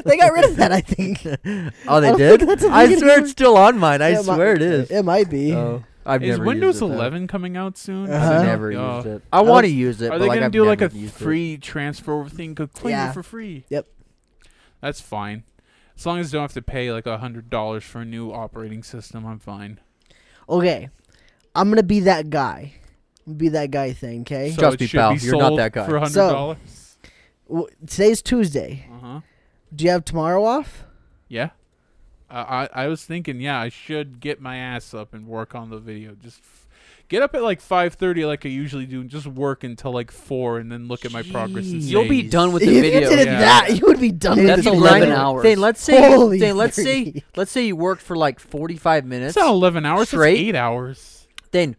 [SPEAKER 2] they got rid of that. I think.
[SPEAKER 3] oh,
[SPEAKER 2] I
[SPEAKER 3] they
[SPEAKER 2] don't
[SPEAKER 3] did.
[SPEAKER 2] think that's a
[SPEAKER 3] I
[SPEAKER 2] thing
[SPEAKER 3] swear
[SPEAKER 2] anymore.
[SPEAKER 3] it's still on mine. I
[SPEAKER 2] Yeah, my-
[SPEAKER 3] swear it is.
[SPEAKER 2] It might be.
[SPEAKER 3] Oh, I've
[SPEAKER 4] Is
[SPEAKER 3] never
[SPEAKER 4] Windows
[SPEAKER 3] used it, though.
[SPEAKER 4] 11 coming out soon?
[SPEAKER 2] Uh-huh.
[SPEAKER 4] I
[SPEAKER 3] I've
[SPEAKER 4] don't
[SPEAKER 3] never
[SPEAKER 4] know.
[SPEAKER 3] used it. I want to use it.
[SPEAKER 4] Are
[SPEAKER 3] but,
[SPEAKER 4] they
[SPEAKER 3] like,
[SPEAKER 4] gonna
[SPEAKER 3] I've
[SPEAKER 4] do like a
[SPEAKER 3] never used it.
[SPEAKER 4] free transfer over thing? Could claim
[SPEAKER 2] Yeah.
[SPEAKER 4] it for free.
[SPEAKER 2] Yep.
[SPEAKER 4] That's fine. As long as you don't have to pay like a hundred dollars for a new operating system, I'm fine.
[SPEAKER 2] Okay, I'm gonna be that guy. Be that guy thing. Okay.
[SPEAKER 4] So
[SPEAKER 3] Trust
[SPEAKER 4] it
[SPEAKER 3] me,
[SPEAKER 4] should
[SPEAKER 3] pal,
[SPEAKER 4] be
[SPEAKER 3] you're not
[SPEAKER 4] sold
[SPEAKER 3] that guy.
[SPEAKER 4] For a hundred
[SPEAKER 2] So-
[SPEAKER 4] dollars.
[SPEAKER 2] W today's Tuesday.
[SPEAKER 4] Uh huh.
[SPEAKER 2] Do you have tomorrow off?
[SPEAKER 4] Yeah. I I I was thinking, yeah, I should get my ass up and work on the video. Just f- get up at like five thirty, like I usually do, and just work until like four, and then look at my progress. And
[SPEAKER 3] Jeez.
[SPEAKER 4] say,
[SPEAKER 1] you'll be done with the
[SPEAKER 2] if you
[SPEAKER 1] video.
[SPEAKER 2] did
[SPEAKER 4] Yeah.
[SPEAKER 2] that, you would be done.
[SPEAKER 1] That's
[SPEAKER 2] with the
[SPEAKER 3] Thing,
[SPEAKER 1] 11
[SPEAKER 2] video.
[SPEAKER 3] Thane,
[SPEAKER 1] hours.
[SPEAKER 3] Thane, let's say,
[SPEAKER 2] Holy
[SPEAKER 3] Thane, let's say,
[SPEAKER 2] freak.
[SPEAKER 3] let's say you worked for like forty-five minutes.
[SPEAKER 4] It's not eleven hours.
[SPEAKER 3] straight.
[SPEAKER 4] It's eight hours.
[SPEAKER 3] Then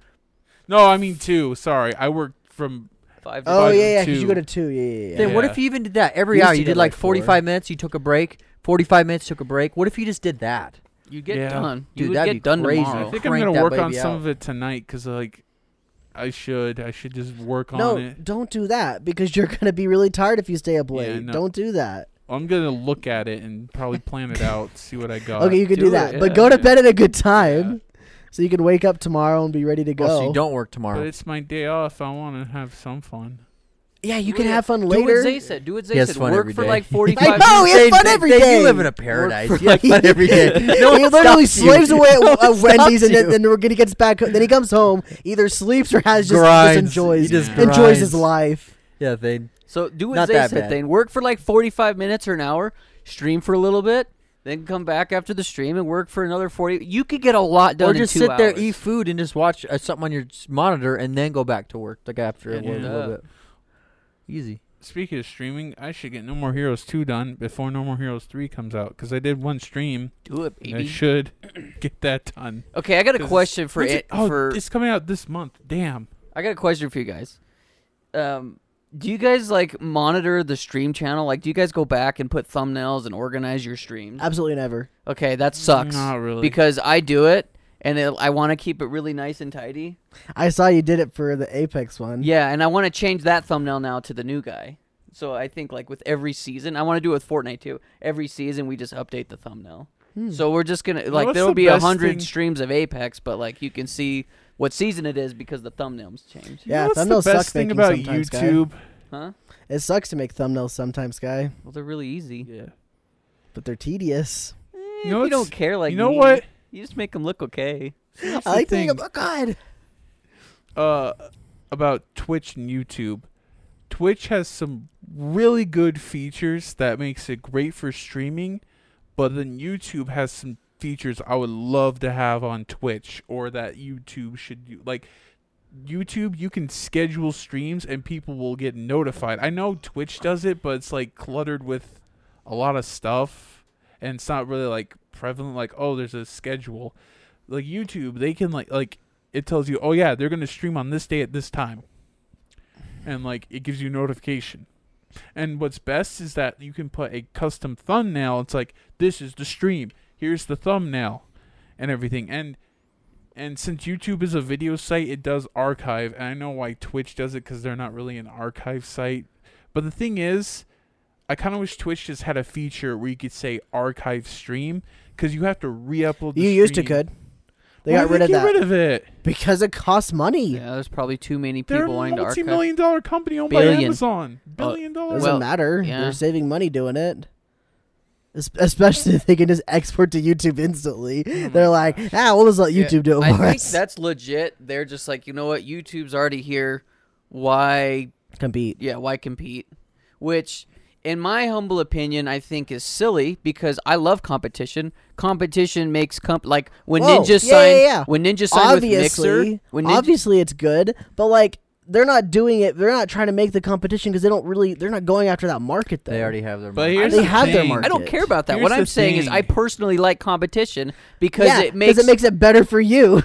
[SPEAKER 4] No, I mean two. Sorry, I worked from
[SPEAKER 1] Five to
[SPEAKER 2] Oh
[SPEAKER 4] Five
[SPEAKER 2] yeah,
[SPEAKER 4] to
[SPEAKER 2] yeah. Because you go
[SPEAKER 4] two.
[SPEAKER 2] to two. Yeah, yeah, yeah.
[SPEAKER 3] Then what
[SPEAKER 4] Yeah.
[SPEAKER 3] if you even did that every
[SPEAKER 2] You
[SPEAKER 3] hour?
[SPEAKER 2] used to
[SPEAKER 3] You
[SPEAKER 2] go
[SPEAKER 3] did like
[SPEAKER 2] like four.
[SPEAKER 3] 45 minutes, you took a break. 45 minutes, took a break. What if you just did that?
[SPEAKER 1] You get
[SPEAKER 4] Yeah.
[SPEAKER 1] done. You
[SPEAKER 3] Dude,
[SPEAKER 1] would
[SPEAKER 3] that'd
[SPEAKER 1] get
[SPEAKER 3] be
[SPEAKER 1] done
[SPEAKER 3] crazy.
[SPEAKER 4] I
[SPEAKER 1] tomorrow.
[SPEAKER 4] think I'm
[SPEAKER 3] Crank
[SPEAKER 4] gonna
[SPEAKER 3] that
[SPEAKER 4] work on
[SPEAKER 3] baby
[SPEAKER 4] some
[SPEAKER 3] out.
[SPEAKER 4] of it tonight because like I should. I should just work
[SPEAKER 2] no,
[SPEAKER 4] on it.
[SPEAKER 2] don't do that because you're gonna be really tired if you stay up
[SPEAKER 4] Yeah,
[SPEAKER 2] late.
[SPEAKER 4] no.
[SPEAKER 2] Don't do that.
[SPEAKER 4] I'm gonna look at it and probably plan it out, see what I got.
[SPEAKER 2] okay, you can do,
[SPEAKER 1] do
[SPEAKER 2] that,
[SPEAKER 1] it,
[SPEAKER 2] but
[SPEAKER 1] yeah.
[SPEAKER 2] go to
[SPEAKER 4] Yeah.
[SPEAKER 2] bed at a good time, so you can wake up tomorrow and be ready to go.
[SPEAKER 3] Well, Oh, so you don't work
[SPEAKER 4] but
[SPEAKER 3] tomorrow.
[SPEAKER 4] it's my day off. I want to have some fun.
[SPEAKER 2] yeah, you
[SPEAKER 1] Do
[SPEAKER 2] can
[SPEAKER 1] it.
[SPEAKER 2] have fun
[SPEAKER 1] Do what
[SPEAKER 2] later.
[SPEAKER 1] Zay said. Do what Zay
[SPEAKER 3] He has
[SPEAKER 1] said.
[SPEAKER 3] fun
[SPEAKER 1] Work
[SPEAKER 3] every
[SPEAKER 1] for
[SPEAKER 3] day. Oh,
[SPEAKER 1] like 45
[SPEAKER 2] I know, he has
[SPEAKER 3] Dane,
[SPEAKER 2] fun
[SPEAKER 3] Dane,
[SPEAKER 2] every
[SPEAKER 3] Dane,
[SPEAKER 2] day.
[SPEAKER 3] You live in a paradise. You have fun every day. No
[SPEAKER 2] he
[SPEAKER 3] one
[SPEAKER 2] literally
[SPEAKER 3] stops you.
[SPEAKER 2] slaves away at,
[SPEAKER 3] No one
[SPEAKER 2] at Wendy's, and
[SPEAKER 3] stops
[SPEAKER 2] then,
[SPEAKER 3] you.
[SPEAKER 2] then we're gonna gets back. Then he comes home, either sleeps or has just, just
[SPEAKER 3] Grinds.
[SPEAKER 2] enjoys
[SPEAKER 3] He just
[SPEAKER 2] enjoys his
[SPEAKER 3] grinds.
[SPEAKER 2] life.
[SPEAKER 3] Yeah, Thane.
[SPEAKER 1] So do what
[SPEAKER 3] Not
[SPEAKER 1] Zay
[SPEAKER 3] that
[SPEAKER 1] said.
[SPEAKER 3] bad.
[SPEAKER 1] Then work for like 45 minutes or an hour. Stream for a little bit. Then come back after the stream and work for another 40. You could get a lot done.
[SPEAKER 3] Or
[SPEAKER 1] in
[SPEAKER 3] just
[SPEAKER 1] two
[SPEAKER 3] sit there,
[SPEAKER 1] hours.
[SPEAKER 3] eat food, and just watch uh, something on your s- monitor, and then go back to work. Like after a
[SPEAKER 4] Yeah,
[SPEAKER 3] little,
[SPEAKER 1] do
[SPEAKER 3] little
[SPEAKER 1] that.
[SPEAKER 3] bit. Easy.
[SPEAKER 4] Speaking of streaming, I should get No More Heroes 2 done before No More Heroes 3 comes out because I did one stream.
[SPEAKER 1] Do it,
[SPEAKER 4] And I
[SPEAKER 1] baby.
[SPEAKER 4] should get that done.
[SPEAKER 1] Okay, I got a
[SPEAKER 4] 'Cause
[SPEAKER 1] question for
[SPEAKER 4] when's
[SPEAKER 1] it.
[SPEAKER 4] Oh,
[SPEAKER 1] For
[SPEAKER 4] it's coming out this month. Damn.
[SPEAKER 1] I got a question for you guys. Um, do you guys like monitor the stream channel? Like, do you guys go back and put thumbnails and organize your streams?
[SPEAKER 2] Absolutely never.
[SPEAKER 1] Okay, that sucks.
[SPEAKER 4] Not really.
[SPEAKER 1] Because I do it, and it, I want to keep it really nice and tidy.
[SPEAKER 2] I saw you did it for the Apex one.
[SPEAKER 1] Yeah, and I want to change that thumbnail now to the new guy. So I think like with every season, I want to do it with Fortnite too. Every season we just update the thumbnail.
[SPEAKER 2] Hmm.
[SPEAKER 1] So we're just gonna like
[SPEAKER 4] what's
[SPEAKER 1] there will
[SPEAKER 4] Hmm. the
[SPEAKER 1] be a
[SPEAKER 4] best
[SPEAKER 1] hundred
[SPEAKER 4] thing-
[SPEAKER 1] streams of Apex, but like you can see what season it is because the thumbnails change.
[SPEAKER 4] You know
[SPEAKER 2] Yeah,
[SPEAKER 4] what's
[SPEAKER 2] thumbnails
[SPEAKER 4] the
[SPEAKER 2] suck
[SPEAKER 4] best thing
[SPEAKER 2] making
[SPEAKER 4] about
[SPEAKER 2] sometimes, guy.
[SPEAKER 4] YouTube?
[SPEAKER 1] Huh?
[SPEAKER 2] It sucks to make thumbnails sometimes, guy,
[SPEAKER 1] Well, they're really easy.
[SPEAKER 4] Yeah.
[SPEAKER 2] but they're tedious.
[SPEAKER 1] Eh,
[SPEAKER 4] You know
[SPEAKER 1] if you don't
[SPEAKER 4] what's-
[SPEAKER 1] care like
[SPEAKER 4] you know
[SPEAKER 1] me,
[SPEAKER 4] what?
[SPEAKER 1] You just make them look okay.
[SPEAKER 2] I
[SPEAKER 4] the
[SPEAKER 2] like to think
[SPEAKER 4] thing.
[SPEAKER 2] about God.
[SPEAKER 4] uh, about Twitch and YouTube. Twitch has some really good features that makes it great for streaming, but then YouTube has some features I would love to have on Twitch or that YouTube should do. Like YouTube, you can schedule streams and people will get notified. I know Twitch does it, but it's like cluttered with a lot of stuff and it's not really like prevalent like oh, there's a schedule. Like YouTube, they can like like it tells you, "Oh yeah, they're going to stream on this day at this time." And like it gives you notification. And what's best is that you can put a custom thumbnail. It's like this is the stream. Here's the thumbnail and everything. And and since YouTube is a video site, it does archive. And I know why Twitch does it because they're not really an archive site. But the thing is, I kind of wish Twitch just had a feature where you could say archive stream because you have to re-upload. The
[SPEAKER 2] You used to
[SPEAKER 4] stream.
[SPEAKER 2] could. They got
[SPEAKER 4] Why did
[SPEAKER 2] rid of
[SPEAKER 4] get
[SPEAKER 2] that
[SPEAKER 4] Rid of it.
[SPEAKER 2] because it costs money.
[SPEAKER 1] Yeah, there's probably too many
[SPEAKER 4] They're
[SPEAKER 1] people
[SPEAKER 4] a
[SPEAKER 1] wanting to archive.
[SPEAKER 4] multi-million dollar company owned by
[SPEAKER 1] Billion.
[SPEAKER 4] Amazon.
[SPEAKER 2] Uh,
[SPEAKER 4] Billion dollars.
[SPEAKER 2] Doesn't
[SPEAKER 1] Well,
[SPEAKER 2] matter.
[SPEAKER 1] yeah.
[SPEAKER 2] They're saving money doing it. Es- Especially if they can just export to YouTube instantly.
[SPEAKER 1] Oh
[SPEAKER 2] They're like, ah, we'll just let YouTube do it for
[SPEAKER 1] I think
[SPEAKER 2] us.
[SPEAKER 1] that's legit. They're just like, you know what? YouTube's already here. Why
[SPEAKER 2] Compete.
[SPEAKER 1] yeah, why compete? Which, in my humble opinion, I think is silly because I love competition. Competition makes comp like when
[SPEAKER 2] Whoa,
[SPEAKER 1] Ninja
[SPEAKER 2] yeah,
[SPEAKER 1] signed
[SPEAKER 2] yeah, yeah.
[SPEAKER 1] when Ninja signed with
[SPEAKER 2] Obviously,
[SPEAKER 1] Mixer. When Ninja,
[SPEAKER 2] obviously it's good, but like they're not doing it. They're not trying to make the competition because they don't really. They're not going after that market. Though.
[SPEAKER 3] They already have their.
[SPEAKER 4] But
[SPEAKER 3] money.
[SPEAKER 4] here's
[SPEAKER 2] They
[SPEAKER 4] the
[SPEAKER 2] have their
[SPEAKER 4] thing.
[SPEAKER 2] market.
[SPEAKER 1] I don't care about that.
[SPEAKER 4] Here's
[SPEAKER 1] what I'm
[SPEAKER 4] the
[SPEAKER 1] saying is, I
[SPEAKER 4] thing.
[SPEAKER 1] personally like competition because
[SPEAKER 2] Yeah,
[SPEAKER 1] it makes
[SPEAKER 2] it makes it better for you,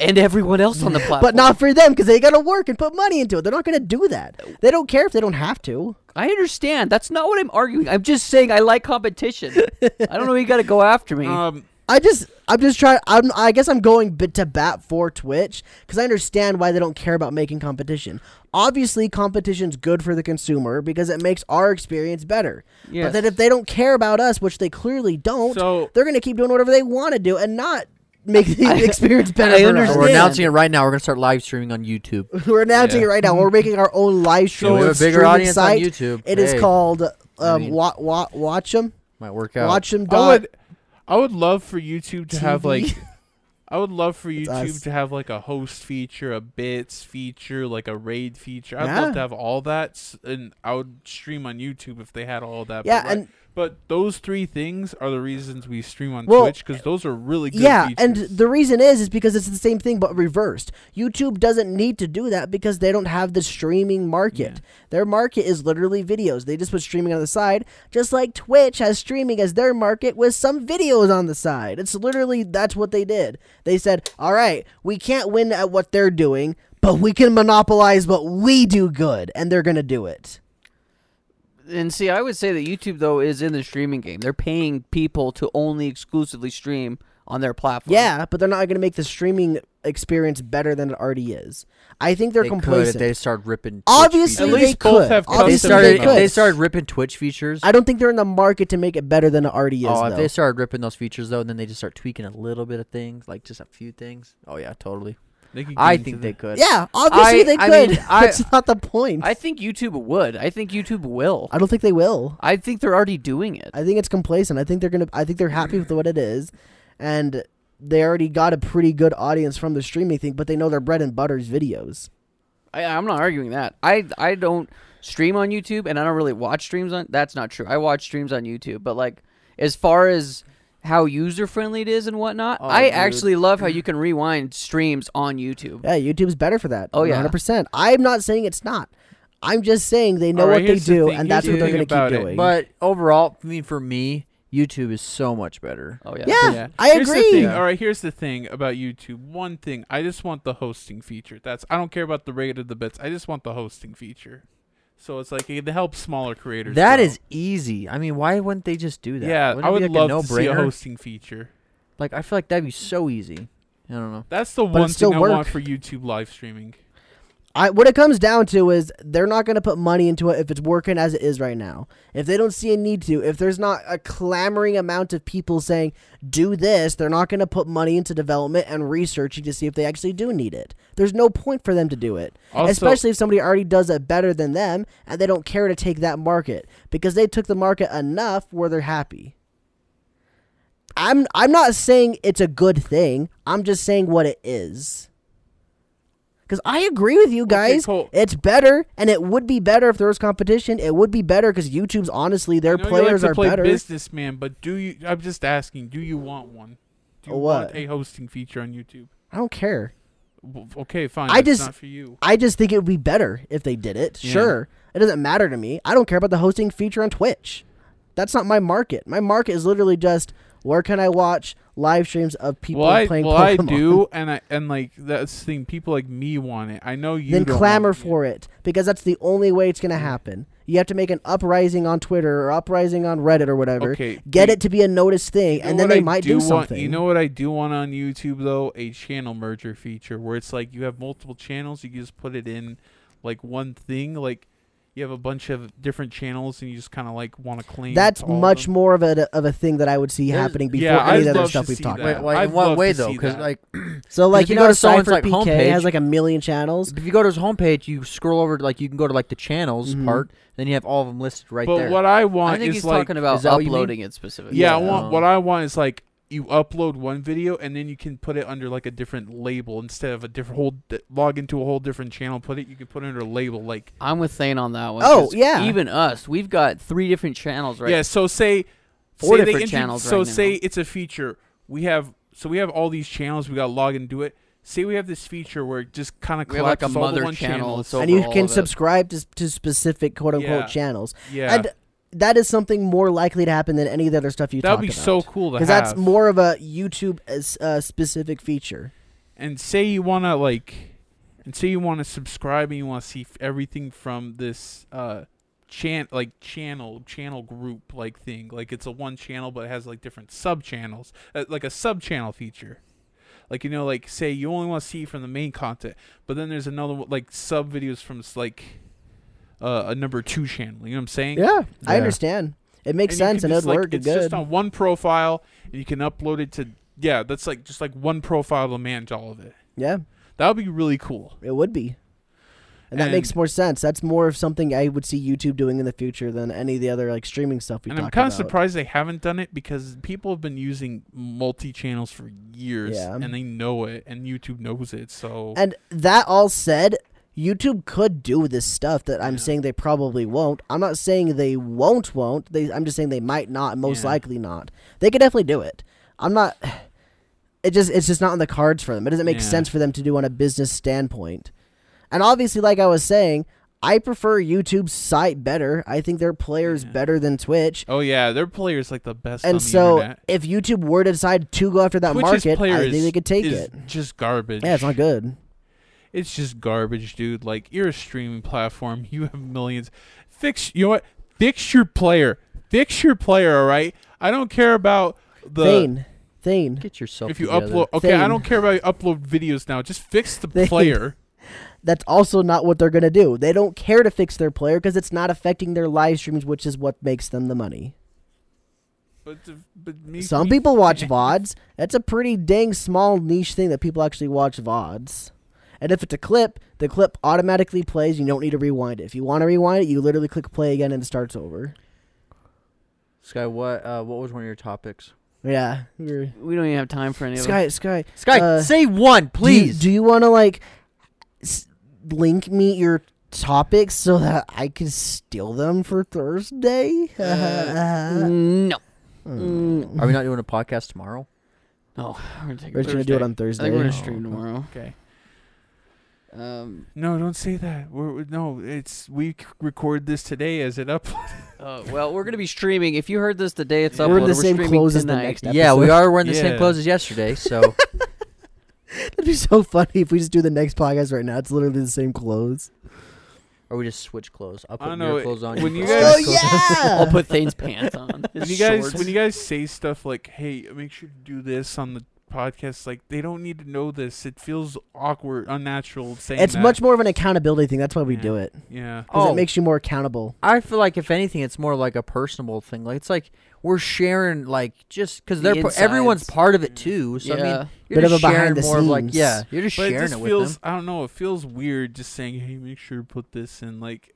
[SPEAKER 1] and everyone else on the platform.
[SPEAKER 2] but not for them because they got to work and put money into it. They're not going to do that. They don't care if they don't have to.
[SPEAKER 1] I understand. That's not what I'm arguing. I'm just saying I like competition. I don't know. You got to go after me.
[SPEAKER 4] Um,
[SPEAKER 2] I just, I'm just trying. I'm, I guess I'm going bit to bat for Twitch because I understand why they don't care about making competition. Obviously, competition's good for the consumer because it makes our experience better. But
[SPEAKER 1] Yes.
[SPEAKER 2] then if they don't care about us, which they clearly don't,
[SPEAKER 4] So-
[SPEAKER 2] they're gonna keep doing whatever they want to do and not make the experience better.
[SPEAKER 1] I
[SPEAKER 2] for us.
[SPEAKER 1] understand.
[SPEAKER 3] we're
[SPEAKER 1] Yeah.
[SPEAKER 3] announcing it right now. We're gonna start live streaming on YouTube.
[SPEAKER 2] We're announcing
[SPEAKER 4] Yeah.
[SPEAKER 2] it right now. We're making our own live stream.
[SPEAKER 3] we have a
[SPEAKER 2] streaming
[SPEAKER 3] bigger audience on
[SPEAKER 2] site.
[SPEAKER 3] YouTube.
[SPEAKER 2] It is
[SPEAKER 3] Hey.
[SPEAKER 2] called
[SPEAKER 3] I
[SPEAKER 2] um,
[SPEAKER 3] mean- Oh,
[SPEAKER 2] wa- wa- Watch 'em.
[SPEAKER 3] Might work out.
[SPEAKER 2] Watch 'em.
[SPEAKER 4] I
[SPEAKER 2] Dot.
[SPEAKER 4] would, I would love for YouTube to have
[SPEAKER 2] TV.
[SPEAKER 4] like, I would love for
[SPEAKER 2] us.
[SPEAKER 4] YouTube to have like a host feature, a bits feature, like a raid feature. I'd
[SPEAKER 2] Yeah.
[SPEAKER 4] love to have all that, s- and I would stream on YouTube if they had all that.
[SPEAKER 2] Yeah,
[SPEAKER 4] but, right-
[SPEAKER 2] and-
[SPEAKER 4] but those three things are the reasons we stream on
[SPEAKER 2] Well,
[SPEAKER 4] Twitch because those are really good.
[SPEAKER 2] yeah and
[SPEAKER 4] features.
[SPEAKER 2] the reason is is because it's the same thing but reversed youtube doesn't need to do that because they don't have the streaming market their market is literally videos they just put streaming on the side just like twitch has streaming as their market with some videos on the side it's literally that's what they did they said all right we can't win at what they're doing but we can monopolize what we do good and they're gonna do it
[SPEAKER 1] and see, I would say that YouTube though is in the streaming game. They're paying people to only exclusively stream on their platform.
[SPEAKER 2] yeah but they're not gonna make the streaming experience better than it already is i think they're
[SPEAKER 3] They could
[SPEAKER 2] complacent
[SPEAKER 3] if they started ripping. Twitch
[SPEAKER 2] Obviously,
[SPEAKER 4] At
[SPEAKER 3] features.
[SPEAKER 4] least
[SPEAKER 2] they
[SPEAKER 4] both
[SPEAKER 2] could.
[SPEAKER 4] have
[SPEAKER 2] Obviously,
[SPEAKER 3] they
[SPEAKER 4] custom
[SPEAKER 3] started.
[SPEAKER 2] they
[SPEAKER 3] If
[SPEAKER 2] could.
[SPEAKER 3] they started ripping Twitch features.
[SPEAKER 2] I don't think they're in the market to make it better than it already is.
[SPEAKER 3] oh, if
[SPEAKER 2] though.
[SPEAKER 3] they started ripping those features though, and then they just start tweaking a little bit of things, like just a few things. Oh yeah, totally.
[SPEAKER 4] They could
[SPEAKER 3] I
[SPEAKER 4] get into
[SPEAKER 3] think
[SPEAKER 4] the-
[SPEAKER 3] they could.
[SPEAKER 2] yeah, obviously
[SPEAKER 3] I-
[SPEAKER 2] they
[SPEAKER 3] I
[SPEAKER 2] could.
[SPEAKER 3] mean, I-
[SPEAKER 2] That's not the point.
[SPEAKER 1] I
[SPEAKER 2] I,
[SPEAKER 1] think YouTube would. I think YouTube will.
[SPEAKER 2] don't think they will.
[SPEAKER 1] I think they're already doing it.
[SPEAKER 2] I think it's complacent. I think they're gonna. I think they're happy with what it is, and they already got a pretty good audience from the streaming thing. But they know their bread and butter's videos.
[SPEAKER 1] I, I'm not arguing that. I I don't stream on YouTube, and I don't really watch streams on. That's not true. I watch streams on YouTube, but like as far as how user friendly it is and whatnot,
[SPEAKER 2] Oh,
[SPEAKER 1] I
[SPEAKER 3] dude.
[SPEAKER 1] actually love how you can rewind streams on YouTube.
[SPEAKER 2] Yeah, YouTube's better for that.
[SPEAKER 1] Oh, yeah.
[SPEAKER 2] hundred percent. I'm not saying it's not. I'm just saying they know
[SPEAKER 4] All right,
[SPEAKER 2] what they
[SPEAKER 4] here's the
[SPEAKER 2] do,
[SPEAKER 4] thing-
[SPEAKER 2] and
[SPEAKER 4] here's
[SPEAKER 2] that's
[SPEAKER 4] the
[SPEAKER 2] what they're
[SPEAKER 4] thing
[SPEAKER 2] gonna
[SPEAKER 4] about
[SPEAKER 2] keep
[SPEAKER 4] it.
[SPEAKER 2] doing.
[SPEAKER 3] But overall, I mean, for me, YouTube is so much better.
[SPEAKER 1] Oh yeah.
[SPEAKER 2] yeah,
[SPEAKER 4] Yeah.
[SPEAKER 2] I
[SPEAKER 4] Here's the
[SPEAKER 2] agree.
[SPEAKER 4] thing- All right, here's the thing about YouTube. One thing, I just want the hosting feature. That's I don't care about the rate of the bits. I just want the hosting feature. So it's like it helps smaller creators.
[SPEAKER 3] That
[SPEAKER 4] grow.
[SPEAKER 3] is easy. I mean, why wouldn't they just do that?
[SPEAKER 4] yeah.
[SPEAKER 3] Wouldn't
[SPEAKER 4] I
[SPEAKER 3] it
[SPEAKER 4] would
[SPEAKER 3] be
[SPEAKER 4] love
[SPEAKER 3] like a
[SPEAKER 4] to see a
[SPEAKER 3] no-brainer?
[SPEAKER 4] hosting feature.
[SPEAKER 3] Like I feel like that'd be so easy. I don't know.
[SPEAKER 4] That's the
[SPEAKER 2] it
[SPEAKER 4] one
[SPEAKER 2] still
[SPEAKER 4] thing I
[SPEAKER 2] work.
[SPEAKER 4] want for YouTube live streaming.
[SPEAKER 2] I what it comes down to is they're not going to put money into it if it's working as it is right now. If they don't see a need to, if there's not a clamoring amount of people saying do this, they're not going to put money into development and researching to see if they actually do need it. There's no point for them to do it,
[SPEAKER 4] Also-
[SPEAKER 2] especially if somebody already does it better than them and they don't care to take that market because they took the market enough where they're happy. I'm I'm not saying it's a good thing. I'm just saying what it is. Because I agree with you guys.
[SPEAKER 4] Cole.
[SPEAKER 2] It's better, and it would be better if there was competition. It would be better because YouTube's honestly
[SPEAKER 4] I
[SPEAKER 2] their
[SPEAKER 4] know you
[SPEAKER 2] players
[SPEAKER 4] like to
[SPEAKER 2] are
[SPEAKER 4] play
[SPEAKER 2] better.
[SPEAKER 4] businessman, but do you? I'm just asking. Do you want one? Do you
[SPEAKER 2] What?
[SPEAKER 4] want a hosting feature on YouTube?
[SPEAKER 2] I don't care.
[SPEAKER 4] W- Okay, fine.
[SPEAKER 2] I
[SPEAKER 4] That's
[SPEAKER 2] just-
[SPEAKER 4] not for you.
[SPEAKER 2] I just think it would be better if they did it.
[SPEAKER 4] Yeah.
[SPEAKER 2] Sure. It doesn't matter to me. I don't care about the hosting feature on Twitch. That's not my market. My market is literally just where can I watch live streams of people
[SPEAKER 4] Well, I,
[SPEAKER 2] playing
[SPEAKER 4] well, I
[SPEAKER 2] Pokemon.
[SPEAKER 4] do, and I and like that's the thing. People like me want it. I know you.
[SPEAKER 2] then
[SPEAKER 4] don't
[SPEAKER 2] clamor
[SPEAKER 4] want it.
[SPEAKER 2] for it because that's the only way it's going to happen. You have to make an uprising on Twitter or uprising on Reddit or whatever.
[SPEAKER 4] Okay,
[SPEAKER 2] Get
[SPEAKER 4] but
[SPEAKER 2] it to be a noticed thing,
[SPEAKER 4] You know
[SPEAKER 2] and then
[SPEAKER 4] what
[SPEAKER 2] they
[SPEAKER 4] I
[SPEAKER 2] might do,
[SPEAKER 4] want-
[SPEAKER 2] something.
[SPEAKER 4] you know what I do want on YouTube though? A channel merger feature where it's like you have multiple channels, you can just put it in like one thing. Like you have a bunch of different channels, and you just kind of like want to claim.
[SPEAKER 2] that's
[SPEAKER 4] to all of
[SPEAKER 2] much
[SPEAKER 4] them.
[SPEAKER 2] more of a of a thing that I would see
[SPEAKER 3] There's-
[SPEAKER 2] happening before
[SPEAKER 4] yeah,
[SPEAKER 2] any
[SPEAKER 4] I'd
[SPEAKER 2] of the other
[SPEAKER 4] love
[SPEAKER 2] stuff
[SPEAKER 4] to
[SPEAKER 2] we've
[SPEAKER 4] see
[SPEAKER 2] talked
[SPEAKER 4] that.
[SPEAKER 2] about.
[SPEAKER 3] Wait, like,
[SPEAKER 4] I'd
[SPEAKER 3] in what
[SPEAKER 4] love
[SPEAKER 3] way
[SPEAKER 4] to
[SPEAKER 3] though?
[SPEAKER 4] see
[SPEAKER 3] Because
[SPEAKER 4] that.
[SPEAKER 3] like,
[SPEAKER 2] So like
[SPEAKER 3] if
[SPEAKER 2] you
[SPEAKER 3] you
[SPEAKER 2] know,
[SPEAKER 3] go
[SPEAKER 2] how
[SPEAKER 3] to someone's,
[SPEAKER 2] Cypher
[SPEAKER 3] like,
[SPEAKER 2] PK has
[SPEAKER 3] homepage-
[SPEAKER 2] like a million channels.
[SPEAKER 3] if you go to his homepage, you scroll over to like you can go to like the channels
[SPEAKER 2] Mhm.
[SPEAKER 3] part, then you have all of them listed right
[SPEAKER 4] but
[SPEAKER 3] there.
[SPEAKER 4] what I want
[SPEAKER 1] I think
[SPEAKER 4] is
[SPEAKER 1] he's
[SPEAKER 4] like
[SPEAKER 1] talking about
[SPEAKER 3] is that what you mean?
[SPEAKER 1] uploading it specifically.
[SPEAKER 4] yeah, I
[SPEAKER 3] Yeah.
[SPEAKER 1] um,
[SPEAKER 4] want what I want is like you upload one video and then you can put it under like a different label instead of a different whole di- log into a whole different channel. Put it you can put it under a label like
[SPEAKER 1] I'm with Thane on that one.
[SPEAKER 2] Oh,
[SPEAKER 1] 'cause
[SPEAKER 2] yeah.
[SPEAKER 1] Even us, we've got three different channels right
[SPEAKER 4] yeah. So say
[SPEAKER 1] Four
[SPEAKER 4] say they
[SPEAKER 1] different
[SPEAKER 4] intro-
[SPEAKER 1] channels
[SPEAKER 4] So
[SPEAKER 1] right now.
[SPEAKER 4] say it's a feature we have. So we have all these channels. We got to log into it. Say we have this feature where it just kind of
[SPEAKER 1] We have, like,
[SPEAKER 4] collects
[SPEAKER 1] a
[SPEAKER 4] all
[SPEAKER 1] mother
[SPEAKER 4] the one
[SPEAKER 1] channel.
[SPEAKER 4] channels.
[SPEAKER 1] It's over
[SPEAKER 2] and you
[SPEAKER 1] all
[SPEAKER 2] can
[SPEAKER 1] of it.
[SPEAKER 2] subscribe to, to specific quote unquote
[SPEAKER 4] Yeah.
[SPEAKER 2] channels.
[SPEAKER 4] yeah,
[SPEAKER 2] And that is something more likely to happen than any of the other stuff you
[SPEAKER 4] that
[SPEAKER 2] talked
[SPEAKER 4] would be
[SPEAKER 2] about.
[SPEAKER 4] so cool to have.
[SPEAKER 2] because that's more of a YouTube as, uh, specific feature.
[SPEAKER 4] and say you want to like and say you want to subscribe and you want to see f- everything from this uh chan like channel channel group like thing like it's a one channel but it has like different sub channels uh, like a sub channel feature like you know like say you only want to see from the main content but then there's another one, like sub videos from s- like uh, a number two channel you know what i'm saying
[SPEAKER 2] Yeah, I
[SPEAKER 3] Yeah.
[SPEAKER 2] understand. It makes
[SPEAKER 4] and you
[SPEAKER 2] sense and
[SPEAKER 4] can
[SPEAKER 2] it'd
[SPEAKER 4] just, like,
[SPEAKER 2] work
[SPEAKER 4] It's
[SPEAKER 2] good.
[SPEAKER 4] just on one profile, and you can upload it to yeah. That's like just like one profile to manage all of it.
[SPEAKER 2] yeah,
[SPEAKER 4] That would be really cool.
[SPEAKER 2] it would be. And that
[SPEAKER 4] And-
[SPEAKER 2] makes more sense. That's more of something I would see YouTube doing in the future than any of the other like streaming stuff we
[SPEAKER 4] and
[SPEAKER 2] talked
[SPEAKER 4] I'm kind of
[SPEAKER 2] about.
[SPEAKER 4] surprised they haven't done it because people have been using multi channels for years,
[SPEAKER 2] Yeah.
[SPEAKER 4] and they know it, and YouTube knows it. So
[SPEAKER 2] And that all said, YouTube could do this stuff that I'm
[SPEAKER 4] Yeah.
[SPEAKER 2] saying they probably won't. I'm not saying they won't won't. They I'm just saying they might not, most
[SPEAKER 4] Yeah.
[SPEAKER 2] likely not. They could definitely do it. I'm not it just it's just not on the cards for them. It doesn't make
[SPEAKER 4] Yeah.
[SPEAKER 2] sense for them to do on a business standpoint. And obviously like I was saying, I prefer YouTube's site better. I think their players
[SPEAKER 4] Yeah.
[SPEAKER 2] better than Twitch.
[SPEAKER 4] oh yeah, their players like the best. on
[SPEAKER 2] And
[SPEAKER 4] the
[SPEAKER 2] so
[SPEAKER 4] internet.
[SPEAKER 2] if YouTube were to decide to go after that
[SPEAKER 4] Twitch's
[SPEAKER 2] market,
[SPEAKER 4] player
[SPEAKER 2] I think
[SPEAKER 4] is-
[SPEAKER 2] they could take
[SPEAKER 4] is
[SPEAKER 2] it.
[SPEAKER 4] Just garbage.
[SPEAKER 2] Yeah, it's not good.
[SPEAKER 4] It's just garbage, dude. Like you're a streaming platform. You have millions. Fix. You know what? Fix your player. Fix your player. All right. I don't care about the.
[SPEAKER 2] Thane. Thane.
[SPEAKER 3] Get yourself
[SPEAKER 4] If you
[SPEAKER 3] together.
[SPEAKER 4] upload, okay, I
[SPEAKER 2] Thane.
[SPEAKER 4] don't care about you upload videos now. Just fix the
[SPEAKER 2] Thane.
[SPEAKER 4] player.
[SPEAKER 2] that's also not what they're going to do. They don't care to fix their player because it's not affecting their live streams, which is what makes them the money.
[SPEAKER 4] But, the- but me,
[SPEAKER 2] Some
[SPEAKER 4] me-
[SPEAKER 2] people watch VODs. That's a pretty dang small niche thing that people actually watch VODs. And if it's a clip, the clip automatically plays. You don't need to rewind it. If you want to rewind it, you literally click play again and it starts over.
[SPEAKER 3] Sky, what uh, what was one of your topics?
[SPEAKER 2] Yeah. You're-
[SPEAKER 1] We don't even have time for any of them.
[SPEAKER 2] Sky, Sky,
[SPEAKER 3] Sky,
[SPEAKER 2] Uh,
[SPEAKER 3] say one, please.
[SPEAKER 2] Do you, want to like s- link me your topics so that I can steal them for Thursday?
[SPEAKER 1] no.
[SPEAKER 2] Mm.
[SPEAKER 3] Are we not doing a podcast tomorrow?
[SPEAKER 1] No. We're gonna take a
[SPEAKER 2] We're just gonna do it
[SPEAKER 4] Thursday.
[SPEAKER 2] on
[SPEAKER 1] I
[SPEAKER 2] Thursday.
[SPEAKER 1] think we're gonna
[SPEAKER 3] Oh,
[SPEAKER 1] stream
[SPEAKER 3] okay.
[SPEAKER 1] tomorrow.
[SPEAKER 4] Okay.
[SPEAKER 1] Um,
[SPEAKER 4] No, don't say that. We're, we're- no, it's we c- record this today as it up.
[SPEAKER 1] uh, well, we're gonna be streaming. If you heard this the day it's
[SPEAKER 4] We're
[SPEAKER 1] uploaded,
[SPEAKER 4] in
[SPEAKER 2] the same
[SPEAKER 1] streaming
[SPEAKER 2] clothes as the
[SPEAKER 1] tonight.
[SPEAKER 2] next
[SPEAKER 3] Yeah, we
[SPEAKER 2] episode.
[SPEAKER 3] are wearing the
[SPEAKER 4] Yeah.
[SPEAKER 3] same clothes as yesterday, so
[SPEAKER 2] That'd be so funny if we just do the next podcast right now. It's literally the same clothes.
[SPEAKER 3] or we just switch clothes. I'll
[SPEAKER 4] I
[SPEAKER 3] put
[SPEAKER 4] don't
[SPEAKER 3] your
[SPEAKER 4] know,
[SPEAKER 3] clothes on.
[SPEAKER 4] when
[SPEAKER 3] you
[SPEAKER 4] you
[SPEAKER 3] put
[SPEAKER 4] guys-
[SPEAKER 3] my
[SPEAKER 2] Oh,
[SPEAKER 3] clothes on.
[SPEAKER 2] yeah!
[SPEAKER 1] I'll put Thane's pants on.
[SPEAKER 4] when
[SPEAKER 1] His
[SPEAKER 4] you guys
[SPEAKER 1] shorts.
[SPEAKER 4] when you guys say stuff like, "Hey, make sure to do this on the podcast," like they don't need to know this. It feels awkward, unnatural saying
[SPEAKER 2] It's
[SPEAKER 4] that.
[SPEAKER 2] much more of an accountability thing. That's why we
[SPEAKER 4] Yeah.
[SPEAKER 2] do it
[SPEAKER 4] yeah.
[SPEAKER 2] because
[SPEAKER 3] Oh.
[SPEAKER 2] it makes you more accountable.
[SPEAKER 3] I feel like if anything, it's more like a personable thing. Like it's like we're sharing, like just because
[SPEAKER 1] The
[SPEAKER 3] they're par- everyone's
[SPEAKER 1] insides.
[SPEAKER 3] part of it too. So I
[SPEAKER 1] Yeah.
[SPEAKER 3] mean, you're
[SPEAKER 2] Bit of
[SPEAKER 3] just
[SPEAKER 2] a behind
[SPEAKER 3] sharing
[SPEAKER 2] the
[SPEAKER 3] more of like
[SPEAKER 2] scenes.
[SPEAKER 3] yeah, you're just
[SPEAKER 4] But it
[SPEAKER 3] sharing
[SPEAKER 4] just
[SPEAKER 3] it with
[SPEAKER 4] feels
[SPEAKER 3] them.
[SPEAKER 4] I don't know, it feels weird just saying, Hey, make sure to put this in like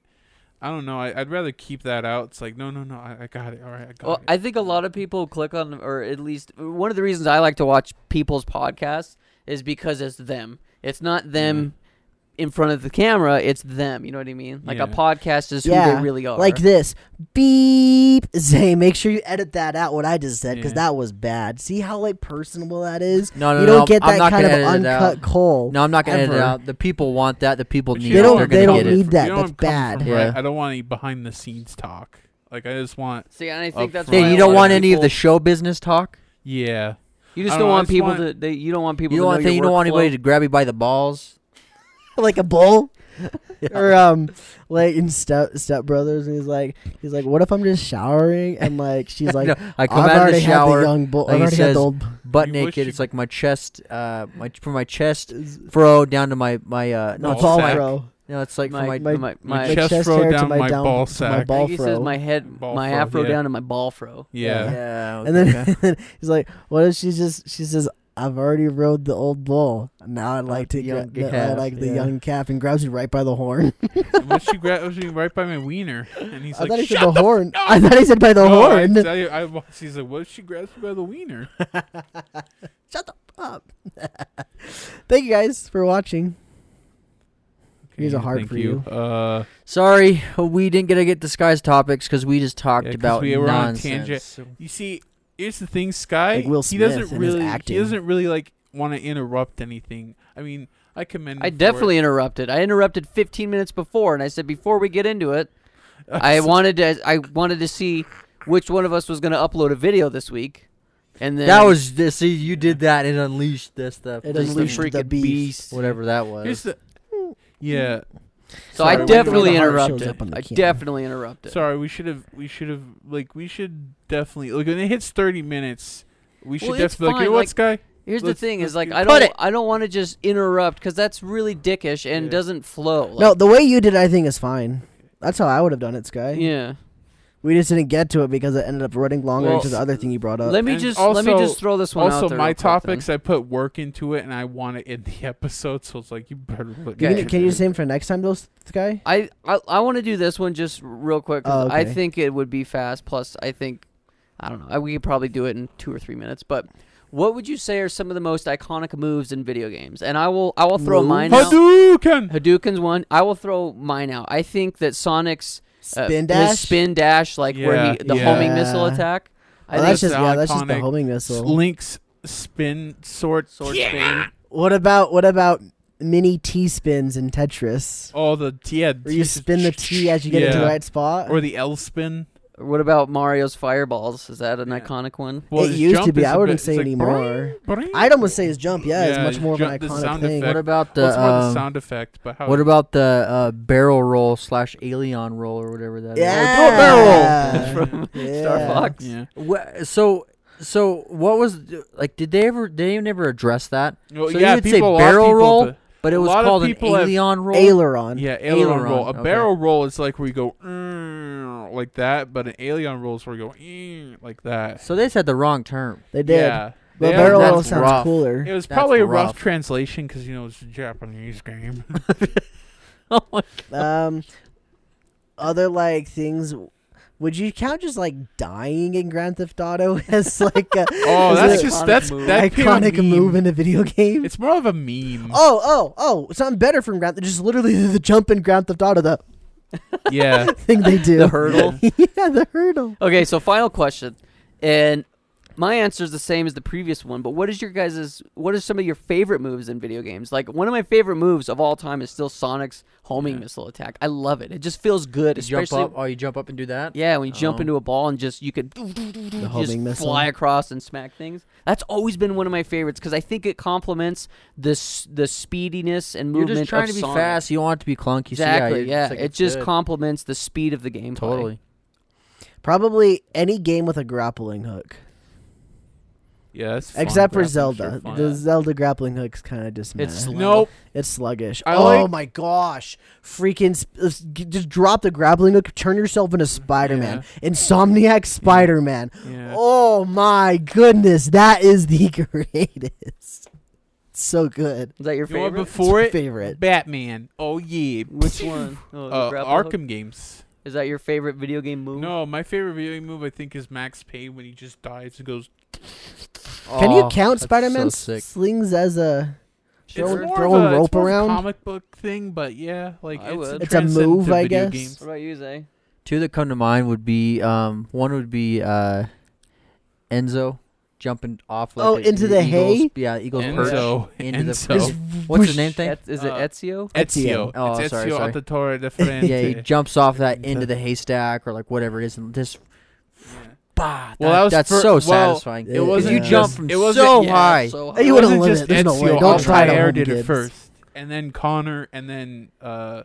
[SPEAKER 4] I don't know. I, I'd rather keep that out. It's like, no, no, no. I, I got it. All right, I got
[SPEAKER 1] Well,
[SPEAKER 4] it.
[SPEAKER 1] I think a lot of people click on, or at least one of the reasons I like to watch people's podcasts is because it's them. It's not them in front of the camera, it's them. You know what I mean? Like
[SPEAKER 4] Yeah.
[SPEAKER 1] a podcast is who
[SPEAKER 2] Yeah,
[SPEAKER 1] they really are.
[SPEAKER 2] Like this. Beep. Zay, make sure you edit that out, what I just said, because
[SPEAKER 4] Yeah.
[SPEAKER 2] that was bad. See how, like, personable that is?
[SPEAKER 3] No, no,
[SPEAKER 2] you
[SPEAKER 3] no,
[SPEAKER 2] don't get
[SPEAKER 3] I'm
[SPEAKER 2] that
[SPEAKER 3] not
[SPEAKER 2] kind of
[SPEAKER 3] gonna edit it out.
[SPEAKER 2] uncut coal.
[SPEAKER 3] No, I'm not gonna edit it
[SPEAKER 2] Ever.
[SPEAKER 3] out. The people want that. The people
[SPEAKER 4] But
[SPEAKER 3] need.
[SPEAKER 4] you
[SPEAKER 2] They
[SPEAKER 3] it.
[SPEAKER 2] don't-
[SPEAKER 4] know
[SPEAKER 3] They're
[SPEAKER 4] I'm
[SPEAKER 3] gonna
[SPEAKER 2] they don't
[SPEAKER 3] get
[SPEAKER 4] coming
[SPEAKER 3] it.
[SPEAKER 2] need
[SPEAKER 4] from-
[SPEAKER 2] that.
[SPEAKER 4] you know
[SPEAKER 2] That's
[SPEAKER 4] I'm coming from,
[SPEAKER 3] bad.
[SPEAKER 4] right?
[SPEAKER 3] Yeah.
[SPEAKER 4] I don't want any behind the scenes talk. Like I just want
[SPEAKER 1] See, and I think that's
[SPEAKER 4] front.
[SPEAKER 1] why
[SPEAKER 3] Yeah, you
[SPEAKER 1] a
[SPEAKER 3] don't
[SPEAKER 1] lot
[SPEAKER 3] want any of the
[SPEAKER 1] people-
[SPEAKER 3] show business talk.
[SPEAKER 4] yeah.
[SPEAKER 1] you
[SPEAKER 4] I
[SPEAKER 1] just don't
[SPEAKER 4] don't know, I
[SPEAKER 1] want
[SPEAKER 4] just
[SPEAKER 1] people
[SPEAKER 4] want-
[SPEAKER 1] to. They, you don't want people. to
[SPEAKER 3] You don't want
[SPEAKER 1] know
[SPEAKER 3] you
[SPEAKER 1] your
[SPEAKER 3] don't want
[SPEAKER 1] workflow.
[SPEAKER 3] anybody to grab you by the balls.
[SPEAKER 2] like a bull. or um, like in Step Step Brothers, and he's like, he's like, what if I'm just showering and like she's like,
[SPEAKER 3] No, I come
[SPEAKER 2] I've
[SPEAKER 3] out of the
[SPEAKER 2] already had the
[SPEAKER 3] shower,
[SPEAKER 2] young bull,
[SPEAKER 3] like
[SPEAKER 2] I've
[SPEAKER 3] it
[SPEAKER 2] already had
[SPEAKER 3] says-
[SPEAKER 2] the old.
[SPEAKER 3] butt
[SPEAKER 4] You wish
[SPEAKER 3] naked.
[SPEAKER 4] you-
[SPEAKER 3] It's like my chest, uh, my from my chest fro down to my my uh. No,
[SPEAKER 4] Ball
[SPEAKER 3] it's all
[SPEAKER 4] sack.
[SPEAKER 3] my.
[SPEAKER 2] fro.
[SPEAKER 3] No, it's like
[SPEAKER 1] My-
[SPEAKER 3] from my.
[SPEAKER 1] my- my-
[SPEAKER 4] chest
[SPEAKER 2] chest
[SPEAKER 4] fro
[SPEAKER 2] hair to
[SPEAKER 4] down
[SPEAKER 2] my
[SPEAKER 4] my
[SPEAKER 2] down-
[SPEAKER 4] ball
[SPEAKER 2] to my
[SPEAKER 4] sack.
[SPEAKER 1] I
[SPEAKER 2] ball
[SPEAKER 1] think he says
[SPEAKER 2] fro.
[SPEAKER 1] my head,
[SPEAKER 4] Ball
[SPEAKER 1] my
[SPEAKER 4] fro,
[SPEAKER 1] afro
[SPEAKER 4] yeah.
[SPEAKER 1] down, and my ball fro.
[SPEAKER 4] Yeah.
[SPEAKER 3] Yeah.
[SPEAKER 2] And then, he's like, "What if she's just?" She says, "I've already rode the old bull. Now I'd like to
[SPEAKER 3] the
[SPEAKER 2] get
[SPEAKER 3] young
[SPEAKER 2] I
[SPEAKER 3] calf,
[SPEAKER 2] like the
[SPEAKER 3] yeah.
[SPEAKER 2] young calf and grabs you right by the horn.
[SPEAKER 4] Unless she grabs me right by my wiener, and he's
[SPEAKER 2] I thought
[SPEAKER 4] like,
[SPEAKER 2] he said
[SPEAKER 4] "Shut
[SPEAKER 2] the,
[SPEAKER 4] the
[SPEAKER 2] horn.
[SPEAKER 4] f-
[SPEAKER 2] I thought he said by the
[SPEAKER 4] no, I-
[SPEAKER 2] horn.
[SPEAKER 4] I, I, he's like, what if she grabs me by the wiener?
[SPEAKER 2] Shut the f- up. Thank you guys for watching. Here's a hard
[SPEAKER 4] Thank
[SPEAKER 2] for
[SPEAKER 4] you. Uh,
[SPEAKER 3] Sorry, we didn't get to get to Sky's topics because we just talked
[SPEAKER 4] Yeah, 'cause
[SPEAKER 3] about
[SPEAKER 4] we were on
[SPEAKER 3] nonsense.
[SPEAKER 4] tangent. you see, here's the thing, Sky.
[SPEAKER 2] Like Will
[SPEAKER 4] he doesn't
[SPEAKER 2] Smith and his
[SPEAKER 4] really,
[SPEAKER 2] acting.
[SPEAKER 4] he doesn't really like want to interrupt anything. I mean, I commend.
[SPEAKER 1] I
[SPEAKER 4] him for it.
[SPEAKER 1] definitely interrupted. I interrupted 15 minutes before, and I said before we get into it, I wanted to I wanted to see which one of us was going to upload a video this week, and then
[SPEAKER 3] That was this. See, you did that and unleashed this stuff.
[SPEAKER 2] It
[SPEAKER 1] just
[SPEAKER 2] unleashed
[SPEAKER 1] the freaking
[SPEAKER 2] the beast.
[SPEAKER 3] whatever that was.
[SPEAKER 4] Here's the. Yeah,
[SPEAKER 1] So
[SPEAKER 2] Sorry,
[SPEAKER 1] I
[SPEAKER 2] when
[SPEAKER 1] definitely
[SPEAKER 2] the heart shows
[SPEAKER 1] interrupted.
[SPEAKER 2] up on the
[SPEAKER 1] I
[SPEAKER 2] camera.
[SPEAKER 1] definitely interrupted.
[SPEAKER 4] sorry. We should have. We should have. Like, we should definitely. Like, when it hits thirty minutes, we should
[SPEAKER 1] Well, it's
[SPEAKER 4] definitely. Like, you
[SPEAKER 1] fine,
[SPEAKER 4] know what,
[SPEAKER 1] like-
[SPEAKER 4] Sky?
[SPEAKER 1] Here's
[SPEAKER 4] Let's-
[SPEAKER 1] the thing:
[SPEAKER 4] let's
[SPEAKER 1] is like
[SPEAKER 4] do-
[SPEAKER 1] I
[SPEAKER 3] Cut
[SPEAKER 1] don't
[SPEAKER 3] it!
[SPEAKER 1] I don't want to just interrupt because that's really dickish and
[SPEAKER 4] Yeah.
[SPEAKER 1] doesn't flow. Like,
[SPEAKER 2] no, the way you did, it, I think, is fine. That's how I would have done it, Sky.
[SPEAKER 1] yeah.
[SPEAKER 2] We just didn't get to it because it ended up running longer
[SPEAKER 1] Well,
[SPEAKER 2] to the other thing you brought up.
[SPEAKER 1] Let me
[SPEAKER 4] and
[SPEAKER 1] just let me
[SPEAKER 4] also-
[SPEAKER 1] just throw this one out
[SPEAKER 4] Also,
[SPEAKER 1] there
[SPEAKER 4] my
[SPEAKER 1] real quick then.
[SPEAKER 4] topics, I put work into it, and I want to end the episode. So it's like you better. Look
[SPEAKER 2] You
[SPEAKER 1] Okay.
[SPEAKER 2] can, can you same for next time, though, Sky?
[SPEAKER 1] I I, I want to do this one just real quick. 'cause
[SPEAKER 2] Oh,
[SPEAKER 1] I
[SPEAKER 2] okay.
[SPEAKER 1] think it would be fast. Plus, I think I don't know. I- We could probably do it in two or three minutes. But what would you say are some of the most iconic moves in video games? And I will I will throw
[SPEAKER 2] Moves?
[SPEAKER 1] mine out.
[SPEAKER 4] Hadouken.
[SPEAKER 1] Hadouken's one. I will throw mine out. I think that Sonic's uh, his
[SPEAKER 2] Spin dash.
[SPEAKER 1] spin dash, like where he
[SPEAKER 4] Yeah,
[SPEAKER 1] the
[SPEAKER 4] yeah.
[SPEAKER 1] homing missile
[SPEAKER 2] Yeah.
[SPEAKER 1] attack. I
[SPEAKER 2] Oh,
[SPEAKER 1] think
[SPEAKER 2] that's just yeah, that's just the
[SPEAKER 4] iconic.
[SPEAKER 2] homing missile.
[SPEAKER 4] Link's spin sword.
[SPEAKER 1] sword
[SPEAKER 4] Yeah.
[SPEAKER 1] spin.
[SPEAKER 2] What about what about mini T spins in Tetris?
[SPEAKER 4] Oh, the yeah.
[SPEAKER 2] Where you
[SPEAKER 4] T-
[SPEAKER 2] spin the T as you get into the
[SPEAKER 4] Yeah.
[SPEAKER 2] right spot.
[SPEAKER 4] or the L spin.
[SPEAKER 1] What about Mario's fireballs? Is that an
[SPEAKER 4] Yeah.
[SPEAKER 1] iconic one?
[SPEAKER 4] Well,
[SPEAKER 2] it
[SPEAKER 4] his
[SPEAKER 2] used to
[SPEAKER 4] jump
[SPEAKER 2] be.
[SPEAKER 4] is
[SPEAKER 2] I
[SPEAKER 4] a
[SPEAKER 2] wouldn't
[SPEAKER 4] bit-
[SPEAKER 2] say
[SPEAKER 4] it's like,
[SPEAKER 2] anymore.
[SPEAKER 4] "Boing, boing."
[SPEAKER 2] I'd almost say his jump. Yeah,
[SPEAKER 4] Yeah,
[SPEAKER 2] it's much
[SPEAKER 4] his
[SPEAKER 2] more
[SPEAKER 4] jump-
[SPEAKER 2] of
[SPEAKER 4] the
[SPEAKER 2] an
[SPEAKER 4] sound
[SPEAKER 2] iconic thing.
[SPEAKER 4] effect.
[SPEAKER 3] what about the,
[SPEAKER 4] Well, it's more the
[SPEAKER 3] um,
[SPEAKER 4] sound effect, but how
[SPEAKER 3] what about the uh, barrel roll slash alien roll or whatever that is?
[SPEAKER 2] Yeah,
[SPEAKER 1] do a
[SPEAKER 4] barrel roll.
[SPEAKER 2] from
[SPEAKER 1] Star Fox.
[SPEAKER 4] Yeah.
[SPEAKER 3] Wha- so so what was like? Did they ever? They never addressed that.
[SPEAKER 4] Well,
[SPEAKER 3] So
[SPEAKER 4] yeah,
[SPEAKER 3] you'd say
[SPEAKER 4] people, a lot of
[SPEAKER 3] barrel
[SPEAKER 4] people
[SPEAKER 3] roll?
[SPEAKER 4] do-
[SPEAKER 3] But it
[SPEAKER 4] A
[SPEAKER 3] was
[SPEAKER 4] lot of
[SPEAKER 3] called an
[SPEAKER 4] people have
[SPEAKER 3] alien roll.
[SPEAKER 2] Aileron.
[SPEAKER 4] yeah, alien
[SPEAKER 3] Aileron,
[SPEAKER 4] roll. A
[SPEAKER 3] okay.
[SPEAKER 4] barrel roll is like where you go "Mm," like that, but an alien roll is where you go "Mm," like that.
[SPEAKER 3] So they said the wrong term.
[SPEAKER 2] They did.
[SPEAKER 4] Yeah.
[SPEAKER 2] But
[SPEAKER 4] They-
[SPEAKER 2] barrel roll
[SPEAKER 3] That's
[SPEAKER 2] sounds
[SPEAKER 3] rough.
[SPEAKER 2] cooler.
[SPEAKER 4] It was
[SPEAKER 3] That's
[SPEAKER 4] probably a rough,
[SPEAKER 3] rough.
[SPEAKER 4] translation because you know it's a Japanese game.
[SPEAKER 2] um, other like things. Would you count just like dying in Grand Theft Auto as like a
[SPEAKER 4] oh,
[SPEAKER 2] as
[SPEAKER 4] that's
[SPEAKER 2] a
[SPEAKER 4] just
[SPEAKER 1] iconic
[SPEAKER 4] that's
[SPEAKER 1] move.
[SPEAKER 4] that became a
[SPEAKER 2] iconic
[SPEAKER 4] meme.
[SPEAKER 2] move in a video game?
[SPEAKER 4] It's more of a meme.
[SPEAKER 2] Oh, oh, oh! Something better from Grand. Just literally the jump in Grand Theft Auto, the
[SPEAKER 4] Yeah,
[SPEAKER 2] thing they do.
[SPEAKER 1] The hurdle.
[SPEAKER 2] yeah, the hurdle.
[SPEAKER 1] Okay, so final question, and my answer is the same as the previous one. But what is your guys's? What are some of your favorite moves in video games? Like one of my favorite moves of all time is still Sonic's homing
[SPEAKER 4] Yeah.
[SPEAKER 1] missile attack. I love it. It just feels good,
[SPEAKER 3] You jump
[SPEAKER 1] especially
[SPEAKER 3] up. Oh, you jump up and do that.
[SPEAKER 1] yeah when you jump
[SPEAKER 3] Oh.
[SPEAKER 1] into a ball and just you could
[SPEAKER 2] The
[SPEAKER 1] just
[SPEAKER 2] homing missile.
[SPEAKER 1] fly across and smack things. That's always been one of my favorites because I think it complements the s- the speediness and
[SPEAKER 3] You're
[SPEAKER 1] movement.
[SPEAKER 3] just trying
[SPEAKER 1] of
[SPEAKER 3] to be
[SPEAKER 1] Sonic.
[SPEAKER 3] fast. You don't want it to be clunky. so
[SPEAKER 1] Exactly.
[SPEAKER 3] you're-
[SPEAKER 1] yeah,
[SPEAKER 3] it's like,
[SPEAKER 1] it
[SPEAKER 3] it's
[SPEAKER 1] just
[SPEAKER 3] good.
[SPEAKER 1] complements the speed of the game.
[SPEAKER 3] totally.
[SPEAKER 2] Probably any game with a grappling hook,
[SPEAKER 4] yeah. That's fun.
[SPEAKER 2] except for
[SPEAKER 4] Grappling's
[SPEAKER 2] Zelda.
[SPEAKER 4] sure fun.
[SPEAKER 2] the Zelda grappling hook's kind of just meh.
[SPEAKER 1] It's
[SPEAKER 4] Nope.
[SPEAKER 2] It's sluggish.
[SPEAKER 4] I
[SPEAKER 2] oh
[SPEAKER 4] like-
[SPEAKER 2] my gosh! Freaking sp- uh, s- g- just drop the grappling hook. Turn yourself into Spider Man. Insomniac Spider Man.
[SPEAKER 4] Yeah.
[SPEAKER 2] Oh my goodness! That is the greatest. So good.
[SPEAKER 1] Is that your
[SPEAKER 4] You know what,
[SPEAKER 1] favorite?
[SPEAKER 2] It's
[SPEAKER 4] before
[SPEAKER 2] my
[SPEAKER 4] it,
[SPEAKER 2] favorite.
[SPEAKER 4] Batman. Oh yeah.
[SPEAKER 1] Which one? Oh, the
[SPEAKER 4] Uh,
[SPEAKER 1] grapple hook?
[SPEAKER 4] Arkham games.
[SPEAKER 1] Is that your favorite video game move?
[SPEAKER 4] No, my favorite video game move I think is Max Payne when he just dives and goes.
[SPEAKER 2] Can you
[SPEAKER 3] Oh,
[SPEAKER 2] count
[SPEAKER 3] that's
[SPEAKER 2] Spider Man's
[SPEAKER 3] So sick.
[SPEAKER 2] slings as a
[SPEAKER 4] It's
[SPEAKER 2] Throw-
[SPEAKER 4] more
[SPEAKER 2] throwing
[SPEAKER 4] of a, it's
[SPEAKER 2] rope
[SPEAKER 4] more of a
[SPEAKER 2] around?
[SPEAKER 4] comic book thing, but yeah, like
[SPEAKER 1] I
[SPEAKER 4] it's,
[SPEAKER 1] would.
[SPEAKER 2] It's a
[SPEAKER 4] transcend
[SPEAKER 2] move,
[SPEAKER 4] to
[SPEAKER 2] I
[SPEAKER 4] video
[SPEAKER 2] guess.
[SPEAKER 4] games.
[SPEAKER 1] What about you, Zay?
[SPEAKER 3] Two that come to mind would be um one would be uh Enzo jumping off like
[SPEAKER 2] Oh,
[SPEAKER 3] a- e-
[SPEAKER 2] into the
[SPEAKER 3] Eagles-
[SPEAKER 2] hay?
[SPEAKER 3] Yeah, Eagles
[SPEAKER 4] And
[SPEAKER 3] perch.
[SPEAKER 4] so,
[SPEAKER 3] into
[SPEAKER 4] and
[SPEAKER 3] the
[SPEAKER 4] so,
[SPEAKER 3] Just- What's his name thing?
[SPEAKER 1] Et- is it
[SPEAKER 4] Uh,
[SPEAKER 1] Ezio?
[SPEAKER 4] Ezio.
[SPEAKER 2] Ezio.
[SPEAKER 3] Oh,
[SPEAKER 4] it's
[SPEAKER 3] sorry,
[SPEAKER 4] Ezio
[SPEAKER 3] sorry.
[SPEAKER 4] Auditore de
[SPEAKER 3] yeah, he
[SPEAKER 4] Firenze.
[SPEAKER 3] jumps off that
[SPEAKER 4] Into
[SPEAKER 3] into
[SPEAKER 4] the-
[SPEAKER 3] the haystack or like whatever it is, and just bah.
[SPEAKER 4] Well,
[SPEAKER 3] that-
[SPEAKER 4] that was
[SPEAKER 3] that's
[SPEAKER 4] fir-
[SPEAKER 3] so
[SPEAKER 4] well,
[SPEAKER 3] satisfying.
[SPEAKER 2] it
[SPEAKER 3] 'Cause you
[SPEAKER 2] wasn't
[SPEAKER 3] jump
[SPEAKER 4] just-
[SPEAKER 3] from
[SPEAKER 4] it wasn't-
[SPEAKER 3] so
[SPEAKER 4] yeah,
[SPEAKER 3] high.
[SPEAKER 1] So
[SPEAKER 2] Hey, you
[SPEAKER 4] It
[SPEAKER 2] would've
[SPEAKER 4] wasn't
[SPEAKER 2] won it.
[SPEAKER 4] just
[SPEAKER 2] There's no way.
[SPEAKER 4] Ezio
[SPEAKER 2] Don't try to
[SPEAKER 4] Altair
[SPEAKER 2] hold
[SPEAKER 4] did it
[SPEAKER 2] kids.
[SPEAKER 4] first, and then Connor, and then uh,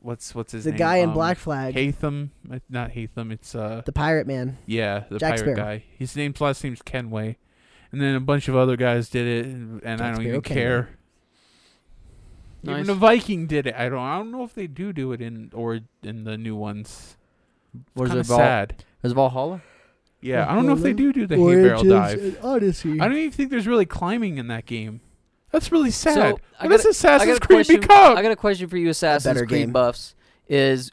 [SPEAKER 4] what's what's his
[SPEAKER 2] The
[SPEAKER 4] name?
[SPEAKER 2] guy in
[SPEAKER 4] Um,
[SPEAKER 2] Black Flag,
[SPEAKER 4] Haytham, Uh, not Haytham. It's uh,
[SPEAKER 2] the pirate man.
[SPEAKER 4] yeah, the
[SPEAKER 2] Jack
[SPEAKER 4] pirate
[SPEAKER 2] Sparrow.
[SPEAKER 4] guy. His name's last name's Kenway, and then a bunch of other guys did it, and, and I
[SPEAKER 2] Jack
[SPEAKER 4] don't
[SPEAKER 2] Sparrow
[SPEAKER 4] even
[SPEAKER 2] Kenway.
[SPEAKER 4] care.
[SPEAKER 1] Nice.
[SPEAKER 4] Even the Viking did it. I don't. I don't know if they do do it in or in the new ones.
[SPEAKER 3] Was
[SPEAKER 4] Kind
[SPEAKER 3] it
[SPEAKER 4] of
[SPEAKER 3] Val?
[SPEAKER 4] sad.
[SPEAKER 3] Was it Valhalla?
[SPEAKER 4] Yeah, I don't know if they do do the hay
[SPEAKER 2] Voyages
[SPEAKER 4] barrel dive.
[SPEAKER 2] and Odyssey.
[SPEAKER 4] I don't even think there's really climbing in that game. That's really sad.
[SPEAKER 1] So, I
[SPEAKER 4] what does
[SPEAKER 1] gotta- I got
[SPEAKER 4] Assassin's
[SPEAKER 1] a
[SPEAKER 4] Creed
[SPEAKER 1] question.
[SPEAKER 4] become?
[SPEAKER 1] I got a question for you, Assassin's
[SPEAKER 2] better
[SPEAKER 1] Creed
[SPEAKER 2] game.
[SPEAKER 1] buffs. Is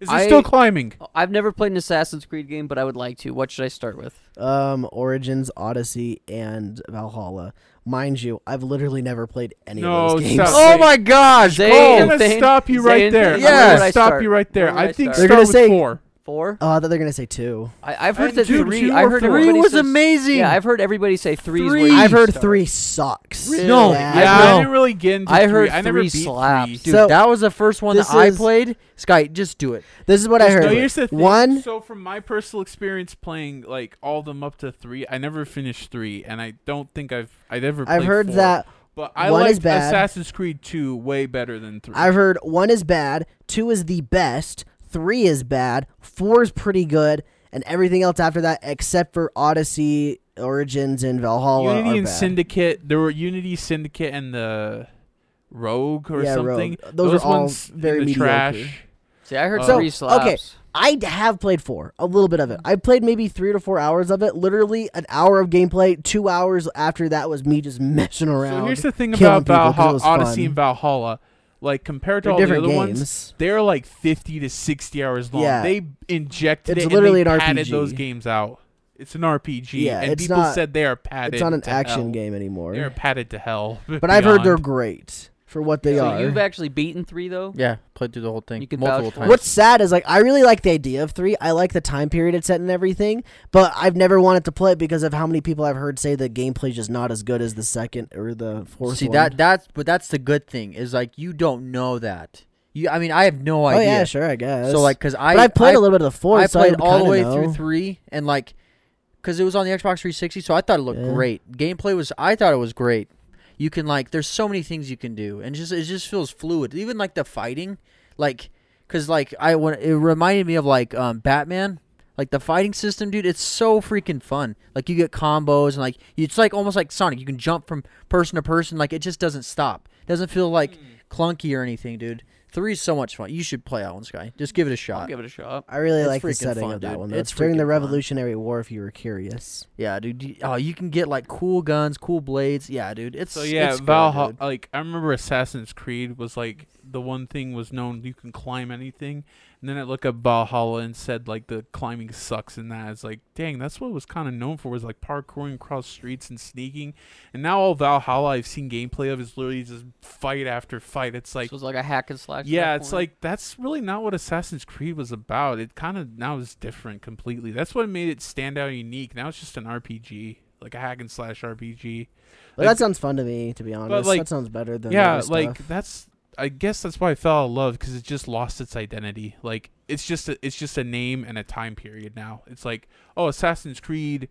[SPEAKER 4] Is there
[SPEAKER 1] I-
[SPEAKER 4] still climbing?
[SPEAKER 1] I've never played an Assassin's Creed game, but I would like to. What should I start with?
[SPEAKER 2] Um, Origins, Odyssey, and Valhalla. Mind you, I've literally never played any
[SPEAKER 4] No,
[SPEAKER 2] of those games.
[SPEAKER 4] stop.
[SPEAKER 3] Oh
[SPEAKER 4] Wait.
[SPEAKER 3] my gosh!
[SPEAKER 1] Zay
[SPEAKER 3] Cole!
[SPEAKER 4] Oh, I'm
[SPEAKER 1] and
[SPEAKER 4] gonna
[SPEAKER 1] Thane-
[SPEAKER 4] stop you
[SPEAKER 1] Zay
[SPEAKER 4] right
[SPEAKER 1] and
[SPEAKER 4] there.
[SPEAKER 1] Thane,
[SPEAKER 4] I'm
[SPEAKER 3] Yes.
[SPEAKER 1] where would
[SPEAKER 4] gonna
[SPEAKER 1] I
[SPEAKER 4] stop
[SPEAKER 1] start?
[SPEAKER 4] you right there.
[SPEAKER 1] Where would
[SPEAKER 4] I think
[SPEAKER 1] start?
[SPEAKER 2] They're
[SPEAKER 4] start
[SPEAKER 2] gonna
[SPEAKER 4] with
[SPEAKER 2] say-
[SPEAKER 4] four.
[SPEAKER 1] four.
[SPEAKER 2] Oh, I thought they were gonna say two.
[SPEAKER 1] I, I've
[SPEAKER 4] I
[SPEAKER 1] heard that
[SPEAKER 4] do,
[SPEAKER 1] three.
[SPEAKER 4] two
[SPEAKER 1] I
[SPEAKER 4] or
[SPEAKER 1] heard
[SPEAKER 4] four.
[SPEAKER 1] everybody
[SPEAKER 3] Three was
[SPEAKER 1] says,
[SPEAKER 3] amazing.
[SPEAKER 1] Yeah, I've heard everybody say three's where
[SPEAKER 3] Three.
[SPEAKER 1] you
[SPEAKER 2] I've heard
[SPEAKER 1] start.
[SPEAKER 2] three sucks.
[SPEAKER 1] Really? No,
[SPEAKER 2] Bad.
[SPEAKER 4] Yeah,
[SPEAKER 3] know.
[SPEAKER 4] I didn't really get into
[SPEAKER 1] I heard
[SPEAKER 4] three. I never
[SPEAKER 1] three
[SPEAKER 4] beat
[SPEAKER 1] slaps.
[SPEAKER 4] three.
[SPEAKER 3] Dude,
[SPEAKER 2] So,
[SPEAKER 3] that was the first one that
[SPEAKER 2] this
[SPEAKER 3] I
[SPEAKER 2] is-
[SPEAKER 3] played. Sky, just do it.
[SPEAKER 2] This is what I heard.
[SPEAKER 4] No, here's the thing.
[SPEAKER 2] One,
[SPEAKER 4] So from my personal experience playing like all of them up to three, I never finished three, and I don't think I've I've ever.
[SPEAKER 2] I've
[SPEAKER 4] played
[SPEAKER 2] heard
[SPEAKER 4] four.
[SPEAKER 2] that.
[SPEAKER 4] but I
[SPEAKER 2] one
[SPEAKER 4] liked
[SPEAKER 2] is bad.
[SPEAKER 4] Assassin's Creed two way better than three.
[SPEAKER 2] I've heard one is bad, two is the best, three is bad, four is pretty good, and everything else after that, except for Odyssey, Origins, and Valhalla,
[SPEAKER 4] Unity
[SPEAKER 2] are
[SPEAKER 4] and
[SPEAKER 2] bad.
[SPEAKER 4] Syndicate. There were Unity, Syndicate, and the Rogue or
[SPEAKER 2] Yeah,
[SPEAKER 4] something.
[SPEAKER 2] Rogue. Those are all
[SPEAKER 4] ones
[SPEAKER 2] very
[SPEAKER 4] in the
[SPEAKER 2] mediocre.
[SPEAKER 4] trash.
[SPEAKER 1] See, I heard
[SPEAKER 4] So,
[SPEAKER 1] three
[SPEAKER 2] okay.
[SPEAKER 1] slaps.
[SPEAKER 2] I have played four, a little bit of it. I played maybe three to four hours of it. Literally an hour of gameplay. Two hours after that was me just messing around.
[SPEAKER 4] So here's the thing
[SPEAKER 2] killing
[SPEAKER 4] about
[SPEAKER 2] people 'cause it
[SPEAKER 4] Valhalla,
[SPEAKER 2] was
[SPEAKER 4] Odyssey
[SPEAKER 2] fun.
[SPEAKER 4] and Valhalla. Like compared to
[SPEAKER 2] They're
[SPEAKER 4] all the
[SPEAKER 2] different
[SPEAKER 4] other ones,
[SPEAKER 2] games.
[SPEAKER 4] they're like fifty to sixty hours long.
[SPEAKER 2] Yeah.
[SPEAKER 4] They injected
[SPEAKER 2] It's
[SPEAKER 4] it.
[SPEAKER 2] literally
[SPEAKER 4] and they
[SPEAKER 2] an
[SPEAKER 4] padded
[SPEAKER 2] RPG.
[SPEAKER 4] those games out. It's an RPG,
[SPEAKER 2] Yeah,
[SPEAKER 4] and
[SPEAKER 2] it's
[SPEAKER 4] people
[SPEAKER 2] not-
[SPEAKER 4] said they are padded.
[SPEAKER 2] it's not an
[SPEAKER 4] to
[SPEAKER 2] action
[SPEAKER 4] hell.
[SPEAKER 2] game anymore.
[SPEAKER 4] They are padded to hell.
[SPEAKER 2] but I've heard they're
[SPEAKER 4] beyond.
[SPEAKER 2] great for what they
[SPEAKER 1] so
[SPEAKER 2] are.
[SPEAKER 1] you've actually beaten three though.
[SPEAKER 3] Yeah, played through the whole thing
[SPEAKER 1] You can
[SPEAKER 3] multiple
[SPEAKER 1] vouch for it.
[SPEAKER 3] times.
[SPEAKER 2] What's sad is like I really like the idea of three. I like the time period it's set and everything, but I've never wanted to play it because of how many people I've heard say the gameplay's just not as good as the second or the fourth.
[SPEAKER 3] See
[SPEAKER 2] one.
[SPEAKER 3] that that's but that's the good thing is like you don't know that. You, I mean, I have no
[SPEAKER 2] Oh
[SPEAKER 3] idea.
[SPEAKER 2] yeah, sure, I guess.
[SPEAKER 3] So like, cause I
[SPEAKER 2] but I played
[SPEAKER 3] I,
[SPEAKER 2] a little bit of the fourth.
[SPEAKER 3] I
[SPEAKER 2] so
[SPEAKER 3] played
[SPEAKER 2] would
[SPEAKER 3] all the
[SPEAKER 2] kinda
[SPEAKER 3] way
[SPEAKER 2] know.
[SPEAKER 3] through three, and like, cause it was on the Xbox 360, so I thought it looked
[SPEAKER 2] Yeah.
[SPEAKER 3] great. Gameplay was, I thought it was great. You can like, there's so many things you can do, and just it just feels fluid. Even like the fighting, like, cause like I when it reminded me of like um, Batman. Like the fighting system, dude, it's so freaking fun. Like you get combos and like it's like almost like Sonic. You can jump from person to person. Like it just doesn't stop. doesn't feel like
[SPEAKER 1] Hmm.
[SPEAKER 3] clunky or anything, dude. Three is so much fun. You should play that one, Sky. Just give it a shot.
[SPEAKER 1] I'll give it a shot.
[SPEAKER 2] I really
[SPEAKER 3] It's
[SPEAKER 2] like the
[SPEAKER 3] freaking
[SPEAKER 2] setting
[SPEAKER 3] fun,
[SPEAKER 2] of that
[SPEAKER 3] dude.
[SPEAKER 2] one. Though.
[SPEAKER 3] It's
[SPEAKER 2] It's during
[SPEAKER 3] freaking
[SPEAKER 2] the
[SPEAKER 3] fun.
[SPEAKER 2] Revolutionary War, if you were curious.
[SPEAKER 3] Yeah, dude. You, oh, you can get like cool guns, cool blades. Yeah, dude. It's
[SPEAKER 4] So yeah,
[SPEAKER 3] it's good,
[SPEAKER 4] Valhalla.
[SPEAKER 3] dude.
[SPEAKER 4] Like I remember Assassin's Creed was like the one thing was known you can climb anything, and then I look up Valhalla and said like the climbing sucks in that. It's like dang, that's what it was kind of known for was like parkouring across streets and sneaking, and now all Valhalla I've seen gameplay of is literally just fight after fight. It's like
[SPEAKER 1] This was like a hack and slash. at
[SPEAKER 4] yeah,
[SPEAKER 1] that
[SPEAKER 4] it's
[SPEAKER 1] point.
[SPEAKER 4] like that's really not what Assassin's Creed was about. It kind of now is different completely. That's what made it stand out unique. Now it's just an RPG, like a hack and slash RPG.
[SPEAKER 2] But
[SPEAKER 4] Like-
[SPEAKER 2] that sounds fun to me, to be honest.
[SPEAKER 4] like,
[SPEAKER 2] that sounds better than the
[SPEAKER 4] yeah,
[SPEAKER 2] other
[SPEAKER 4] like
[SPEAKER 2] stuff.
[SPEAKER 4] that's I guess that's why I fell in love because it just lost its identity. Like it's just a, it's just a name and a time period now. It's like oh, Assassin's Creed.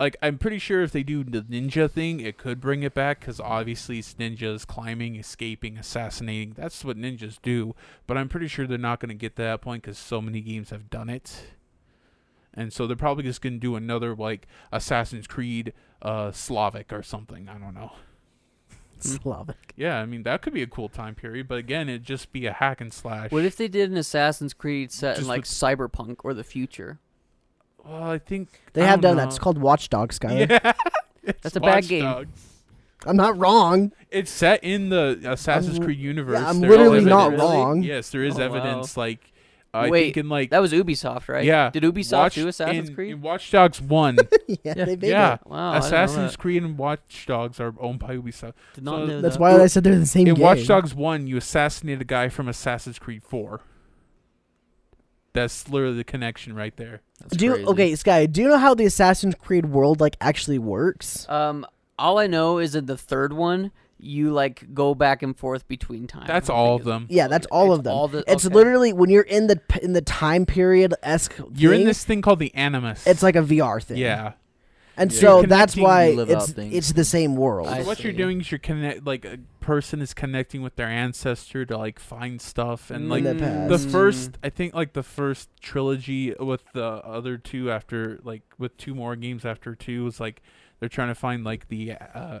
[SPEAKER 4] Like I'm pretty sure if they do the ninja thing, it could bring it back because obviously it's ninjas climbing, escaping, assassinating. That's what ninjas do. But I'm pretty sure they're not going to get to that point because so many games have done it. And so they're probably just going to do another like Assassin's Creed uh, Slavic or something. I don't know.
[SPEAKER 2] Slavic.
[SPEAKER 4] Yeah, I mean that could be a cool time period, but again, it'd just be a hack and slash.
[SPEAKER 1] What if they did an Assassin's Creed set in
[SPEAKER 4] Just
[SPEAKER 1] like
[SPEAKER 4] with-
[SPEAKER 1] cyberpunk or the future?
[SPEAKER 4] Well, I think
[SPEAKER 2] They
[SPEAKER 4] I
[SPEAKER 2] have done
[SPEAKER 4] don't
[SPEAKER 2] that. It's
[SPEAKER 4] know.
[SPEAKER 2] called Watch Dogs, Skyler.
[SPEAKER 4] Yeah,
[SPEAKER 1] That's a bad
[SPEAKER 4] Watch
[SPEAKER 1] game.
[SPEAKER 4] Dogs.
[SPEAKER 2] I'm not wrong.
[SPEAKER 4] It's set in the Assassin's
[SPEAKER 2] I'm-
[SPEAKER 4] Creed universe.
[SPEAKER 2] I'm
[SPEAKER 4] There is
[SPEAKER 1] literally not
[SPEAKER 4] evidence-
[SPEAKER 2] wrong.
[SPEAKER 4] Yes, there is
[SPEAKER 1] Oh, wow.
[SPEAKER 4] evidence like I
[SPEAKER 1] Wait,
[SPEAKER 4] think in like
[SPEAKER 1] That was Ubisoft, right?
[SPEAKER 4] yeah,
[SPEAKER 1] Did Ubisoft
[SPEAKER 4] Watch-
[SPEAKER 1] do Assassin's
[SPEAKER 4] in,
[SPEAKER 1] Creed?
[SPEAKER 4] in Watch Dogs One.
[SPEAKER 2] yeah,
[SPEAKER 3] Yeah.
[SPEAKER 2] they made
[SPEAKER 4] yeah,
[SPEAKER 2] it.
[SPEAKER 1] wow, I
[SPEAKER 4] Assassin's
[SPEAKER 1] didn't know
[SPEAKER 4] Creed and Watch Dogs are owned by Ubisoft.
[SPEAKER 1] that. Did not
[SPEAKER 4] so
[SPEAKER 1] know
[SPEAKER 2] That's
[SPEAKER 1] that.
[SPEAKER 2] why I said they're the same
[SPEAKER 4] In
[SPEAKER 2] game.
[SPEAKER 4] Watch Dogs One, you assassinate a guy from Assassin's Creed Four. That's literally the connection right there.
[SPEAKER 3] That's
[SPEAKER 2] Do you,
[SPEAKER 3] crazy.
[SPEAKER 2] okay, Sky. Do you know how the Assassin's Creed world like actually works?
[SPEAKER 1] Um, all I know is that the third one, you like go back and forth between time.
[SPEAKER 4] That's
[SPEAKER 1] I
[SPEAKER 4] all
[SPEAKER 1] think
[SPEAKER 4] of
[SPEAKER 1] is-
[SPEAKER 4] them.
[SPEAKER 2] Yeah, that's all
[SPEAKER 1] It's
[SPEAKER 2] of them.
[SPEAKER 1] all the-
[SPEAKER 2] it's
[SPEAKER 1] okay.
[SPEAKER 2] literally when you're in the p- in the time period esque.
[SPEAKER 4] You're in this thing called the Animus.
[SPEAKER 2] It's like a VR thing.
[SPEAKER 4] yeah.
[SPEAKER 2] and
[SPEAKER 3] Yeah.
[SPEAKER 2] so
[SPEAKER 4] You're
[SPEAKER 2] that's
[SPEAKER 4] connecting-
[SPEAKER 2] why
[SPEAKER 3] You live
[SPEAKER 2] it's
[SPEAKER 3] out things.
[SPEAKER 2] it's the same world.
[SPEAKER 1] I
[SPEAKER 4] So what you're
[SPEAKER 1] see.
[SPEAKER 4] doing is you're connect like a person is connecting with their ancestor to like find stuff and
[SPEAKER 1] Mm,
[SPEAKER 4] like
[SPEAKER 2] the past.
[SPEAKER 4] the
[SPEAKER 1] mm.
[SPEAKER 4] first I think like the first trilogy with the other two after like with two more games after two was like they're trying to find like the uh,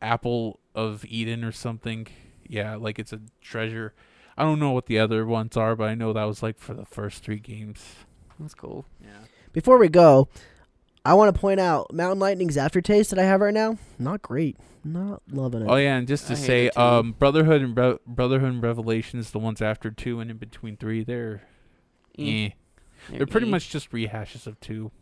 [SPEAKER 4] apple of Eden or something. Yeah, like it's a treasure. I don't know what the other ones are, but I know that was like for the first three games.
[SPEAKER 1] That's cool.
[SPEAKER 2] Before we go, I want to point out Mountain Lightning's aftertaste that I have right now. Not great. Not loving it.
[SPEAKER 4] Oh yeah, and just to
[SPEAKER 1] I hate
[SPEAKER 4] say,
[SPEAKER 1] it too.
[SPEAKER 4] um, Brotherhood and Re- Brotherhood and Revelations, the ones after two and in between three, they're eh.
[SPEAKER 2] Mm.
[SPEAKER 4] They're pretty
[SPEAKER 1] eh.
[SPEAKER 4] much just rehashes of two,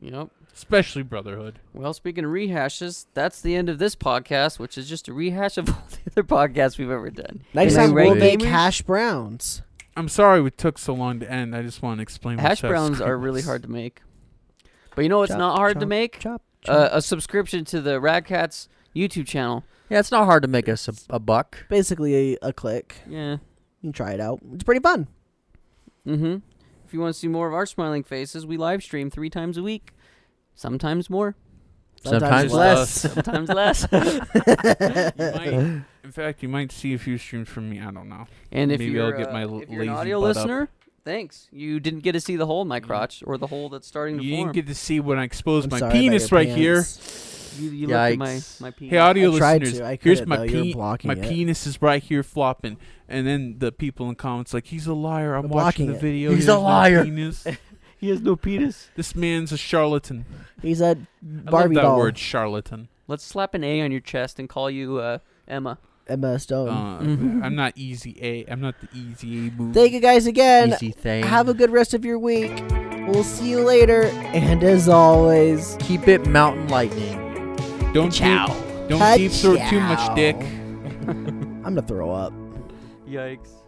[SPEAKER 1] Yep.
[SPEAKER 4] especially Brotherhood.
[SPEAKER 1] Well, speaking of rehashes, that's the end of this podcast, which is just a rehash of all the other podcasts we've ever done.
[SPEAKER 2] Next
[SPEAKER 1] Am I
[SPEAKER 2] time
[SPEAKER 1] right,
[SPEAKER 2] we'll make
[SPEAKER 1] gamers?
[SPEAKER 2] hash browns.
[SPEAKER 4] I'm sorry we took so long to end. I just want to explain. what
[SPEAKER 1] Hash
[SPEAKER 4] Assassin's
[SPEAKER 1] browns
[SPEAKER 4] Creed
[SPEAKER 1] are really
[SPEAKER 4] is.
[SPEAKER 1] hard to make. But you know what's
[SPEAKER 2] Chop,
[SPEAKER 1] not hard to
[SPEAKER 2] chop,
[SPEAKER 1] make?
[SPEAKER 2] Chop.
[SPEAKER 1] Uh,
[SPEAKER 2] chop.
[SPEAKER 1] a subscription to the Radcats YouTube channel.
[SPEAKER 3] Yeah, it's not hard to make us a, a buck.
[SPEAKER 2] Basically, a, a click.
[SPEAKER 1] Yeah.
[SPEAKER 2] You can try it out. It's pretty fun.
[SPEAKER 1] Mm-hmm. If you want to see more of our smiling faces, we live stream three times a week. Sometimes more,
[SPEAKER 3] Sometimes
[SPEAKER 2] Sometimes less.
[SPEAKER 1] sometimes less.
[SPEAKER 4] You might- in fact, you might see a few streams from me. I don't know.
[SPEAKER 1] And if
[SPEAKER 4] Maybe I'll
[SPEAKER 1] you're,
[SPEAKER 4] get
[SPEAKER 1] uh,
[SPEAKER 4] my l-
[SPEAKER 1] if you're an
[SPEAKER 4] lazy
[SPEAKER 1] audio
[SPEAKER 4] butt up.
[SPEAKER 1] listener, thanks. You didn't get to see the hole in my crotch or the hole that's starting to
[SPEAKER 4] You
[SPEAKER 1] form.
[SPEAKER 4] didn't get to see when I exposed
[SPEAKER 2] I'm
[SPEAKER 4] my
[SPEAKER 2] sorry about
[SPEAKER 4] penis
[SPEAKER 2] your
[SPEAKER 4] right here.
[SPEAKER 2] pants.
[SPEAKER 1] you you looked at my
[SPEAKER 3] Yikes.
[SPEAKER 1] my penis.
[SPEAKER 4] Hey, audio
[SPEAKER 2] I tried
[SPEAKER 4] listeners,
[SPEAKER 2] to. I
[SPEAKER 4] here's
[SPEAKER 2] couldn't,
[SPEAKER 4] my
[SPEAKER 2] though. You were
[SPEAKER 4] pe-
[SPEAKER 2] blocking
[SPEAKER 4] my
[SPEAKER 2] it.
[SPEAKER 4] penis is right here flopping, and then the people in the comments like, "He's a liar. I'm
[SPEAKER 2] I'm blocking
[SPEAKER 4] watching the
[SPEAKER 2] it.
[SPEAKER 4] video.
[SPEAKER 3] He's
[SPEAKER 4] Here's
[SPEAKER 3] a
[SPEAKER 4] my
[SPEAKER 3] liar."
[SPEAKER 4] penis.
[SPEAKER 1] he has no penis.
[SPEAKER 4] this man's a charlatan."
[SPEAKER 2] He's a Barbie
[SPEAKER 4] I love that
[SPEAKER 2] doll.
[SPEAKER 4] word, charlatan.
[SPEAKER 1] Let's slap an A on your chest and call you uh, Emma.
[SPEAKER 2] Emma Stone.
[SPEAKER 4] Uh,
[SPEAKER 2] mm-hmm.
[SPEAKER 1] Mhm.
[SPEAKER 4] I'm not easy A. I'm not the easy A boo.
[SPEAKER 2] Thank you guys again.
[SPEAKER 3] Easy thing.
[SPEAKER 2] Have a good rest of your week. We'll see you later. And as always,
[SPEAKER 3] keep it mountain lightning.
[SPEAKER 4] Don't
[SPEAKER 1] Ciao.
[SPEAKER 4] deep, don't deep throat too much, dick.
[SPEAKER 2] I'm gonna throw up.
[SPEAKER 1] Yikes.